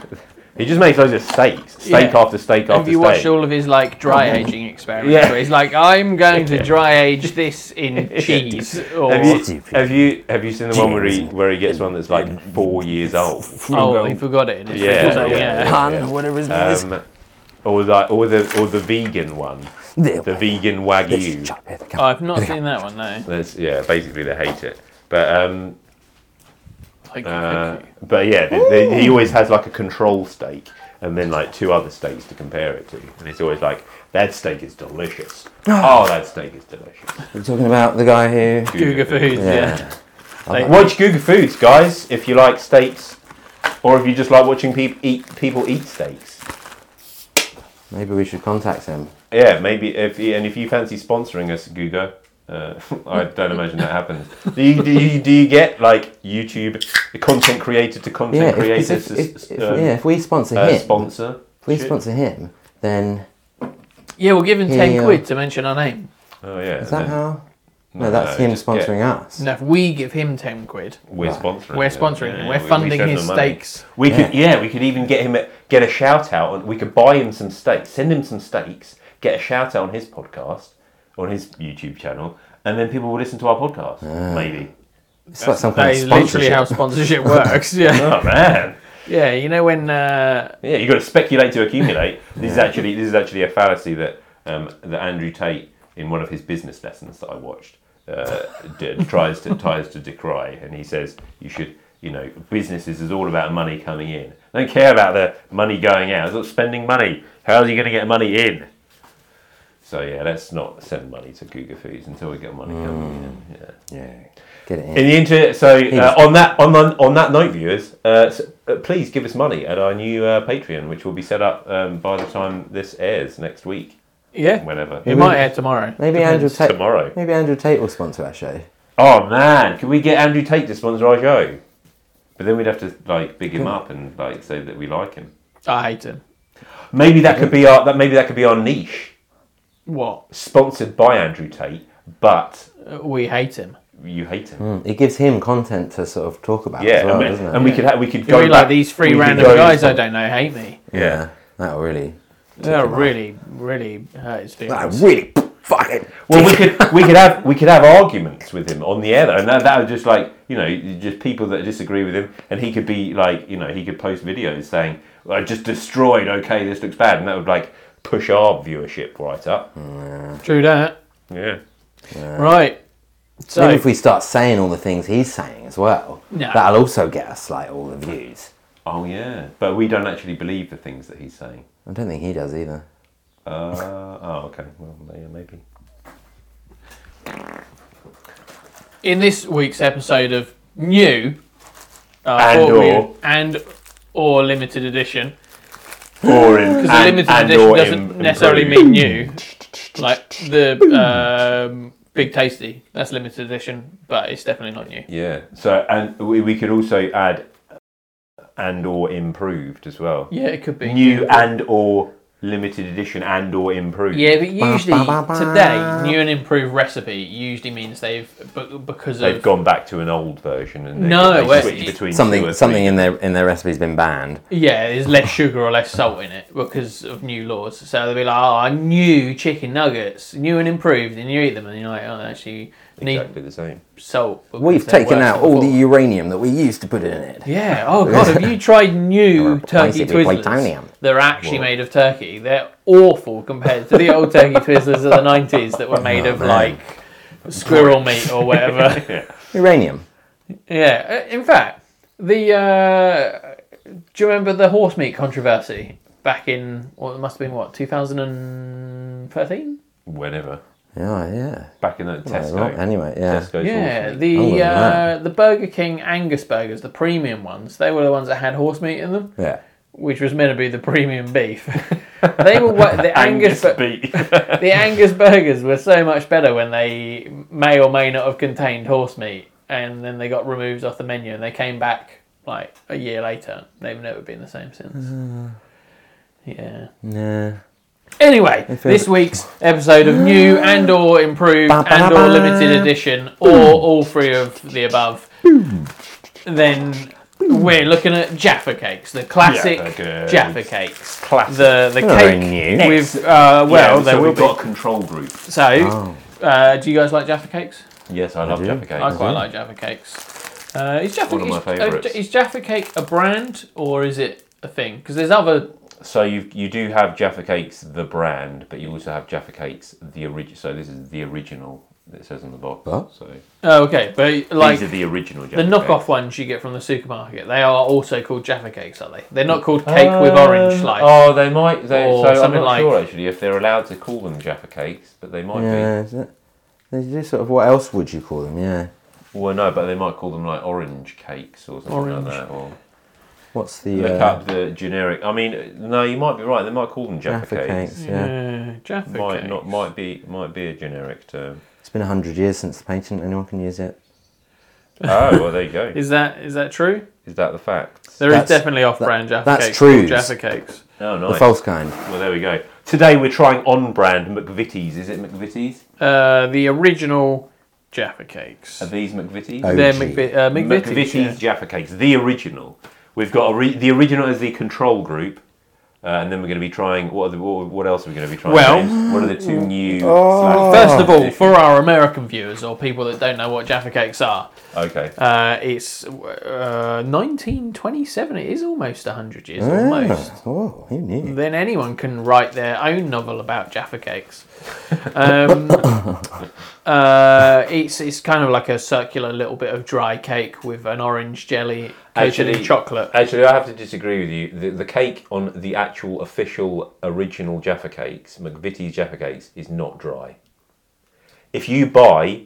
Speaker 2: He just makes loads of steaks, steak
Speaker 1: Yeah.
Speaker 2: after steak
Speaker 1: have
Speaker 2: after
Speaker 1: you
Speaker 2: steak.
Speaker 1: watched all of his like dry aging experiments
Speaker 2: Yeah.
Speaker 1: where he's like i'm going to dry age this in cheese or
Speaker 2: Have you,
Speaker 3: Stupid.
Speaker 2: have you have you seen the one where he
Speaker 3: Jeez.
Speaker 2: where he gets one that's like four years old?
Speaker 1: oh he forgot it in his
Speaker 2: Yeah,
Speaker 1: so,
Speaker 2: yeah, yeah.
Speaker 3: Pun, whatever his name is.
Speaker 2: Um, or the or the or the vegan one,
Speaker 3: There
Speaker 2: the
Speaker 3: we-
Speaker 2: vegan
Speaker 3: Let's
Speaker 2: wagyu.
Speaker 3: chop it, come
Speaker 1: Oh,
Speaker 3: on.
Speaker 1: i've not seen that one no
Speaker 2: That's, yeah, basically they hate it. But um,
Speaker 1: Thank you,
Speaker 2: uh,
Speaker 1: thank you.
Speaker 2: but yeah, th th he always has like a control steak and then like two other steaks to compare it to, and it's always like that steak is delicious. oh, that steak is delicious.
Speaker 3: We're talking about the guy who.
Speaker 1: Guga Foods, yeah.
Speaker 3: Yeah.
Speaker 2: Watch Google Foods, guys, if you like steaks, or if you just like watching people eat people eat steaks.
Speaker 3: Maybe we should contact him.
Speaker 2: Yeah, maybe if and if you fancy sponsoring us, Google. Uh, I don't imagine that happens. Do you, do you do you get like YouTube the content creator to
Speaker 3: Yeah,
Speaker 2: content
Speaker 3: if, 'cause
Speaker 2: creators s-
Speaker 3: if, if,
Speaker 2: s-
Speaker 3: if-
Speaker 2: um,
Speaker 3: yeah, if we sponsor
Speaker 2: uh,
Speaker 3: him,
Speaker 2: sponsor?
Speaker 3: if we
Speaker 2: shit?
Speaker 3: sponsor him, then
Speaker 1: Yeah, we'll give him
Speaker 3: Yeah,
Speaker 1: 10
Speaker 3: yeah.
Speaker 1: quid to mention our name.
Speaker 2: Oh yeah.
Speaker 3: is that how? No, that's
Speaker 2: no,
Speaker 3: him
Speaker 2: just get-
Speaker 3: sponsoring us.
Speaker 1: And if we give him 10 quid,
Speaker 2: We're sponsoring.
Speaker 1: We're
Speaker 2: him.
Speaker 1: sponsoring him. We're
Speaker 2: we- we
Speaker 1: funding
Speaker 2: send
Speaker 1: his
Speaker 2: them money.
Speaker 1: steaks.
Speaker 2: We could yeah, we could even get him a, get a shout out and we could buy him some steaks, send him some steaks, get a shout out on his podcast, on his YouTube channel, and then people will listen to our podcast.
Speaker 3: Ah.
Speaker 2: Maybe.
Speaker 3: It's like some
Speaker 1: that
Speaker 3: kind of
Speaker 1: is literally
Speaker 3: sponsorship.
Speaker 1: how sponsorship works. Yeah.
Speaker 2: Oh man.
Speaker 1: Yeah, you know when. Uh,
Speaker 2: Yeah, you've got to speculate to accumulate. This is actually this is actually a fallacy that um, that Andrew Tate in one of his business lessons that I watched uh, d- tries to tries to decry, and he says you should you know businesses is all about money coming in. I don't care about the money going out. It's not spending money. How are you going to get money in? So So yeah, let's not send money to Cougar Foods until we get money coming in. Yeah.
Speaker 3: Yeah. Get it in.
Speaker 2: In the internet, so uh, on that on the, on that note, viewers, uh, s uh, please give us money at our new uh, Patreon, which will be set up um, by the time this airs next week,
Speaker 1: Yeah.
Speaker 2: whenever
Speaker 1: It might air tomorrow.
Speaker 3: Maybe Andrew Tate.
Speaker 2: tomorrow.
Speaker 3: Maybe Andrew Tate will sponsor our show.
Speaker 2: Oh man, can we get Andrew Tate to sponsor our show? But then we'd have to like big him up and like say that we like him.
Speaker 1: I hate him.
Speaker 2: Maybe that could be our that maybe that could be our niche,
Speaker 1: What?
Speaker 2: sponsored by Andrew Tate, but
Speaker 1: Uh, We hate him.
Speaker 2: you hate him.
Speaker 3: It gives him content to sort of talk about
Speaker 2: Yeah,
Speaker 3: as well,
Speaker 2: and, we,
Speaker 3: doesn't Hmm. it?
Speaker 2: and we could ha- we could
Speaker 1: You're
Speaker 2: go
Speaker 1: really
Speaker 2: back-
Speaker 1: like these
Speaker 2: we
Speaker 1: three
Speaker 2: could
Speaker 1: random
Speaker 2: go-
Speaker 1: guys I don't know hate me.
Speaker 2: Yeah.
Speaker 3: That'll really.
Speaker 1: That really, really hurt his
Speaker 3: That
Speaker 1: feelings.
Speaker 3: really fucking.
Speaker 2: Well, we could we could have we could have arguments with him on the air though, and that, that would just like you know just people that disagree with him, and he could be like you know he could post videos saying I just destroyed. Okay, this looks bad, and that would like push our viewership right up.
Speaker 1: True that.
Speaker 2: Yeah.
Speaker 1: Right. So,
Speaker 3: Maybe if we start saying all the things he's saying as well,
Speaker 1: No.
Speaker 3: that'll also get us like all the views.
Speaker 2: Oh yeah, but we don't actually believe the things that he's saying.
Speaker 3: I don't think he does either.
Speaker 2: Uh, oh okay, well yeah, maybe.
Speaker 1: in this week's episode of New uh,
Speaker 2: And
Speaker 1: thought we-
Speaker 2: or.
Speaker 1: and or limited edition,
Speaker 2: Or in
Speaker 1: because a limited edition doesn't necessarily mean new. Like the um, Big Tasty, that's limited edition, but it's definitely not new.
Speaker 2: Yeah. So and we, we could also add and or improved as well.
Speaker 1: Yeah, it could be
Speaker 2: New and or limited edition and or improved.
Speaker 1: Yeah, but usually
Speaker 3: ba, ba, ba.
Speaker 1: today, new and improved recipe usually means they've b- because
Speaker 2: They've
Speaker 1: of
Speaker 2: gone back to an old version and they,
Speaker 1: No,
Speaker 2: they
Speaker 1: well,
Speaker 2: switch
Speaker 1: it-
Speaker 2: between two or
Speaker 3: Something
Speaker 2: three.
Speaker 3: something in their in their recipe's been banned.
Speaker 1: yeah, there's less sugar or less salt in it because of new laws. So they'll be like, oh, new chicken nuggets, new and improved, and you eat them, and you're like, oh, actually need
Speaker 2: exactly the same.
Speaker 1: salt.
Speaker 3: We've
Speaker 1: because they're
Speaker 3: taken
Speaker 1: worse
Speaker 3: out
Speaker 1: than
Speaker 3: all the
Speaker 1: before.
Speaker 3: uranium that we used to put in it.
Speaker 1: Yeah. Oh god, have you tried new
Speaker 3: replaced
Speaker 1: turkey
Speaker 3: it with
Speaker 1: Twizzlers?
Speaker 3: plutonium.
Speaker 1: They're actually made of turkey. They're awful compared to the old turkey Twizzlers of the nineties that were made of like squirrel meat or whatever.
Speaker 3: Uranium.
Speaker 1: yeah. Uh, In fact, the uh, do you remember the horse meat controversy back in well, it must have been what two thousand and thirteen?
Speaker 2: Whenever.
Speaker 3: Yeah, yeah.
Speaker 2: Back in that
Speaker 3: Well,
Speaker 2: Tesco.
Speaker 3: anyway, yeah.
Speaker 2: Tesco's
Speaker 1: Yeah,
Speaker 2: awesome.
Speaker 1: the
Speaker 3: Oh, look at
Speaker 1: uh,
Speaker 3: that.
Speaker 1: the Burger King Angus burgers, the premium ones, they were the ones that had horse meat in them.
Speaker 3: Yeah.
Speaker 1: which was meant to be the premium beef. they were wa- the Angus,
Speaker 2: Angus
Speaker 1: bu-
Speaker 2: beat.
Speaker 1: the Angus burgers were so much better when they may or may not have contained horse meat, and then they got removed off the menu, and they came back like a year later. They've never been the same since. Yeah.
Speaker 3: Yeah.
Speaker 1: Anyway, this week's episode of new and or improved
Speaker 3: Ba, ba,
Speaker 1: and
Speaker 3: ba,
Speaker 1: or
Speaker 3: ba.
Speaker 1: limited edition or all three of the above. Then we're looking at Jaffa cakes, the classic
Speaker 2: Jaffa
Speaker 1: Jaffa,
Speaker 2: cakes.
Speaker 1: cakes.
Speaker 2: Classic.
Speaker 1: The the
Speaker 3: Not very
Speaker 1: cake
Speaker 3: new.
Speaker 1: with uh, well
Speaker 2: yeah,
Speaker 1: there
Speaker 2: so
Speaker 1: will
Speaker 2: we've
Speaker 1: be.
Speaker 2: got a control group.
Speaker 1: So,
Speaker 3: Oh.
Speaker 1: uh, do you guys like Jaffa cakes?
Speaker 2: Yes, I love
Speaker 3: do.
Speaker 2: Jaffa cakes.
Speaker 1: I quite like Jaffa cakes. Uh, is Jaffa
Speaker 2: One of my
Speaker 1: is- uh,
Speaker 2: favourites.
Speaker 1: is Jaffa cake a brand or is it a thing? Because there's other
Speaker 2: So you you do have Jaffa Cakes the brand, but you also have Jaffa Cakes the original. So this is the original that it says on the box.
Speaker 3: What?
Speaker 2: So
Speaker 1: oh, okay, but like
Speaker 2: these are the original Jaffa
Speaker 1: The knockoff
Speaker 2: Cakes.
Speaker 1: ones you get from the supermarket, they are also called Jaffa cakes, are they? They're not called cake with orange
Speaker 2: Um,
Speaker 1: slice.
Speaker 2: Oh, they might. They,
Speaker 1: Or
Speaker 2: so I'm
Speaker 1: something
Speaker 2: not
Speaker 1: like-
Speaker 2: sure actually if they're allowed to call them Jaffa Cakes, but they might
Speaker 3: Yeah. is it- They do sort of. What else would you call them? Yeah.
Speaker 2: be. Well, no, but they might call them like orange cakes or something
Speaker 1: Orange.
Speaker 2: like that. Or
Speaker 3: What's
Speaker 2: look
Speaker 3: the uh,
Speaker 2: up the generic. I mean, no, you might be right. They might call them Jaffa,
Speaker 3: Jaffa
Speaker 2: Cakes.
Speaker 3: cakes? Yeah.
Speaker 1: Yeah, Jaffa
Speaker 2: Might
Speaker 1: cakes.
Speaker 2: not. Might be. Might be a generic term.
Speaker 3: It's been hundred years since the patent. Anyone can use it.
Speaker 2: oh well, there you go.
Speaker 1: Is that is that true?
Speaker 2: Is that the fact?
Speaker 1: There is
Speaker 3: That's-
Speaker 1: definitely off-brand Jaffa
Speaker 3: that's
Speaker 1: cakes. called
Speaker 3: Trues.
Speaker 1: Jaffa cakes.
Speaker 2: Oh, nice.
Speaker 3: The false kind.
Speaker 2: Well, there we go. Today we're trying on brand McVitie's. Is it McVitie's?
Speaker 1: Uh, the original Jaffa cakes.
Speaker 2: Are these McVitie's?
Speaker 3: Oh,
Speaker 1: They're
Speaker 3: gee.
Speaker 1: McVi- uh, McVitie's.
Speaker 2: McVitie's
Speaker 1: yeah.
Speaker 2: Jaffa Cakes, the original. We've got a re- the original is the control group, uh, and then we're going to be trying. What are the, what, what else are we going to be trying?
Speaker 1: Well-
Speaker 2: James? what are the two new? slash-
Speaker 1: First of all, for our American viewers or people that don't know what Jaffa cakes are,
Speaker 2: okay,
Speaker 1: uh, it's uh, 1927. It is almost 100 years, almost.
Speaker 3: Ah, Oh, who knew?
Speaker 1: then anyone can write their own novel about Jaffa cakes. Um, uh, it's it's kind of like a circular little bit of dry cake with an orange jelly coated in chocolate.
Speaker 2: Actually, uh, I have to disagree with you. The, the cake on the actual official original Jaffa Cakes, McVitie's Jaffa Cakes, is not dry. If you buy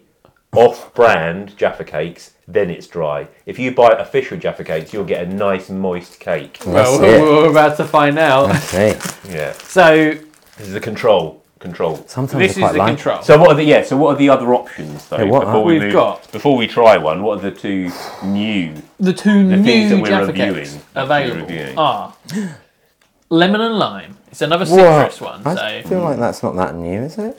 Speaker 2: off-brand Jaffa Cakes, then it's dry. If you buy official Jaffa Cakes, you'll get a nice moist cake.
Speaker 1: Well,
Speaker 3: That's it.
Speaker 1: we're, we're about to find out.
Speaker 3: Okay.
Speaker 2: Yeah,
Speaker 1: So
Speaker 2: this is the control. Control.
Speaker 3: Sometimes
Speaker 1: this
Speaker 3: I quite
Speaker 1: is the
Speaker 3: like.
Speaker 1: control.
Speaker 2: So what are the yeah? So what are the other options though?
Speaker 3: what are-
Speaker 1: We've
Speaker 2: move-
Speaker 1: got-
Speaker 2: before we try one, what are the two new?
Speaker 1: the two
Speaker 2: The things that
Speaker 1: new
Speaker 2: we're
Speaker 1: Jaffa
Speaker 2: reviewing,
Speaker 1: Cakes
Speaker 2: that we're
Speaker 1: available
Speaker 2: reviewing.
Speaker 1: are lemon and lime. It's another
Speaker 3: Whoa,
Speaker 1: citrus one.
Speaker 3: I
Speaker 1: so
Speaker 3: feel like that's not that new, is it?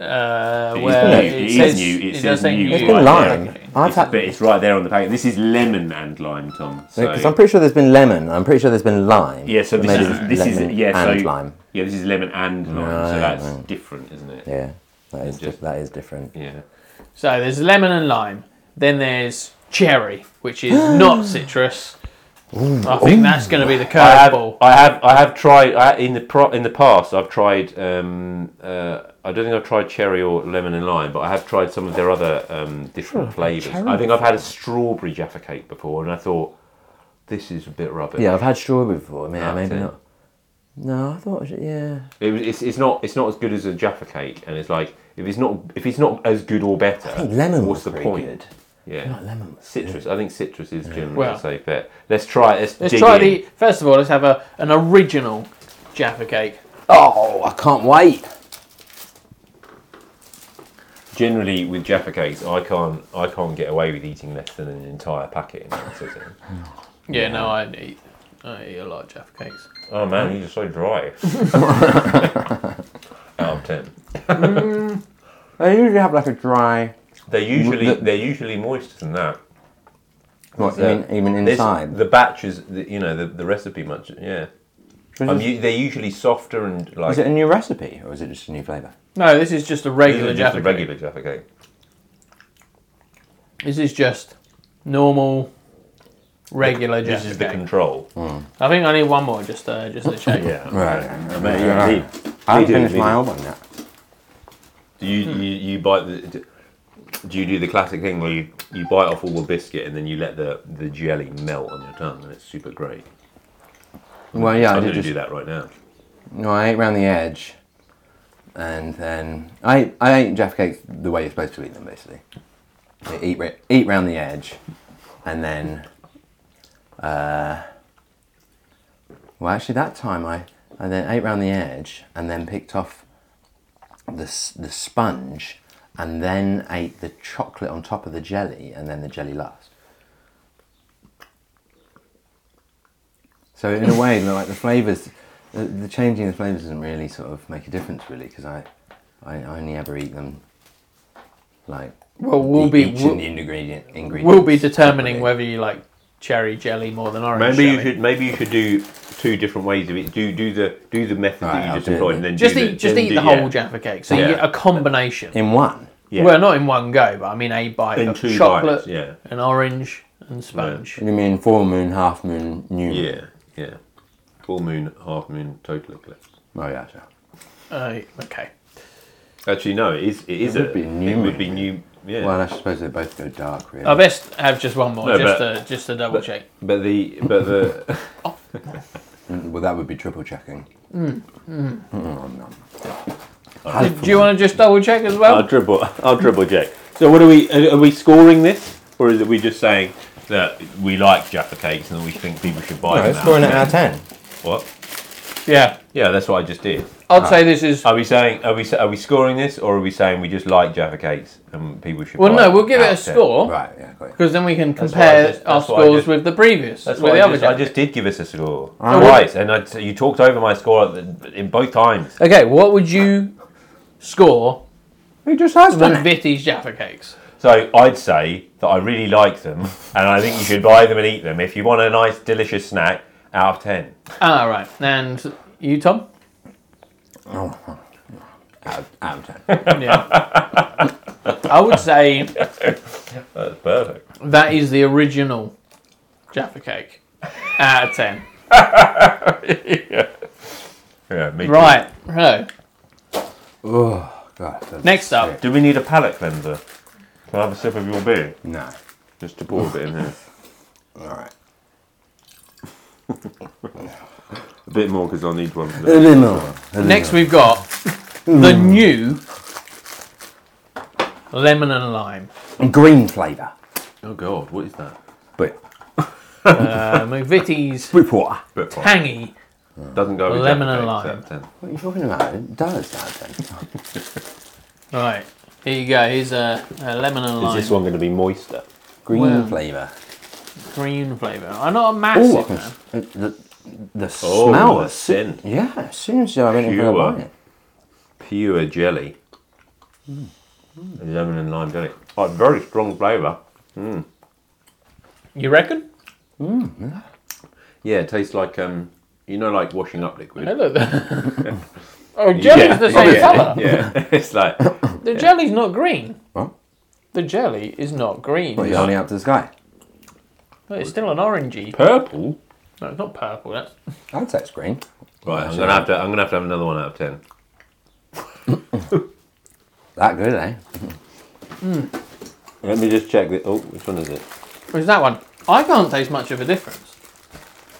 Speaker 1: uh,
Speaker 2: It is
Speaker 1: where
Speaker 2: new,
Speaker 1: it,
Speaker 2: it is
Speaker 1: says
Speaker 2: new, it
Speaker 1: it
Speaker 2: says
Speaker 1: does say
Speaker 2: new.
Speaker 1: new.
Speaker 3: It's
Speaker 2: Right there.
Speaker 3: been lime.
Speaker 1: Okay.
Speaker 3: I've
Speaker 2: It's, a
Speaker 3: had
Speaker 2: bit, it's right there on the packet. This is lemon and lime, Tom. So
Speaker 3: because I'm pretty sure there's been lemon. I'm pretty sure there's been lime.
Speaker 2: yeah. So
Speaker 3: But
Speaker 2: this
Speaker 3: maybe
Speaker 2: is
Speaker 3: there's
Speaker 2: this is
Speaker 3: lemon
Speaker 2: yeah.
Speaker 3: and
Speaker 2: so
Speaker 3: lime.
Speaker 2: yeah, this is lemon and lime. so
Speaker 3: Right,
Speaker 2: that's
Speaker 3: right.
Speaker 2: different, isn't it?
Speaker 3: Yeah, that is
Speaker 2: just-
Speaker 3: di- that is different.
Speaker 2: Yeah.
Speaker 1: So there's lemon and lime. Then there's cherry, which is not citrus. I think that's going to be the
Speaker 2: I have,
Speaker 1: curveball.
Speaker 2: I have, I have tried I, in the pro, in the past. I've tried. Um, uh, I don't think I've tried cherry or lemon and lime, but I have tried some of their other um,
Speaker 3: Hmm,
Speaker 2: different flavors. I think I've had a strawberry jaffa cake before, and I thought this is a bit rubbish.
Speaker 3: Yeah, I've had strawberry before. Yeah,
Speaker 2: That's
Speaker 3: maybe
Speaker 2: it.
Speaker 3: not. No, I thought it was- yeah.
Speaker 2: It was, it's, it's not it's not as good as a jaffa cake, and it's like if it's not if it's not as good or better,
Speaker 3: Lemon
Speaker 2: what's
Speaker 3: was
Speaker 2: the
Speaker 3: pretty
Speaker 2: point?
Speaker 3: good.
Speaker 2: Yeah,
Speaker 3: Lemon.
Speaker 2: citrus. I think citrus is generally
Speaker 1: Well-
Speaker 2: a safe bet. Let's try. it, Let's,
Speaker 1: Let's
Speaker 2: dig
Speaker 1: try
Speaker 2: in.
Speaker 1: the first of all. Let's have a, an original Jaffa cake.
Speaker 3: Oh, I can't wait.
Speaker 2: Generally, with jaffa cakes, I can't I can't get away with eating less than an entire packet. In that season.
Speaker 1: Yeah, no, I eat. I eat a lot of Jaffa cakes.
Speaker 2: oh man, these are so dry. Out of ten,
Speaker 3: I usually have like a dry.
Speaker 2: they're usually
Speaker 3: The-
Speaker 2: they're usually moister than that.
Speaker 3: What
Speaker 2: Yeah.
Speaker 3: even, even
Speaker 2: This-
Speaker 3: inside?
Speaker 2: the batch is the, you know the, the recipe much yeah. Um,
Speaker 3: is,
Speaker 2: you, they're usually softer and like
Speaker 3: is it a new recipe or is it just a new flavour?
Speaker 1: No, this is just a
Speaker 2: These
Speaker 1: regular
Speaker 2: are just
Speaker 1: Jaffa
Speaker 2: a
Speaker 1: cake.
Speaker 2: regular Jaffa cake.
Speaker 1: This is just normal, regular
Speaker 2: This
Speaker 1: Jaffa
Speaker 2: is the
Speaker 1: cake.
Speaker 2: control.
Speaker 1: I think I need one more, just uh, just to check.
Speaker 3: Oh, Right.
Speaker 2: Lead-
Speaker 3: I
Speaker 2: lead
Speaker 3: haven't
Speaker 2: it,
Speaker 3: finished
Speaker 2: lead
Speaker 3: my
Speaker 2: it.
Speaker 3: album yet.
Speaker 2: Do you, you you bite the? Do, do you do the classic thing where you, you bite off all the biscuit and then you let the, the jelly melt on your tongue and it's super great?
Speaker 3: Well, yeah, I
Speaker 2: I'm going
Speaker 3: did
Speaker 2: to
Speaker 3: just
Speaker 2: do that right now.
Speaker 3: No, I ate round the edge, and then I I ate Jaffa cakes the way you're supposed to eat them, basically. You eat ra- eat round the edge, and then, uh, well, actually, that time I I then ate round the edge, and then picked off the s- the sponge, and then ate the chocolate on top of the jelly, and then the jelly last. So in a way, like the flavors, the, the changing of the flavors doesn't really sort of make a difference, really, because I, I I only ever eat them. Like
Speaker 1: Well, we'll
Speaker 3: e-
Speaker 1: be
Speaker 3: each
Speaker 1: we'll,
Speaker 3: in the ingredient ingredient.
Speaker 1: we'll be determining whether you like cherry jelly more than orange.
Speaker 2: Maybe you
Speaker 1: jelly.
Speaker 2: should maybe you should do two different ways of it. Do do the do the method
Speaker 3: Alright,
Speaker 2: that you
Speaker 3: I'll
Speaker 2: just
Speaker 3: do it
Speaker 2: employed
Speaker 3: then.
Speaker 2: and then
Speaker 1: just
Speaker 2: do
Speaker 1: eat just
Speaker 2: then
Speaker 1: eat
Speaker 2: do-
Speaker 1: the whole
Speaker 2: yeah.
Speaker 1: Jaffa cake. So
Speaker 2: Yeah.
Speaker 1: you get a combination.
Speaker 3: in one.
Speaker 2: Yeah.
Speaker 1: Well, not in one go, but I mean a bite
Speaker 2: In
Speaker 1: of
Speaker 2: two
Speaker 1: chocolate,
Speaker 2: bites, yeah.
Speaker 1: an orange, and sponge.
Speaker 3: You mean full moon, half moon, new? moon?
Speaker 2: Yeah, yeah. Full moon, half moon, total eclipse.
Speaker 3: Oh yeah, sure.
Speaker 1: Uh, okay.
Speaker 2: Actually, no, it is it is
Speaker 3: would
Speaker 2: a
Speaker 3: be new
Speaker 2: It uh, would
Speaker 3: moon.
Speaker 2: be new. Yeah.
Speaker 3: Well, I suppose they both go dark, really.
Speaker 1: I best have just one more,
Speaker 2: No,
Speaker 1: just
Speaker 2: but-
Speaker 1: to just to double check.
Speaker 2: but the but the.
Speaker 3: Mm, well, that would be triple checking. Mm, nom.
Speaker 1: Do you want to just double check as well?
Speaker 2: I'll dribble. I'll dribble Jack. So what are we? Are are we scoring this, or is it we just saying that we like Jaffa cakes and we think people should buy
Speaker 3: No,
Speaker 2: them?
Speaker 3: it's scoring
Speaker 2: now?
Speaker 3: it out of ten.
Speaker 2: What?
Speaker 1: yeah,
Speaker 2: Yeah, that's what I just did.
Speaker 1: I'd say this is.
Speaker 2: Are we saying? Are we? s- Are we scoring this, or are we saying we just like Jaffa cakes and people should?
Speaker 1: Well,
Speaker 2: buy
Speaker 1: no,
Speaker 2: them
Speaker 1: we'll give it
Speaker 2: out
Speaker 1: a
Speaker 2: of ten?
Speaker 1: score
Speaker 3: Right, yeah, got it.
Speaker 1: because then we can
Speaker 2: That's what I
Speaker 1: compare
Speaker 2: just-
Speaker 1: our
Speaker 2: that's what I
Speaker 1: scores
Speaker 2: just-
Speaker 1: with the previous.
Speaker 2: That's
Speaker 1: with
Speaker 2: what
Speaker 1: the
Speaker 2: I
Speaker 1: other
Speaker 2: just, I
Speaker 1: Jaffa
Speaker 2: just did give us a score
Speaker 1: what-
Speaker 2: twice, and I, so you talked over my score at the- in both times.
Speaker 1: cake. Okay, what would you score
Speaker 3: He just has
Speaker 1: the
Speaker 3: done it.
Speaker 1: Vitti's Jaffa cakes?
Speaker 2: So I'd say that I really like them, and I think you should buy them and eat them if you want a nice, delicious snack. Out of ten.
Speaker 1: All Ah, right, and you, Tom?
Speaker 3: Out of- out of ten.
Speaker 1: Yeah. I would say
Speaker 2: That's perfect.
Speaker 1: that is the original Jaffa cake out of 10.
Speaker 2: Yeah, me too.
Speaker 1: Right, so
Speaker 3: Oh god. that's
Speaker 1: next up,
Speaker 2: Do we need a palate cleanser? Can I have a sip of your beer?
Speaker 3: No.
Speaker 2: Just to pour a bit in here.
Speaker 3: All right.
Speaker 2: A bit more because I'll need one. For
Speaker 3: A
Speaker 2: the
Speaker 3: bit more.
Speaker 1: Next, we've got the new lemon and lime.
Speaker 3: Green flavour.
Speaker 2: oh God, what is that?
Speaker 3: But
Speaker 1: Uh, McVitie's
Speaker 3: Brit water.
Speaker 2: Bit pop.
Speaker 1: tangy.
Speaker 2: Doesn't go with
Speaker 1: Lemon
Speaker 2: Jack
Speaker 1: and
Speaker 2: Daniels,
Speaker 1: lime.
Speaker 2: that ten.
Speaker 3: What are you talking about? It does that
Speaker 1: Right, here you go. Here's a, a lemon and
Speaker 2: Is
Speaker 1: lime
Speaker 2: this one going to be moister?
Speaker 3: Green
Speaker 1: Wow.
Speaker 3: flavour.
Speaker 1: green flavour. I'm not a
Speaker 3: Oh, I
Speaker 1: massive
Speaker 3: can
Speaker 1: man.
Speaker 3: s- the, the
Speaker 2: Oh,
Speaker 3: smell.
Speaker 2: the
Speaker 3: as soo-
Speaker 2: scent.
Speaker 3: Yeah, as soon as I went in for a
Speaker 2: Pure.
Speaker 3: bite.
Speaker 2: Pure jelly. Hmm. Lemon and lime jelly. Oh, very strong flavour.
Speaker 1: You reckon?
Speaker 2: Yeah, it tastes like um, you know, like washing up liquid.
Speaker 1: Hey, look. oh, jelly's
Speaker 2: yeah.
Speaker 1: the same
Speaker 2: yeah,
Speaker 1: colour.
Speaker 2: Yeah, it's like
Speaker 1: The jelly's not green.
Speaker 3: What?
Speaker 1: The jelly is not green.
Speaker 3: What, you're holding up to the sky?
Speaker 1: But It's still an orangey.
Speaker 2: purple.
Speaker 1: No, it's not purple. That's
Speaker 3: I'd say it's green.
Speaker 2: Right, I'm gonna have to. I'm gonna have to have another one out of ten.
Speaker 3: That good, eh?
Speaker 2: Let me just check. The, oh, which one is it?
Speaker 1: Where's that one? I can't taste much of a difference.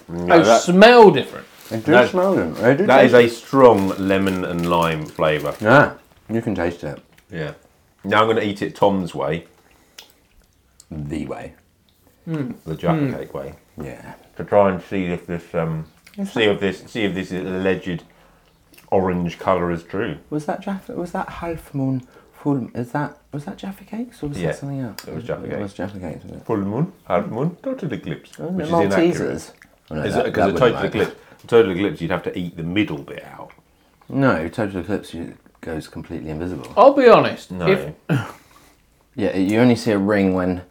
Speaker 2: No,
Speaker 1: oh,
Speaker 2: that-
Speaker 1: smell different.
Speaker 3: They do
Speaker 2: That-
Speaker 3: smell them. They do
Speaker 2: that is
Speaker 3: taste
Speaker 2: a strong lemon and lime flavour.
Speaker 3: Yeah, you can taste it.
Speaker 2: Yeah. Now I'm going to eat it Tom's way,
Speaker 3: The way.
Speaker 2: the jacket
Speaker 1: Hmm.
Speaker 2: cake way,
Speaker 3: Yeah.
Speaker 2: to try and see if this um see if this see if this alleged orange colour is true.
Speaker 3: Was that Jaffa? Was that half moon full? Is that was that Jaffa cakes or was
Speaker 2: Yeah,
Speaker 3: that something else?
Speaker 2: it was Jaffa
Speaker 3: It
Speaker 2: cakes.
Speaker 3: was Jaffa cakes. Was it?
Speaker 2: Full moon, half moon, total eclipse, which is inaccurate.
Speaker 3: Maltesers. Oh, no,
Speaker 2: Is
Speaker 3: that-
Speaker 2: it
Speaker 3: that
Speaker 2: because a
Speaker 3: wouldn't
Speaker 2: total
Speaker 3: work.
Speaker 2: eclipse? a Total eclipse, you'd have to eat the middle bit out.
Speaker 3: No, total eclipse you- goes completely invisible.
Speaker 1: I'll be honest.
Speaker 2: No,
Speaker 1: If,
Speaker 3: Yeah, you only see a ring when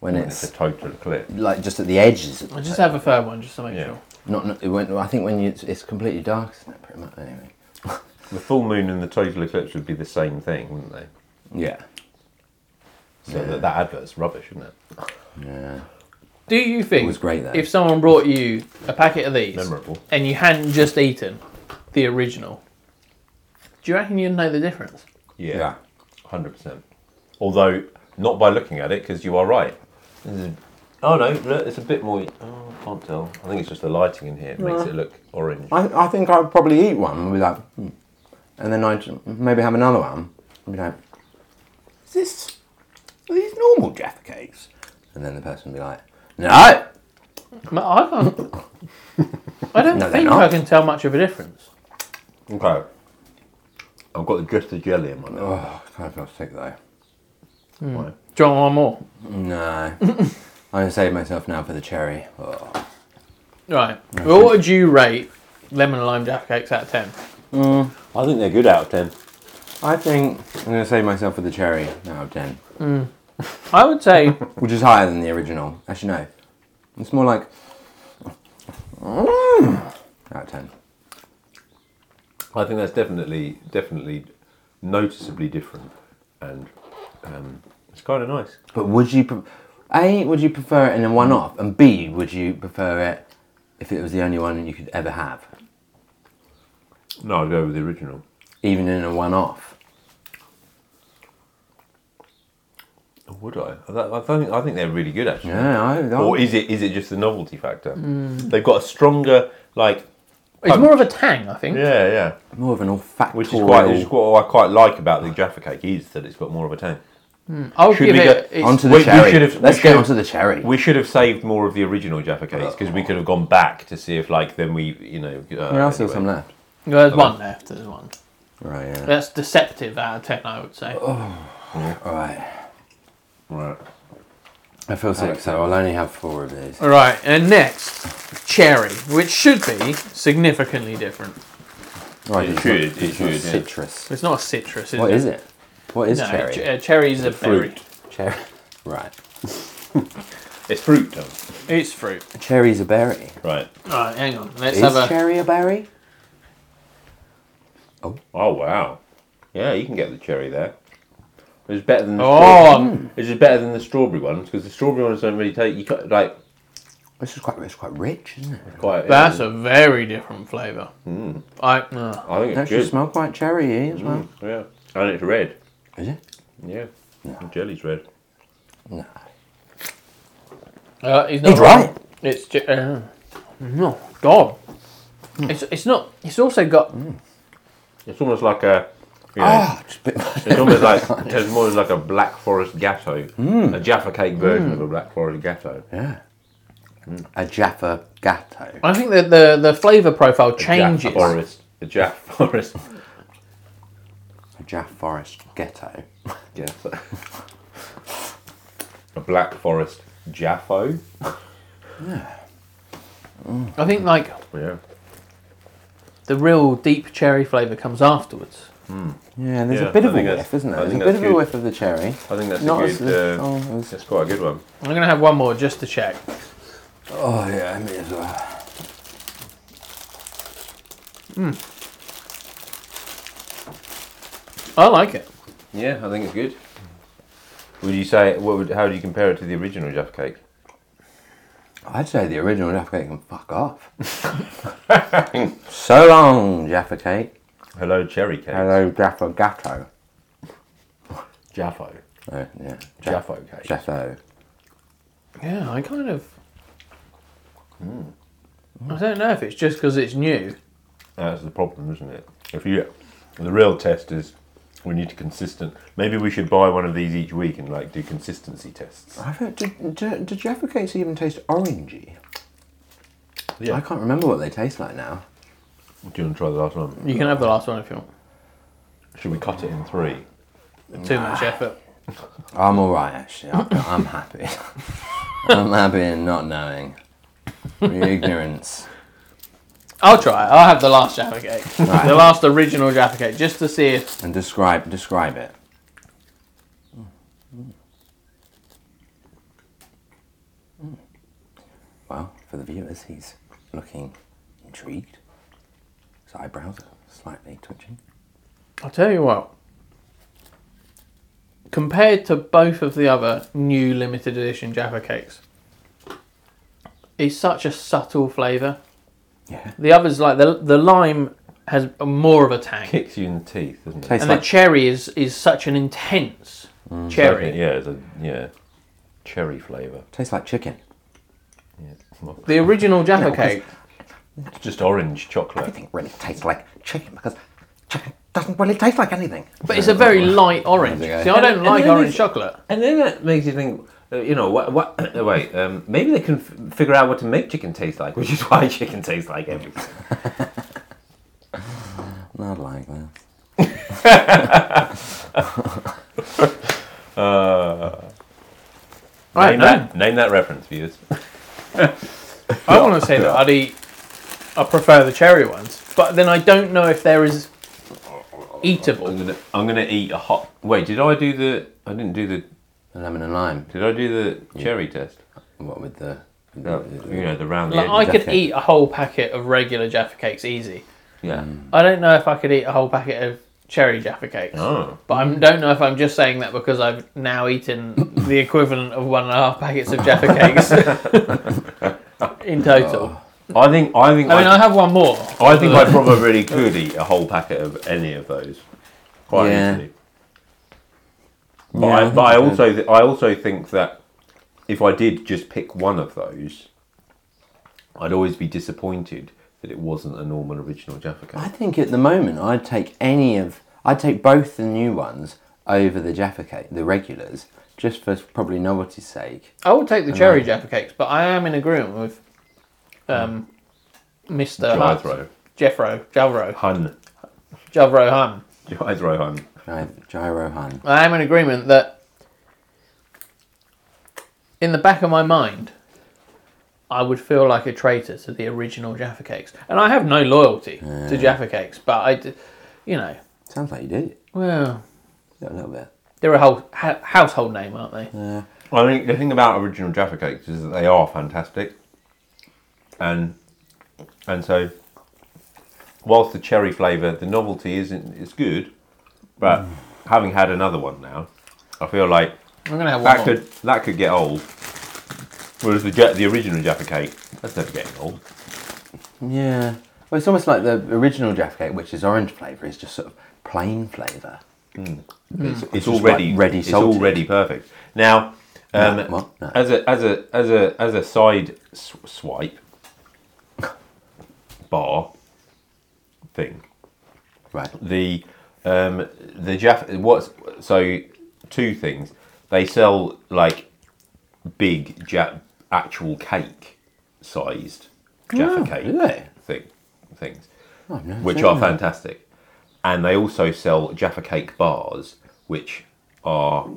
Speaker 3: when
Speaker 2: it's a
Speaker 3: it's
Speaker 2: total eclipse.
Speaker 3: like just at the edges.
Speaker 1: I just have a third one just to make
Speaker 2: Yeah.
Speaker 1: sure.
Speaker 3: Not, not it won't- I think when you, it's, it's completely dark, isn't it? Pretty much anyway.
Speaker 2: The full moon and the total eclipse would be the same thing, wouldn't they?
Speaker 3: Yeah.
Speaker 2: So that, that advert's rubbish, isn't it?
Speaker 3: Yeah.
Speaker 1: Do you think
Speaker 3: was great, though.
Speaker 1: if someone brought you a packet of these
Speaker 2: Memorable.
Speaker 1: and you hadn't just eaten the original, do you reckon you'd know the difference?
Speaker 2: Yeah, hundred percent. Although not by looking at it, because you are right. This is- Oh no, look, it's a bit more. Oh, I can't tell. I think it's just the lighting in here makes it look orange.
Speaker 3: I, I think I would probably eat one and be like, hmm. and then I'd maybe have another one and be like, is this, are these normal Jaffa cakes? And then the person would be like, no,
Speaker 1: Ma- I can't. I don't
Speaker 3: No, they're
Speaker 1: think
Speaker 3: not.
Speaker 1: I can tell much of a difference.
Speaker 2: Okay. I've got just the jelly in my mouth.
Speaker 3: Oh, I kind of feel sick though.
Speaker 2: Right.
Speaker 1: Do you want one more?
Speaker 3: No. I'm going to save myself now for the cherry. Oh.
Speaker 1: Right. Well, what would you rate lemon and lime jaffa cakes out of ten?
Speaker 2: I think they're good out of ten.
Speaker 3: I think I'm going to save myself for the cherry out of 10,
Speaker 1: I would say
Speaker 3: which is higher than the original. Actually, no. It's more like mm, out of 10.
Speaker 2: I think that's definitely, definitely, noticeably different, and um, it's kind of nice.
Speaker 3: But would you, pre- A, would you prefer it in a one off? And B, would you prefer it if it was the only one you could ever have?
Speaker 2: No, I'll go with the original.
Speaker 3: Even in a one off?
Speaker 2: Or Oh, would I? I don't- I think I think they're really good actually.
Speaker 3: Yeah, I, I,
Speaker 2: Or is it is it just the novelty factor? They've got a stronger like
Speaker 1: it's more of a tang. I think.
Speaker 2: yeah yeah,
Speaker 3: more of an olfactory.
Speaker 2: which is quite which is what I quite like about the Jaffa cake is that it's got more of a tang.
Speaker 1: I would
Speaker 2: Should
Speaker 1: give
Speaker 2: we
Speaker 1: it.
Speaker 2: go
Speaker 1: it's-
Speaker 3: Onto
Speaker 2: We-
Speaker 3: the
Speaker 2: we
Speaker 3: cherry.
Speaker 2: should've- we
Speaker 3: Let's get
Speaker 2: should've-
Speaker 3: onto the cherry.
Speaker 2: We should have saved more of the original Jaffa cakes because we could have gone back to see if like then we you know. Uh,
Speaker 3: there are still
Speaker 2: anyway.
Speaker 3: some left.
Speaker 1: there's one left. There's one.
Speaker 3: Right, yeah.
Speaker 1: That's deceptive out of ten. I would say.
Speaker 3: All right.
Speaker 2: Right.
Speaker 3: I feel sick, so I'll only have four of these.
Speaker 1: All right. And next, cherry, which should be significantly different.
Speaker 3: Right,
Speaker 2: It
Speaker 3: it's
Speaker 2: should,
Speaker 3: not-
Speaker 2: it
Speaker 3: it's not
Speaker 2: should, yeah.
Speaker 3: Citrus.
Speaker 1: It's not a citrus. Is
Speaker 3: What
Speaker 1: it?
Speaker 3: is it? What is
Speaker 1: No,
Speaker 3: cherry?
Speaker 1: ch- uh, cherry's a berry.
Speaker 2: Fruit.
Speaker 3: cherry. Right.
Speaker 2: It's fruit. Tom.
Speaker 1: It's fruit.
Speaker 3: Cherry's a berry.
Speaker 2: Right.
Speaker 1: All right. Hang on. Let's
Speaker 3: is
Speaker 1: have a.
Speaker 3: cherry a berry?
Speaker 2: Oh wow. Yeah, you can get the cherry there. It's better than the
Speaker 1: Oh,
Speaker 2: strawberry. It's just better than the strawberry ones because the strawberry ones don't really take you got like
Speaker 3: This is quite, it's quite rich, isn't it?
Speaker 2: quite. um,
Speaker 1: that's a very different flavour.
Speaker 3: Hmm.
Speaker 1: I. uh,
Speaker 2: I think
Speaker 3: It
Speaker 2: it's
Speaker 3: actually
Speaker 2: good.
Speaker 3: smell quite cherry as well.
Speaker 2: Yeah, and it's red.
Speaker 3: Is it?
Speaker 2: Mm. Yeah, the jelly's red.
Speaker 3: No.
Speaker 1: uh, he's not
Speaker 3: He's right.
Speaker 1: It's. Ch- uh, no. God,
Speaker 3: Hmm.
Speaker 1: it's it's not. It's also got
Speaker 2: It's almost like a. You know,
Speaker 3: Ah,
Speaker 2: it's almost like it's more like a black forest gatto,
Speaker 3: Hmm.
Speaker 2: a jaffa cake version of a black forest gatto.
Speaker 3: A Jaffa Gatto.
Speaker 1: I think that the the flavour profile changes.
Speaker 2: Jaffa forest, a jaffa forest
Speaker 3: A Jaffa Forest Ghetto.
Speaker 2: gatto, a black forest jaffo.
Speaker 1: I think like
Speaker 2: Yeah,
Speaker 1: the real deep cherry flavour comes afterwards.
Speaker 3: Yeah, there's
Speaker 2: Yeah,
Speaker 3: a bit
Speaker 2: I
Speaker 3: of a
Speaker 2: think that's-
Speaker 3: whiff, isn't there?
Speaker 2: I
Speaker 3: There's a
Speaker 2: think
Speaker 3: bit of
Speaker 2: that's
Speaker 3: a
Speaker 2: good.
Speaker 3: whiff of the cherry.
Speaker 2: I think that's
Speaker 3: Not
Speaker 2: a
Speaker 3: as
Speaker 2: good.
Speaker 3: the-
Speaker 2: Uh,
Speaker 3: oh, it was-
Speaker 2: That's quite a good one.
Speaker 1: I'm gonna have one more just to check.
Speaker 3: Oh, yeah, I may as
Speaker 2: uh,
Speaker 3: well.
Speaker 1: I like it.
Speaker 2: Yeah, I think it's good. Would you say what would? How do you compare it to the original jaffa cake?
Speaker 3: I'd say the original Jaffa Cake can fuck off. so long, Jaffa Cake.
Speaker 2: Hello, cherry cake.
Speaker 3: Hello, Jaffa Gatto.
Speaker 2: Jaffo.
Speaker 3: Oh, yeah. Jaffa.
Speaker 2: Jaffo cake.
Speaker 3: Jaffo.
Speaker 1: Yeah, I kind of. I don't know if it's just because it's new.
Speaker 2: That's the problem, isn't it? If you, the real test is we need to consistent. Maybe we should buy one of these each week and like do consistency tests.
Speaker 3: I don't, do, do, do Jaffa Cakes even taste orangey?
Speaker 2: Yeah.
Speaker 3: I can't remember what they taste like now.
Speaker 2: Do you want to try the last one?
Speaker 1: You can have the last one if you want.
Speaker 2: Should we cut it in three?
Speaker 1: Too much effort.
Speaker 3: I'm alright, actually. I, I'm happy. I'm happy in not knowing. The ignorance.
Speaker 1: I'll try it. I'll have the last Jaffa cake, the last original Jaffa cake, just to see if
Speaker 3: And describe describe it. Well, for the viewers, he's looking intrigued. His eyebrows are slightly twitching.
Speaker 1: I'll tell you what. Compared to both of the other new limited edition Jaffa cakes, it's such a subtle flavour.
Speaker 3: Yeah.
Speaker 1: The others, like the the lime, has a- more of a tang,
Speaker 2: Kicks you in the teeth, doesn't it?
Speaker 3: Tastes
Speaker 1: and
Speaker 3: like
Speaker 1: the cherry is is such an intense
Speaker 2: Mm,
Speaker 1: cherry.
Speaker 2: Yeah, it's a yeah, cherry flavour.
Speaker 3: tastes like chicken.
Speaker 2: Yeah. Well,
Speaker 1: The original Jaffa cake,
Speaker 2: it's just orange chocolate.
Speaker 3: Everything really tastes like chicken because chicken doesn't really taste like anything.
Speaker 1: but it's a very light orange. See, I
Speaker 2: And-
Speaker 1: don't
Speaker 2: and
Speaker 1: like
Speaker 2: then
Speaker 1: orange
Speaker 2: it's-
Speaker 1: chocolate.
Speaker 2: And then that makes you think, uh, you know, what? what uh, wait, um, maybe they can f- figure out what to make chicken taste like, which is why chicken tastes like everything.
Speaker 3: Not like that.
Speaker 1: Right,
Speaker 2: name
Speaker 1: no.
Speaker 2: that. Name that reference, viewers.
Speaker 1: I want to say that I'd eat. I prefer the cherry ones, but then I don't know if there is
Speaker 2: I'm
Speaker 1: eatable.
Speaker 2: gonna, I'm gonna eat a hot. Wait, did I do the? I didn't do the.
Speaker 3: The lemon and lime.
Speaker 2: Did I do the cherry test?
Speaker 3: What with the
Speaker 2: You know, the round.
Speaker 1: Like,
Speaker 2: the
Speaker 1: I
Speaker 2: edges.
Speaker 1: could
Speaker 3: definitely.
Speaker 1: eat a whole packet of regular Jaffa cakes easy.
Speaker 2: Yeah.
Speaker 1: I don't know if I could eat a whole packet of cherry Jaffa cakes.
Speaker 2: Oh.
Speaker 1: But I don't know if I'm just saying that because I've now eaten the equivalent of one and a half packets of Jaffa cakes in total.
Speaker 2: I think. I think.
Speaker 1: I mean, I have one more.
Speaker 2: I think I probably could eat a whole packet of any of those quite
Speaker 3: Yeah.
Speaker 2: easily. But, I, but I also, th- I also think that if I did just pick one of those, I'd always be disappointed that it wasn't a normal original Jaffa
Speaker 3: I
Speaker 2: cake.
Speaker 3: think at the moment I'd take any of I'd take both the new ones over the Jaffa cake, the regulars, just for probably novelty's sake.
Speaker 1: I would take the cherry Jaffa cakes, but I am in agreement with um, Mr. Hart-
Speaker 2: Jethro,
Speaker 1: Jeffro, Jalro,
Speaker 2: Hun,
Speaker 1: Jalro Hun.
Speaker 2: Jethro Hun.
Speaker 3: Gy- Gyro Hun.
Speaker 1: I am in agreement that in the back of my mind, I would feel like a traitor to the original Jaffa Cakes. And I have no loyalty to Jaffa Cakes, but I, d- you know,
Speaker 3: Sounds like you did
Speaker 1: well,
Speaker 3: a little bit.
Speaker 1: they're a whole ha- household name, aren't they?
Speaker 2: I think the thing about original Jaffa cakes is that they are fantastic, and and so whilst the cherry flavour, the novelty isn't is good, but having had another one now, I feel like
Speaker 1: I'm going to have one
Speaker 2: that
Speaker 1: more.
Speaker 2: could that could get old. Whereas the Ja- the original Jaffa cake, that's never getting old.
Speaker 3: Yeah. Well, it's almost like the original Jaffa cake, which is orange flavour, is just sort of plain flavour.
Speaker 2: It's,
Speaker 3: just
Speaker 2: already
Speaker 3: like ready
Speaker 2: It's
Speaker 3: salted.
Speaker 2: already perfect. Now, um,
Speaker 3: No, what? No.
Speaker 2: as a as a as a as a side sw- swipe, bar thing.
Speaker 3: Right.
Speaker 2: The um, the Jap- what's so two things they sell like big ja- actual cake sized Jaffa cake
Speaker 3: do they?
Speaker 2: thing things,
Speaker 3: Oh, I've never
Speaker 2: which
Speaker 3: seen
Speaker 2: are
Speaker 3: that.
Speaker 2: fantastic, and they also sell Jaffa cake bars, which are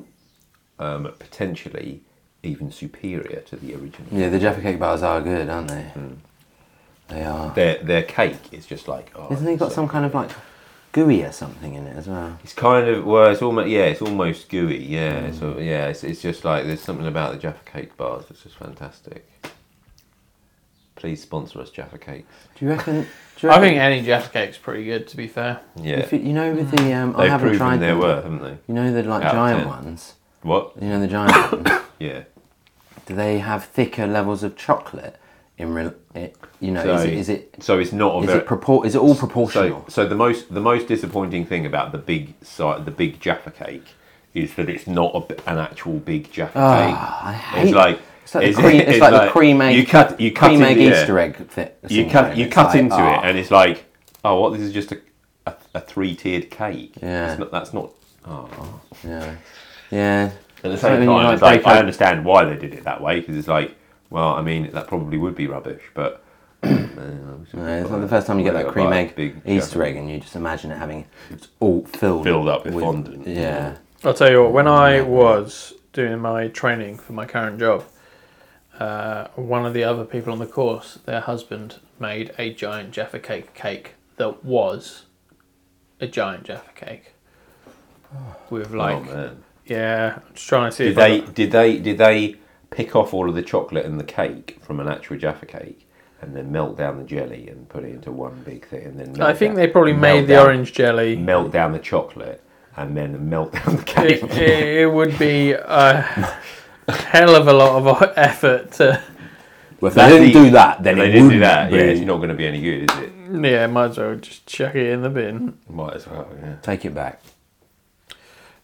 Speaker 2: um, potentially even superior to the original.
Speaker 3: Yeah, the Jaffa cake bars are good, aren't they?
Speaker 2: Hmm.
Speaker 3: They are.
Speaker 2: Their their cake is just like oh,
Speaker 3: Isn't he got
Speaker 2: so-
Speaker 3: some kind of like gooey or something in it as well?
Speaker 2: It's kind of well, it's almost yeah, it's almost gooey. Yeah,
Speaker 3: Mm.
Speaker 2: so yeah, it's, it's just like there's something about the Jaffa cake bars that's just fantastic. Please sponsor us, Jaffa cakes.
Speaker 3: Do you reckon? Do you
Speaker 1: I
Speaker 3: reckon
Speaker 1: think any Jaffa cake's pretty good, to be fair.
Speaker 2: Yeah,
Speaker 3: If you, you know with the um, I
Speaker 2: they've
Speaker 3: haven't
Speaker 2: proven
Speaker 3: tried
Speaker 2: their
Speaker 3: them.
Speaker 2: worth, haven't they?
Speaker 3: You know the like
Speaker 2: Out of
Speaker 3: giant
Speaker 2: 10.
Speaker 3: ones.
Speaker 2: What?
Speaker 3: You know the giant ones.
Speaker 2: Yeah,
Speaker 3: Do they have thicker levels of chocolate? In real, it, you know,
Speaker 2: So-
Speaker 3: is, it, is it
Speaker 2: so it's not a
Speaker 3: is
Speaker 2: very,
Speaker 3: it propor- is it all
Speaker 2: so,
Speaker 3: proportional?
Speaker 2: so the most the most disappointing thing about the big si- the big Jaffa cake is that it's not a b an actual big Jaffa
Speaker 3: Ah,
Speaker 2: cake.
Speaker 3: I
Speaker 2: it's
Speaker 3: hate-
Speaker 2: like
Speaker 3: it's like, the, cream, it's like the cream egg.
Speaker 2: You cut you cut
Speaker 3: cream
Speaker 2: into-
Speaker 3: egg
Speaker 2: yeah.
Speaker 3: Easter egg. Thi-
Speaker 2: you
Speaker 3: syndrome.
Speaker 2: cut you
Speaker 3: It's
Speaker 2: cut
Speaker 3: like,
Speaker 2: into
Speaker 3: ah.
Speaker 2: it and it's like oh what this is just a, a, a three tiered cake
Speaker 3: Yeah.
Speaker 2: it's not, that's not oh.
Speaker 3: Yeah. Yeah.
Speaker 2: at the
Speaker 3: So when
Speaker 2: same
Speaker 3: you,
Speaker 2: time it's like
Speaker 3: bake
Speaker 2: I
Speaker 3: up-
Speaker 2: understand why they did it that way because it's like well I mean that probably would be rubbish but no,
Speaker 3: No, it's not the first time you get that cream egg Easter egg and you just imagine it having it's all filled
Speaker 2: Filled up with fondant. Mm.
Speaker 3: Yeah.
Speaker 1: I'll tell you what, when I was doing my training for my current job, uh, one of the other people on the course, their husband made a giant Jaffa cake cake that was a giant Jaffa cake. With like,
Speaker 2: oh man
Speaker 1: yeah, I'm just trying to see
Speaker 2: did
Speaker 1: if I-
Speaker 2: they did they did they pick off all of the chocolate and the cake from an actual Jaffa cake and then melt down the jelly and put it into one big thing and then
Speaker 1: I
Speaker 2: melt
Speaker 1: think
Speaker 2: down-
Speaker 1: they probably
Speaker 2: melt
Speaker 1: made the
Speaker 2: down-
Speaker 1: orange jelly.
Speaker 2: melt down the chocolate and then melt down the cake.
Speaker 1: it, it, it would be a hell of a lot of effort to.
Speaker 3: Well, if
Speaker 2: That's
Speaker 3: they didn't
Speaker 2: the-
Speaker 3: do that, then
Speaker 2: And they
Speaker 3: it
Speaker 2: didn't do
Speaker 3: wouldn't
Speaker 2: that. Yeah,
Speaker 3: be-
Speaker 2: it's not going to be any good, is it?
Speaker 1: Yeah, might as well just chuck it in the bin.
Speaker 2: Might as well. Yeah.
Speaker 3: Take it back.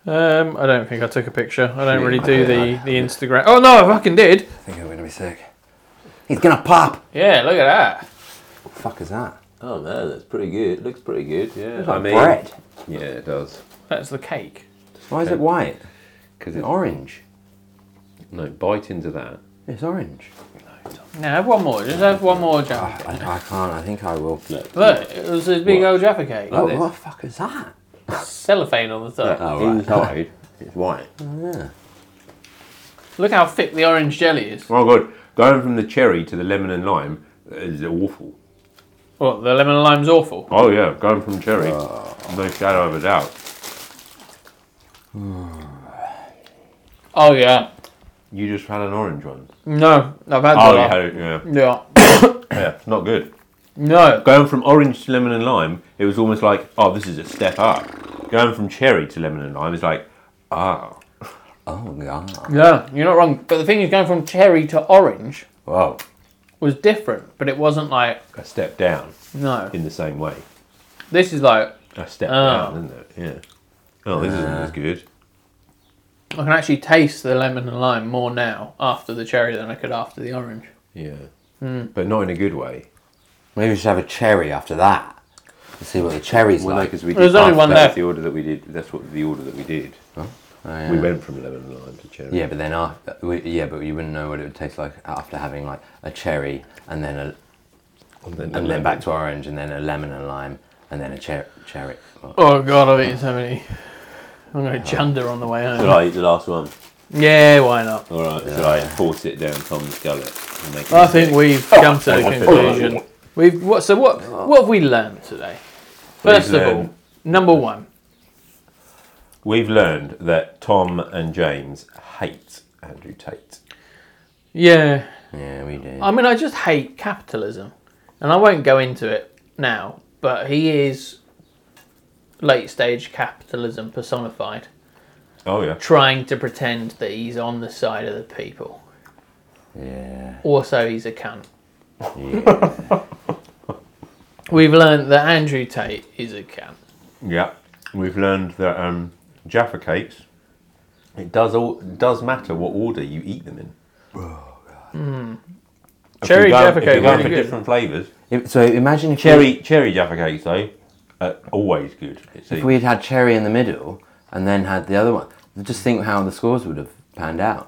Speaker 1: Um, I don't think I took a picture. I don't really
Speaker 2: I
Speaker 1: do
Speaker 2: did,
Speaker 1: the, the Instagram. Oh no, I fucking did.
Speaker 3: I think I'm gonna be sick. He's gonna pop.
Speaker 1: Yeah, look at that.
Speaker 3: What the fuck is that?
Speaker 2: Oh man, that's pretty good. looks pretty good. Yeah. I mean,
Speaker 3: bread.
Speaker 2: yeah, it does.
Speaker 1: That's the cake.
Speaker 3: Why is it white?
Speaker 2: Because
Speaker 3: Is it
Speaker 2: it's
Speaker 3: orange?
Speaker 2: no bite into that.
Speaker 3: It's orange.
Speaker 1: Now have one more. Just have one more
Speaker 3: I,
Speaker 1: Jaffa.
Speaker 3: I, I can't. I think I will.
Speaker 1: Look, it was a big old Jaffa cake.
Speaker 3: Oh, what the fuck is that?
Speaker 1: Cellophane on the top.
Speaker 3: Oh, right.
Speaker 2: Inside, it's white.
Speaker 1: Look how thick the orange jelly is.
Speaker 2: Oh god, going from the cherry to the lemon and lime is awful.
Speaker 1: What? The lemon and lime's awful.
Speaker 2: Oh yeah, going from cherry, no shadow of a doubt.
Speaker 1: Oh yeah.
Speaker 2: You just had an orange one.
Speaker 1: No, I've had
Speaker 2: Oh,
Speaker 1: the
Speaker 2: you
Speaker 1: lot.
Speaker 2: had it, yeah,
Speaker 1: Yeah.
Speaker 2: yeah, it's not good.
Speaker 1: No.
Speaker 2: Going from orange to lemon and lime, it was almost like, oh, this is a step up. Going from cherry to lemon and lime is like, ah,
Speaker 3: Oh god.
Speaker 1: Yeah, you're not wrong. But the thing is, going from cherry to orange
Speaker 2: wow,
Speaker 1: was different, but it wasn't like
Speaker 2: a step down.
Speaker 1: no.
Speaker 2: in the same way.
Speaker 1: This is like
Speaker 2: A step
Speaker 1: Oh.
Speaker 2: down, isn't it? Ah. Yeah. Oh, this isn't as good.
Speaker 1: I can actually taste the lemon and lime more now after the cherry than I could after the orange.
Speaker 2: Yeah. But not in a good way.
Speaker 3: Maybe we should have a cherry after that. Let's see what the cherry's
Speaker 2: Well, no,
Speaker 3: like.
Speaker 2: because we
Speaker 1: There's
Speaker 2: did-
Speaker 1: only one
Speaker 2: that's
Speaker 1: left.
Speaker 2: The order that we did. That's what the order that we did.
Speaker 3: Oh, yeah.
Speaker 2: We went from lemon and lime to cherry.
Speaker 3: Yeah, but then after, we- yeah, but you wouldn't know what it would taste like after having like a cherry and then a,
Speaker 2: and then,
Speaker 3: and then back to orange and then a lemon and lime and then a cher- cherry. Well,
Speaker 1: Oh god, I've eaten so many. I'm going to chunder on the way home.
Speaker 2: Should I eat the last one?
Speaker 1: Yeah, why not?
Speaker 2: All right. Should I force it down Tom's gullet? And make
Speaker 1: I think we've come to the
Speaker 2: I think-
Speaker 1: conclusion. We've what? So what? What have we learned today? First of all,
Speaker 2: learned-
Speaker 1: number one,
Speaker 2: we've learned that Tom and James hate Andrew Tate.
Speaker 1: yeah,
Speaker 3: yeah, we do.
Speaker 1: I mean, I just hate capitalism, and I won't go into it now. But he is late stage capitalism personified,
Speaker 2: Oh yeah.
Speaker 1: trying to pretend that he's on the side of the people.
Speaker 3: yeah,
Speaker 1: Also, he's a cunt.
Speaker 3: yeah.
Speaker 1: We've learned that Andrew Tate is a cunt.
Speaker 2: Yeah, we've learned that um, Jaffa cakes. It does all does matter what order you eat them in. If you're
Speaker 1: Cherry
Speaker 2: going-
Speaker 1: Jaffa
Speaker 2: if you're
Speaker 1: cake,
Speaker 2: going
Speaker 1: really
Speaker 2: for
Speaker 1: good.
Speaker 2: different flavors.
Speaker 3: If- So imagine if we-
Speaker 2: Cherry cherry jaffa cakes though, uh, always good. It seems.
Speaker 3: if we'd had cherry in the middle and then had the other one. Just think how the scores would have panned out.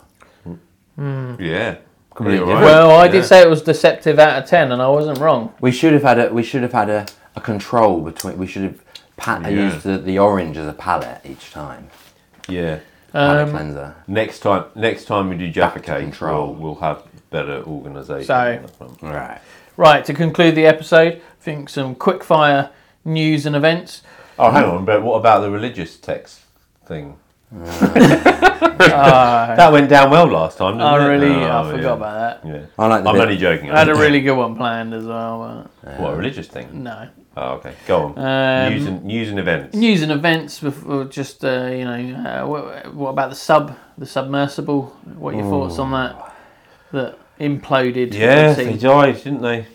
Speaker 2: yeah.
Speaker 3: Completely
Speaker 2: Yeah,
Speaker 3: different.
Speaker 1: Well, I
Speaker 2: Yeah.
Speaker 1: did say it was deceptive out of ten, and I wasn't wrong.
Speaker 3: We should have had a we should have had a, a control between. We should have pa- used the, the orange as a palette each time.
Speaker 2: Yeah.
Speaker 3: Palette cleanser.
Speaker 2: Next time, next time we do jaffa cakes,
Speaker 3: control.
Speaker 2: we'll, we'll have better organisation.
Speaker 1: So-
Speaker 2: on that front.
Speaker 3: Right.
Speaker 1: Right to conclude the episode, I think some quick fire news and events.
Speaker 2: Oh, hang on, but what about the religious text thing? that went down well last time, didn't
Speaker 1: I
Speaker 2: it?
Speaker 1: Uh, really,
Speaker 2: Oh,
Speaker 1: I forgot
Speaker 2: yeah.
Speaker 1: about that.
Speaker 2: Yeah.
Speaker 3: I like the
Speaker 2: I'm
Speaker 3: bit-
Speaker 2: only joking.
Speaker 1: I had a really good one planned as well.
Speaker 2: what a religious thing?
Speaker 1: But no.
Speaker 2: Oh, okay. Go on.
Speaker 1: Um,
Speaker 2: news and news and events.
Speaker 1: News and events. Before, just uh, you know, uh, what, what about the sub, the submersible? What are your thoughts on that? That imploded.
Speaker 2: yeah,
Speaker 1: at sea?
Speaker 2: they died, didn't they?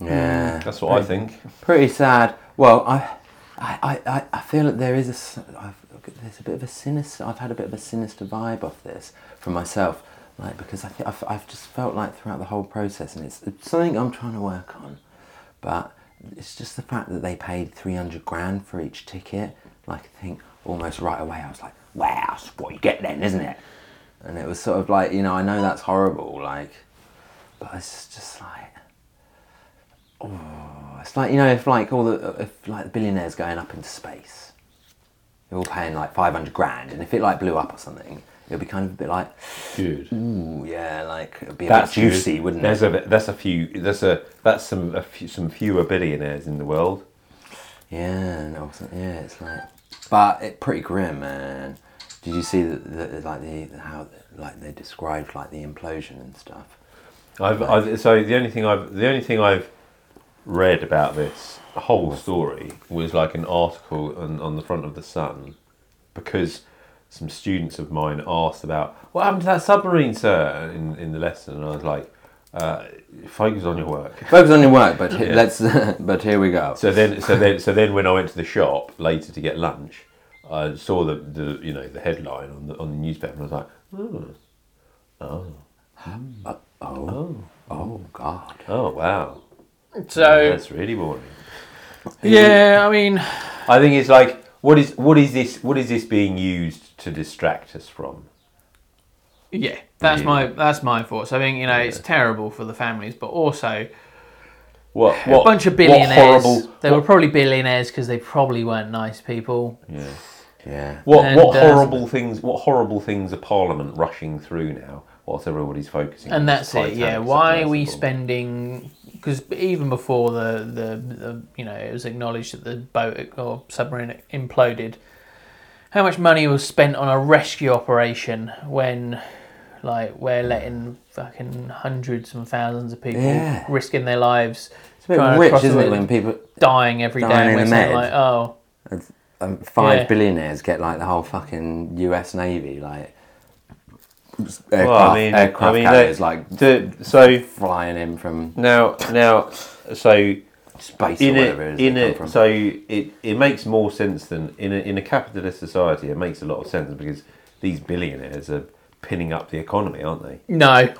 Speaker 3: Yeah.
Speaker 2: That's what I think.
Speaker 3: pretty sad. Well, I, I, I- I, I feel that there is a, s- I've, there's a bit of a sinister. I've had a bit of a sinister vibe off this from myself, like because I think I've, I've just felt like throughout the whole process, and it's, it's something I'm trying to work on, but it's just the fact that they paid three hundred grand for each ticket. Like I think almost right away, I was like, "Wow, that's what you get then, isn't it?" And it was sort of like, you know, I know that's horrible, like, but it's just like. It's like you know, if like all the if like the billionaires going up into space, they're all paying like five hundred grand, and if it like blew up or something, it'd be kind of a bit like,
Speaker 2: Good.
Speaker 1: Mm.
Speaker 3: ooh yeah, like it'd be a
Speaker 2: That's
Speaker 3: bit juicy,
Speaker 2: good.
Speaker 3: wouldn't
Speaker 2: There's
Speaker 3: it?
Speaker 2: a that's a few that's a that's some a few, some fewer billionaires in the world.
Speaker 3: yeah, and also, yeah, it's like, but it pretty grim, man. Did you see the, the like the how like they described like the implosion and stuff?
Speaker 2: I've, I've so the only thing I've the only thing I've read about this whole story was like an article on, on the front of the Sun because some students of mine asked about what happened to that submarine, sir, in, in the lesson, and I was like, uh, focus on your work.
Speaker 3: Focus on your work, but he-
Speaker 2: Yeah.
Speaker 3: let's. but here we go.
Speaker 2: So then, so then, so then, when I went to the shop later to get lunch, I saw the, the you know the headline on the on the newspaper, and I was like, "Hmm.
Speaker 3: oh God.
Speaker 2: oh wow,
Speaker 1: So
Speaker 2: that's really boring.
Speaker 1: yeah, I mean,
Speaker 2: I think it's like what is what is this what is this being used to distract us from?
Speaker 1: Yeah, that's
Speaker 2: Yeah.
Speaker 1: my that's my thoughts. I think you know it's terrible for the families, but also
Speaker 2: What,
Speaker 1: a
Speaker 2: what
Speaker 1: bunch of
Speaker 2: what
Speaker 1: billionaires.
Speaker 2: horrible-
Speaker 1: they
Speaker 2: what,
Speaker 1: were probably billionaires because they probably weren't nice people.
Speaker 3: Yeah.
Speaker 2: what,
Speaker 1: and,
Speaker 2: what
Speaker 1: uh,
Speaker 2: horrible things? What horrible things are Parliament rushing through now? Whilst everybody's focusing, on
Speaker 1: and
Speaker 2: this
Speaker 1: that's it. Yeah,
Speaker 2: Titanic
Speaker 1: why are we
Speaker 2: submersible?
Speaker 1: spending? Because even before the, the the you know it was acknowledged that the boat or submarine imploded, how much money was spent on a rescue operation when, like, we're letting fucking hundreds and thousands of people
Speaker 3: Yeah.
Speaker 1: risking their lives. It's
Speaker 3: A bit rich, isn't it, when people
Speaker 1: dying every day?
Speaker 3: Dying
Speaker 1: and
Speaker 3: in
Speaker 1: we're
Speaker 3: the
Speaker 1: saying,
Speaker 3: med.
Speaker 1: like, oh,
Speaker 3: um, five
Speaker 1: Yeah.
Speaker 3: billionaires get like the whole fucking U.S. Navy like aircraft,
Speaker 2: Well, I mean,
Speaker 3: aircraft
Speaker 2: I mean,
Speaker 3: carriers
Speaker 2: they-
Speaker 3: like
Speaker 2: to- so
Speaker 3: flying in from
Speaker 2: now now so
Speaker 3: space
Speaker 2: in
Speaker 3: or whatever
Speaker 2: it,
Speaker 3: it is
Speaker 2: in
Speaker 3: they come
Speaker 2: it
Speaker 3: from.
Speaker 2: so it, it makes more sense than in a, in a capitalist society it makes a lot of sense because these billionaires are pinning up the economy aren't they
Speaker 1: no,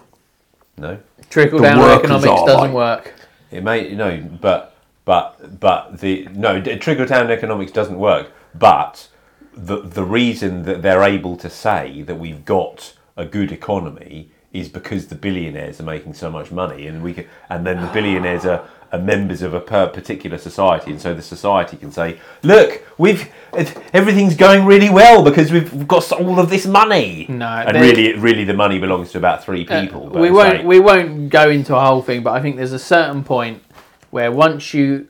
Speaker 2: no
Speaker 1: trickle down
Speaker 3: workers
Speaker 1: economics
Speaker 3: are
Speaker 1: doesn't
Speaker 3: like-
Speaker 1: work.
Speaker 2: it may you know but but but the no trickle down economics doesn't work but the the reason that they're able to say that we've got a good economy is because the billionaires are making so much money and we can, and then the billionaires are are members of a per particular society, and so the society can say, "Look, we've it- everything's going really well because we've got all of this money."
Speaker 1: No,
Speaker 2: and
Speaker 1: they-
Speaker 2: really, really, the money belongs to about three
Speaker 1: Uh,
Speaker 2: people. but
Speaker 1: we
Speaker 2: it's
Speaker 1: won't
Speaker 2: like-
Speaker 1: we won't go into a whole thing, but I think there's a certain point where once you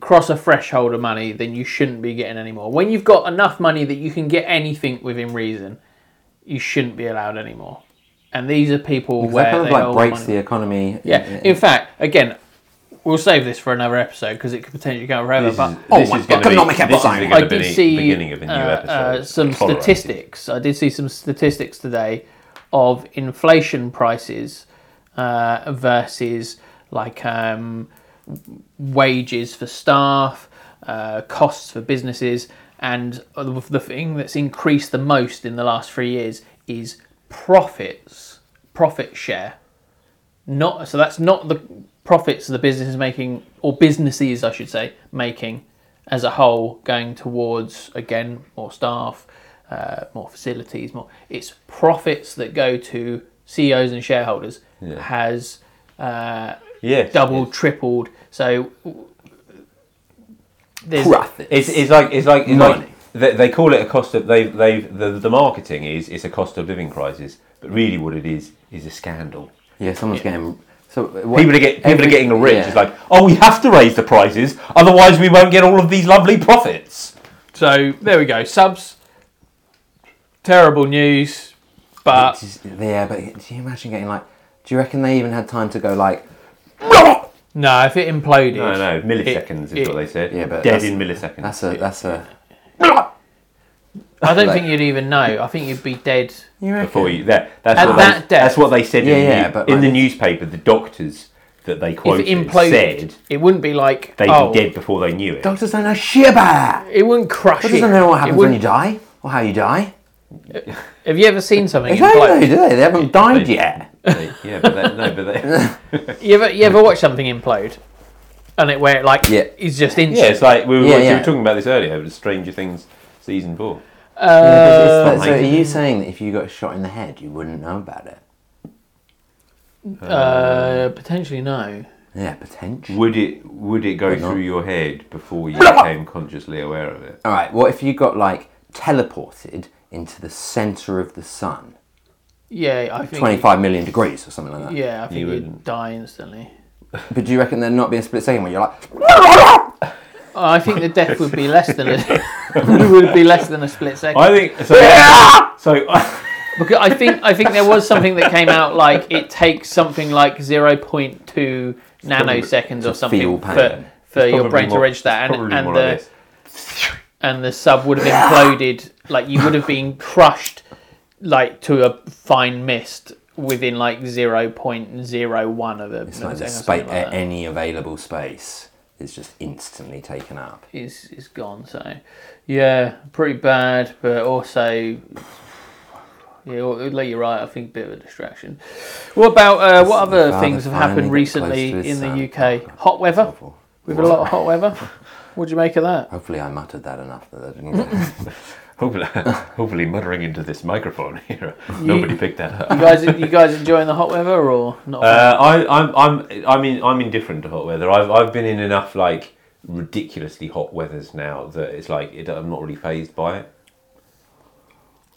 Speaker 1: cross a threshold of money, then you shouldn't be getting any more. When you've got enough money that you can get anything within reason, you shouldn't be allowed anymore. And these are people
Speaker 3: that
Speaker 1: where
Speaker 3: kind of
Speaker 1: they
Speaker 3: like
Speaker 1: hold
Speaker 3: breaks
Speaker 1: money.
Speaker 3: the economy.
Speaker 1: yeah. In fact, again, we'll save this for another episode because it could potentially go forever.
Speaker 2: This
Speaker 1: but
Speaker 2: is-
Speaker 3: Oh
Speaker 2: this
Speaker 3: my
Speaker 2: is gonna
Speaker 3: God, economic
Speaker 2: this is
Speaker 3: episode.
Speaker 2: gonna
Speaker 1: I
Speaker 2: be
Speaker 1: did
Speaker 2: the
Speaker 1: see
Speaker 2: beginning of a new
Speaker 1: uh, uh,
Speaker 2: episode.
Speaker 1: some
Speaker 2: Tolerate.
Speaker 1: statistics. I did see some statistics today of inflation prices uh, versus like um, wages for staff, uh, costs for businesses, and the the thing that's increased the most in the last three years is profits, profit share. Not so that's not the profits the business is making, or businesses, I should say, making as a whole, going towards again more staff, uh, more facilities, more. It's profits that go to CEOs and shareholders has uh,
Speaker 2: Yeah,
Speaker 1: doubled, tripled. So w- there's
Speaker 3: Profit.
Speaker 2: It's, it's like it's like it's
Speaker 3: Money.
Speaker 2: like they, they call it a cost of they they the, the marketing is it's a cost of living crisis, but really what it is is a scandal.
Speaker 3: Yeah, someone's getting. So what,
Speaker 2: People are get people
Speaker 3: every-
Speaker 2: are getting rich.
Speaker 3: yeah.
Speaker 2: It's like oh we have to raise the prices, otherwise we won't get all of these lovely profits.
Speaker 1: So there we go. Subs. Terrible news, but
Speaker 3: It's just- yeah, but do you imagine getting like? Do you reckon they even had time to go like?
Speaker 1: no, if it imploded,
Speaker 2: No, no, milliseconds is
Speaker 1: it-
Speaker 2: what they said.
Speaker 3: Yeah, but
Speaker 2: dead
Speaker 3: that's-
Speaker 2: in milliseconds.
Speaker 3: That's a that's a.
Speaker 1: I don't
Speaker 3: Like-
Speaker 1: think you'd even know. I think you'd be dead.
Speaker 3: You reckon?
Speaker 2: before you that that's
Speaker 1: At
Speaker 2: what
Speaker 1: that
Speaker 2: they,
Speaker 1: depth.
Speaker 2: that's what they said
Speaker 3: Yeah,
Speaker 2: in,
Speaker 3: yeah,
Speaker 2: the,
Speaker 3: but
Speaker 2: in
Speaker 3: like-
Speaker 2: the newspaper. The doctors that they
Speaker 1: If
Speaker 2: quoted
Speaker 1: it imploded,
Speaker 2: said
Speaker 1: it wouldn't be like
Speaker 2: they'd
Speaker 1: oh,
Speaker 2: be dead before they knew it.
Speaker 3: Doctors don't know shit about it.
Speaker 1: It wouldn't crush
Speaker 3: Doctors
Speaker 1: it.
Speaker 3: don't know what
Speaker 1: It
Speaker 3: happens when
Speaker 1: wouldn't-
Speaker 3: you die or how you die.
Speaker 1: Have you ever seen something
Speaker 3: They don't know,
Speaker 1: implode?
Speaker 3: do they? They haven't died yet.
Speaker 2: They- yeah, but that, no, but they,
Speaker 1: You ever you ever watch something implode, and it where it like
Speaker 3: Yeah.
Speaker 1: is just instant.
Speaker 2: Yeah, it's like we were,
Speaker 3: Yeah,
Speaker 2: we
Speaker 3: yeah.
Speaker 2: were talking about this earlier. It was Stranger Things season four.
Speaker 3: But- Uh, so are
Speaker 2: amazing.
Speaker 3: you saying that if you got shot in the head, you wouldn't know about it?
Speaker 1: Uh, potentially no.
Speaker 3: Yeah, potentially.
Speaker 2: Would it would it go
Speaker 3: not.
Speaker 2: through your head before you became consciously aware of it?
Speaker 3: All right. What if you got like teleported into the center of the sun,
Speaker 1: Yeah, I think.
Speaker 3: twenty-five million degrees or something like that?
Speaker 1: Yeah, I think you would
Speaker 2: wouldn't.
Speaker 1: die instantly.
Speaker 3: But do you reckon there'd not be a split second where you're like,
Speaker 1: Oh, I think the death would be less than a would be less than a split second.
Speaker 2: I think so. So
Speaker 1: Because I think I think there was something that came out like it takes something like zero point two nanoseconds or
Speaker 3: feel
Speaker 1: something
Speaker 3: pain.
Speaker 1: for, for your
Speaker 2: probably
Speaker 1: brain to
Speaker 2: more-
Speaker 1: register that, and,
Speaker 2: it's probably
Speaker 1: and
Speaker 2: more
Speaker 1: the
Speaker 2: like this.
Speaker 1: and the sub would have imploded. like you would have been crushed like to a fine mist within like zero point zero one of a.
Speaker 3: it's like the
Speaker 1: millisecond
Speaker 3: spa-
Speaker 1: or something like
Speaker 3: a-
Speaker 1: that.
Speaker 3: any available space is just instantly taken up.
Speaker 1: is is gone. So, yeah, pretty bad, but also, yeah, well, like you're right. I think a bit of a distraction. What about uh, what
Speaker 3: Listen,
Speaker 1: other
Speaker 3: father
Speaker 1: things have
Speaker 3: finally got
Speaker 1: happened
Speaker 3: close
Speaker 1: recently
Speaker 3: to his
Speaker 1: in
Speaker 3: son.
Speaker 1: the UK? Hot weather.
Speaker 3: Awful.
Speaker 1: We've had a lot of hot weather. What do you make of that?
Speaker 3: Hopefully, I muttered that enough that I didn't. Get
Speaker 2: Hopefully, hopefully muttering into this microphone here. Nobody picked that up.
Speaker 1: You guys, you guys enjoying the hot weather or not?
Speaker 2: Uh, I, I'm, I'm, I mean, I'm indifferent to hot weather. I've, I've been in enough like ridiculously hot weathers now that it's like it, I'm not really phased by it.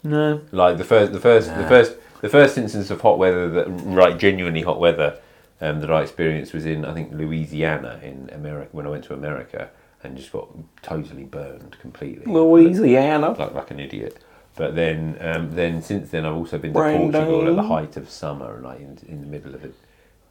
Speaker 1: no.
Speaker 2: Like the first, the first, the first, the first instance of hot weather that right, genuinely hot weather um, that I experienced was in I think Louisiana in America when I went to America and just got totally burned completely.
Speaker 4: Louisiana.
Speaker 2: Like like an idiot. But then, um, then since then, I've also been to
Speaker 4: Brandon.
Speaker 2: Portugal at the height of summer, like in, in the middle of it,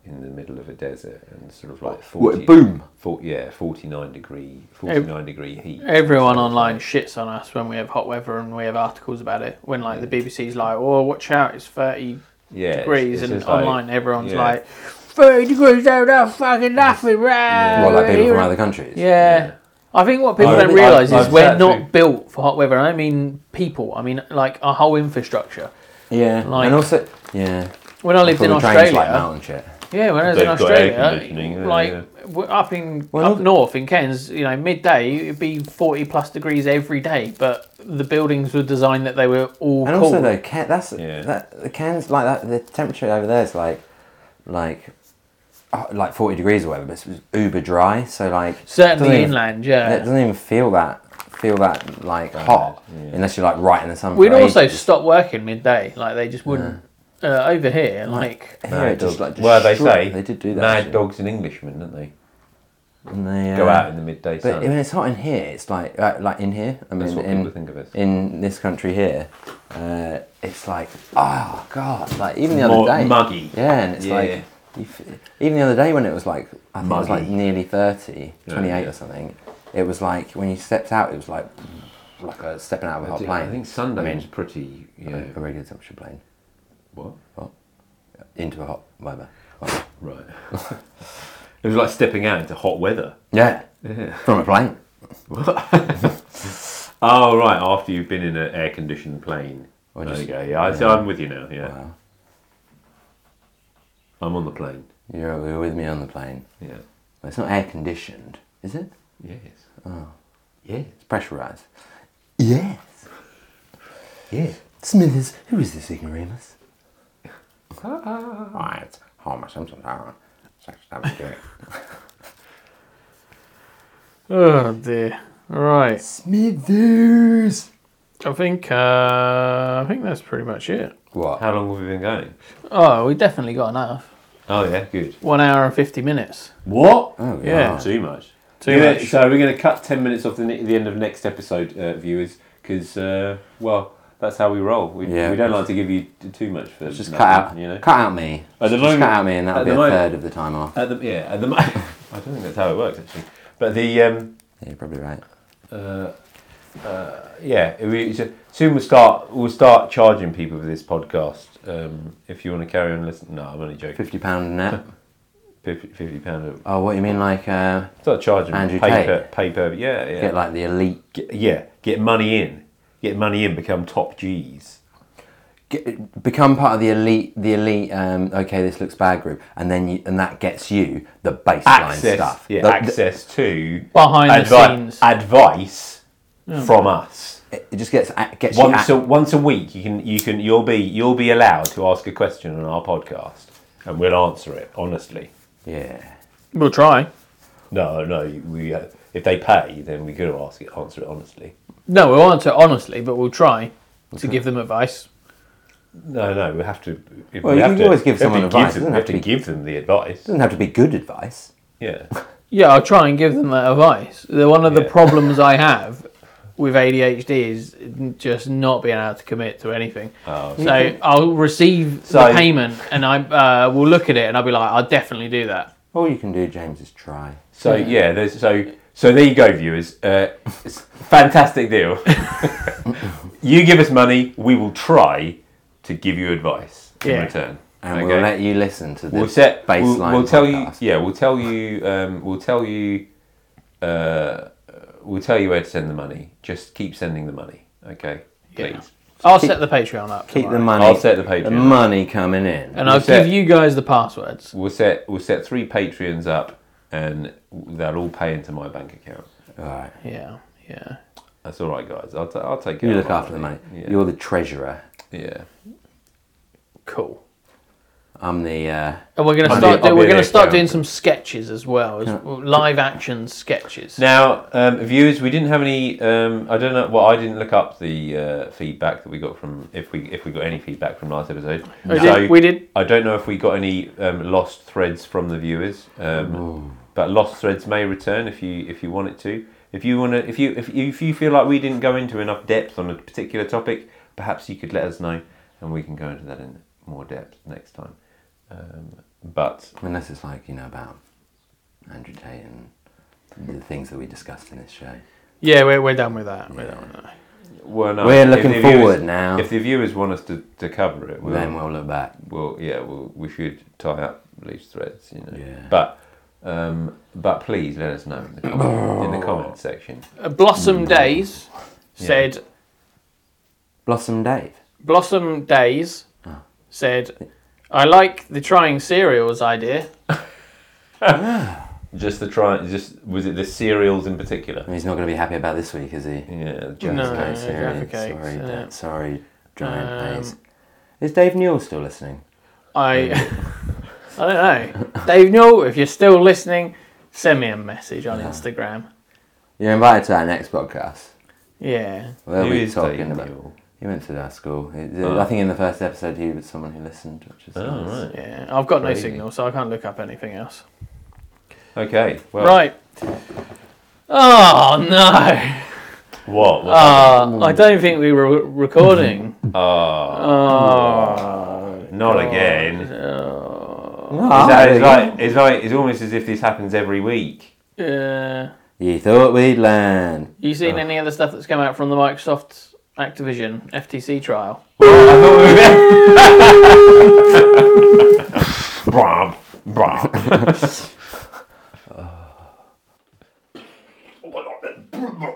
Speaker 2: in the middle of a desert, and sort of like forty,
Speaker 3: boom.
Speaker 2: 40 yeah, forty nine degree, forty nine degree heat.
Speaker 1: Everyone online shits on us when we have hot weather and we have articles about it. When like the BBC's like, "Oh, watch out, it's thirty
Speaker 2: yeah, it's-
Speaker 1: degrees,"
Speaker 2: it's
Speaker 1: and
Speaker 2: just like-
Speaker 1: online everyone's
Speaker 2: yeah.
Speaker 1: like, 30 degrees, no, no, fucking nothing." right?
Speaker 3: what, like people from other countries?
Speaker 1: Uh, Yeah. I think what people
Speaker 2: I
Speaker 1: don't
Speaker 2: think-
Speaker 1: realise
Speaker 2: I've-
Speaker 1: is
Speaker 2: I've
Speaker 1: we're
Speaker 2: sat
Speaker 1: not
Speaker 2: through-
Speaker 1: built for hot weather. I don't mean people. I mean like our whole infrastructure.
Speaker 3: yeah.
Speaker 1: Like-
Speaker 3: and also, yeah.
Speaker 1: When I lived in
Speaker 3: Full of drains,
Speaker 1: Australia,
Speaker 3: like mountain shit.
Speaker 1: yeah, when I was in
Speaker 2: They've got air
Speaker 1: Australia,
Speaker 2: conditioning, yeah,
Speaker 1: like
Speaker 2: yeah.
Speaker 1: we're up in
Speaker 3: Well,
Speaker 1: up
Speaker 3: not-
Speaker 1: north in Cairns, you know, midday it'd be forty plus degrees every day, but the buildings were designed that they were all
Speaker 3: And
Speaker 1: cool.
Speaker 3: also though, Cairns, that's
Speaker 2: Yeah.
Speaker 3: that the Cairns like that. The temperature over there is like, like, uh, like forty degrees or whatever. But it's uber dry, so like
Speaker 1: Certainly
Speaker 3: doesn't even-
Speaker 1: inland, yeah.
Speaker 3: It doesn't even feel that feel that like hot unless you're like right in the sun.
Speaker 1: We'd
Speaker 3: for
Speaker 1: also
Speaker 3: ages.
Speaker 1: stop working midday, like they just wouldn't. Uh, over here, like
Speaker 3: Here
Speaker 2: Mad
Speaker 3: it just,
Speaker 2: dogs.
Speaker 3: like,
Speaker 2: well, they
Speaker 3: destroy-
Speaker 2: say
Speaker 3: they did do that.
Speaker 2: Mad
Speaker 3: actually.
Speaker 2: dogs and Englishmen, don't they?
Speaker 3: And they,
Speaker 2: Go
Speaker 3: uh,
Speaker 2: out in the midday
Speaker 3: But when
Speaker 2: sun.
Speaker 3: it's hot in here, it's like uh, like in here. I mean,
Speaker 2: That's what
Speaker 3: in,
Speaker 2: people think of it.
Speaker 3: in this country here, uh, it's like oh god, like even the
Speaker 2: More
Speaker 3: other day,
Speaker 2: muggy.
Speaker 3: Yeah, and it's
Speaker 2: Yeah.
Speaker 3: like you f- even the other day when it was like I think it was like
Speaker 2: Muggy.
Speaker 3: nearly 30, 28
Speaker 2: yeah.
Speaker 3: or something. It was like when you stepped out, it was like like a stepping out of a hot
Speaker 2: I think-
Speaker 3: plane.
Speaker 2: I think Sunday
Speaker 3: I mean,
Speaker 2: was pretty. Yeah.
Speaker 3: a regular temperature plane
Speaker 2: What?
Speaker 3: into a hot weather.
Speaker 2: Right. it was like stepping out into hot weather.
Speaker 3: Yeah, from a plane.
Speaker 2: Oh right, after you've been in an air conditioned plane.
Speaker 3: Or
Speaker 2: there
Speaker 3: just-
Speaker 2: you go. Yeah, I, so
Speaker 3: yeah.
Speaker 2: I'm with you now. Yeah. I'm on the plane.
Speaker 3: You were with me on the plane.
Speaker 2: Yeah.
Speaker 3: Well, it's not air conditioned, is it?
Speaker 2: Yes.
Speaker 3: Yes. It's pressurised. Yes. Yeah. Smithers, who is this ignoramus? Why, it's Homer Simpson. I don't know.
Speaker 1: Oh dear. Right.
Speaker 3: Smithers!
Speaker 1: I think uh, I think that's pretty much it.
Speaker 3: What?
Speaker 2: How long have we been going?
Speaker 1: Oh, we definitely got enough.
Speaker 2: Oh yeah, good.
Speaker 1: One hour and fifty minutes.
Speaker 2: What?
Speaker 3: Oh,
Speaker 1: Yeah.
Speaker 3: God.
Speaker 2: Too much.
Speaker 1: Too
Speaker 2: Yeah,
Speaker 1: much.
Speaker 2: So we're going to cut ten minutes off the, ne- the end of next episode, uh, viewers, because uh, well, that's how we roll. We,
Speaker 3: Yeah.
Speaker 2: we don't like to give you t- too much for
Speaker 3: Just
Speaker 2: nothing,
Speaker 3: cut out,
Speaker 2: You know.
Speaker 3: cut out me.
Speaker 2: At the
Speaker 3: just
Speaker 2: moment-
Speaker 3: cut out me, and that'll
Speaker 2: at
Speaker 3: be a
Speaker 2: the moment-
Speaker 3: third of the time off.
Speaker 2: At the yeah, at the mo- I don't think that's how it works actually. But the um,
Speaker 3: Yeah, you're probably right.
Speaker 2: yeah, we, so soon we'll start we'll start charging people for this podcast. Um, if you want to carry on listening, no, I'm only joking.
Speaker 3: Fifty pound net.
Speaker 2: Fifty, 50 pound.
Speaker 3: Oh, what you mean, like uh,
Speaker 2: Start charging
Speaker 3: Andrew
Speaker 2: pay
Speaker 3: Tate.
Speaker 2: per, pay per. Yeah, yeah.
Speaker 3: get like the elite?
Speaker 2: Get- yeah, get money in, get money in, become top G's.
Speaker 3: Get, become part of the elite. The elite. Um, okay, this looks bad group, and then you, and that gets you the baseline
Speaker 2: access,
Speaker 3: stuff.
Speaker 2: Yeah,
Speaker 3: The- the-
Speaker 2: access to
Speaker 1: Behind the
Speaker 2: advi-
Speaker 1: scenes.
Speaker 2: advice from us.
Speaker 3: it it just gets a- gets you.
Speaker 2: Once
Speaker 3: a-
Speaker 2: a, once a week, you can you can you'll be you'll be allowed to ask a question on our podcast, and we'll answer it honestly.
Speaker 3: yeah.
Speaker 1: We'll try.
Speaker 2: No, no, we uh, if they pay, then we could ask it answer it honestly.
Speaker 1: No, we'll answer honestly, but we'll try to give them advice.
Speaker 2: No, no, we have to. If
Speaker 3: Well,
Speaker 2: we
Speaker 3: you
Speaker 2: have
Speaker 3: can
Speaker 2: to,
Speaker 3: always give
Speaker 2: we have
Speaker 3: someone
Speaker 2: to
Speaker 3: advice,
Speaker 2: Give
Speaker 3: it doesn't
Speaker 2: them, we have
Speaker 3: have
Speaker 2: to
Speaker 3: to be-
Speaker 2: give them the advice.
Speaker 3: Doesn't have to be good advice.
Speaker 2: Yeah,
Speaker 1: Yeah, I'll try and give them that advice. The, one of the
Speaker 2: Yeah.
Speaker 1: problems I have with ADHD is just not being able to commit to anything. so I'll receive
Speaker 2: Oh, So-
Speaker 1: the payment and I uh, will look at it and I'll be like, I'll definitely do that.
Speaker 3: All you can do, James, is try.
Speaker 2: So yeah, there's so so there you go, viewers. Uh, it's a fantastic deal. you give us money, we will try to give you advice in
Speaker 1: Yeah.
Speaker 2: return.
Speaker 3: And we'll let you listen to the
Speaker 2: We'll set
Speaker 3: baseline.
Speaker 2: We'll, we'll tell you.
Speaker 3: podcast.
Speaker 2: Yeah, we'll tell you. Um, we'll tell you. Uh, we'll tell you where to send the money. Just keep sending the money, okay? Please.
Speaker 1: Yeah. I'll
Speaker 3: Keep-
Speaker 1: set the Patreon up.
Speaker 3: Keep the
Speaker 1: tomorrow.
Speaker 3: money.
Speaker 2: I'll set the Patreon.
Speaker 3: The money coming in.
Speaker 1: And I'll
Speaker 2: set-
Speaker 1: give you guys the passwords.
Speaker 2: We'll set we'll set three Patreons up, and they'll all pay into my bank account.
Speaker 3: All right.
Speaker 1: Yeah, yeah.
Speaker 2: That's all right, guys. I'll, t- I'll take care
Speaker 3: You
Speaker 2: of
Speaker 3: look
Speaker 2: my
Speaker 3: after the money.
Speaker 2: Yeah.
Speaker 3: You're the treasurer.
Speaker 2: yeah.
Speaker 1: Cool.
Speaker 3: I'm the. Uh,
Speaker 1: And we're gonna
Speaker 2: I'll be-
Speaker 1: start.
Speaker 2: I'll
Speaker 1: do,
Speaker 2: be
Speaker 1: we're gonna
Speaker 2: there,
Speaker 1: start
Speaker 2: yeah.
Speaker 1: doing some sketches as well, as well, live action sketches.
Speaker 2: Now, um, viewers, we didn't have any. Um, I don't know. Well, I didn't look up the uh, feedback that we got from if we if we got any feedback from last episode.
Speaker 1: We Oh, did- we did.
Speaker 2: I don't know if we got any um, lost threads from the viewers, um, but lost threads may return if you if you want it to. If you want to, if you if you, if you feel like we didn't go into enough depth on a particular topic, perhaps you could let us know, and we can go into that in more depth next time. Um, but
Speaker 3: unless it's like, you know, about Andrew Tate and the things that we discussed in this show.
Speaker 1: Yeah, we're, we're done with that. We're done with that.
Speaker 2: well, no,
Speaker 3: We're
Speaker 2: if
Speaker 3: looking
Speaker 2: the
Speaker 3: forward now.
Speaker 2: If the viewers want us to, to cover it, we'll,
Speaker 3: Then we'll look back.
Speaker 2: well, yeah, well, we should tie up loose threads, you know.
Speaker 3: Yeah.
Speaker 2: But, um, but please let us know in the comment, in the comment section.
Speaker 1: Uh, Blossom
Speaker 2: Mm.
Speaker 1: Days said.
Speaker 3: Blossom Dave.
Speaker 1: Blossom Days said, "I like the trying cereals idea.
Speaker 2: Just the try. Just was it the cereals in particular?
Speaker 3: He's not going to be happy about this week, is he?
Speaker 2: Yeah. the
Speaker 1: No,
Speaker 2: Jaffa
Speaker 1: Jaffa
Speaker 2: Cakes.
Speaker 3: sorry,
Speaker 1: Cakes,
Speaker 3: sorry,
Speaker 1: yeah.
Speaker 3: Dad, sorry, Giant
Speaker 1: Um,
Speaker 3: Days. Is Dave Newell still listening?
Speaker 1: I, I don't know. Dave Newell, if you're still listening, send me a message on Instagram.
Speaker 3: You're invited to our next podcast.
Speaker 1: Yeah,
Speaker 3: Where
Speaker 2: Who
Speaker 3: we
Speaker 2: is
Speaker 3: talking
Speaker 2: Dave
Speaker 3: about?
Speaker 2: Newell?
Speaker 3: He went to our school. He- I think in the first episode he was someone who listened, which is
Speaker 2: Oh,
Speaker 3: nice.
Speaker 2: right.
Speaker 1: yeah. I've got no
Speaker 2: Crazy.
Speaker 1: signal, so I can't look up anything else.
Speaker 2: Okay. Well,
Speaker 1: Right. Oh no!
Speaker 2: What? What's
Speaker 1: Uh, I don't think we were recording.
Speaker 2: happening? oh,
Speaker 1: Oh,
Speaker 2: not again.
Speaker 1: oh,
Speaker 3: Ah,
Speaker 2: Is that-
Speaker 3: there
Speaker 2: it's
Speaker 3: you
Speaker 2: like it's like it's almost as if this happens every week.
Speaker 1: yeah.
Speaker 3: You thought we'd learn.
Speaker 1: You seen any other stuff that's come out from the Microsoft Activision FTC trial?
Speaker 2: Brum, brum.
Speaker 4: Oh, I like that.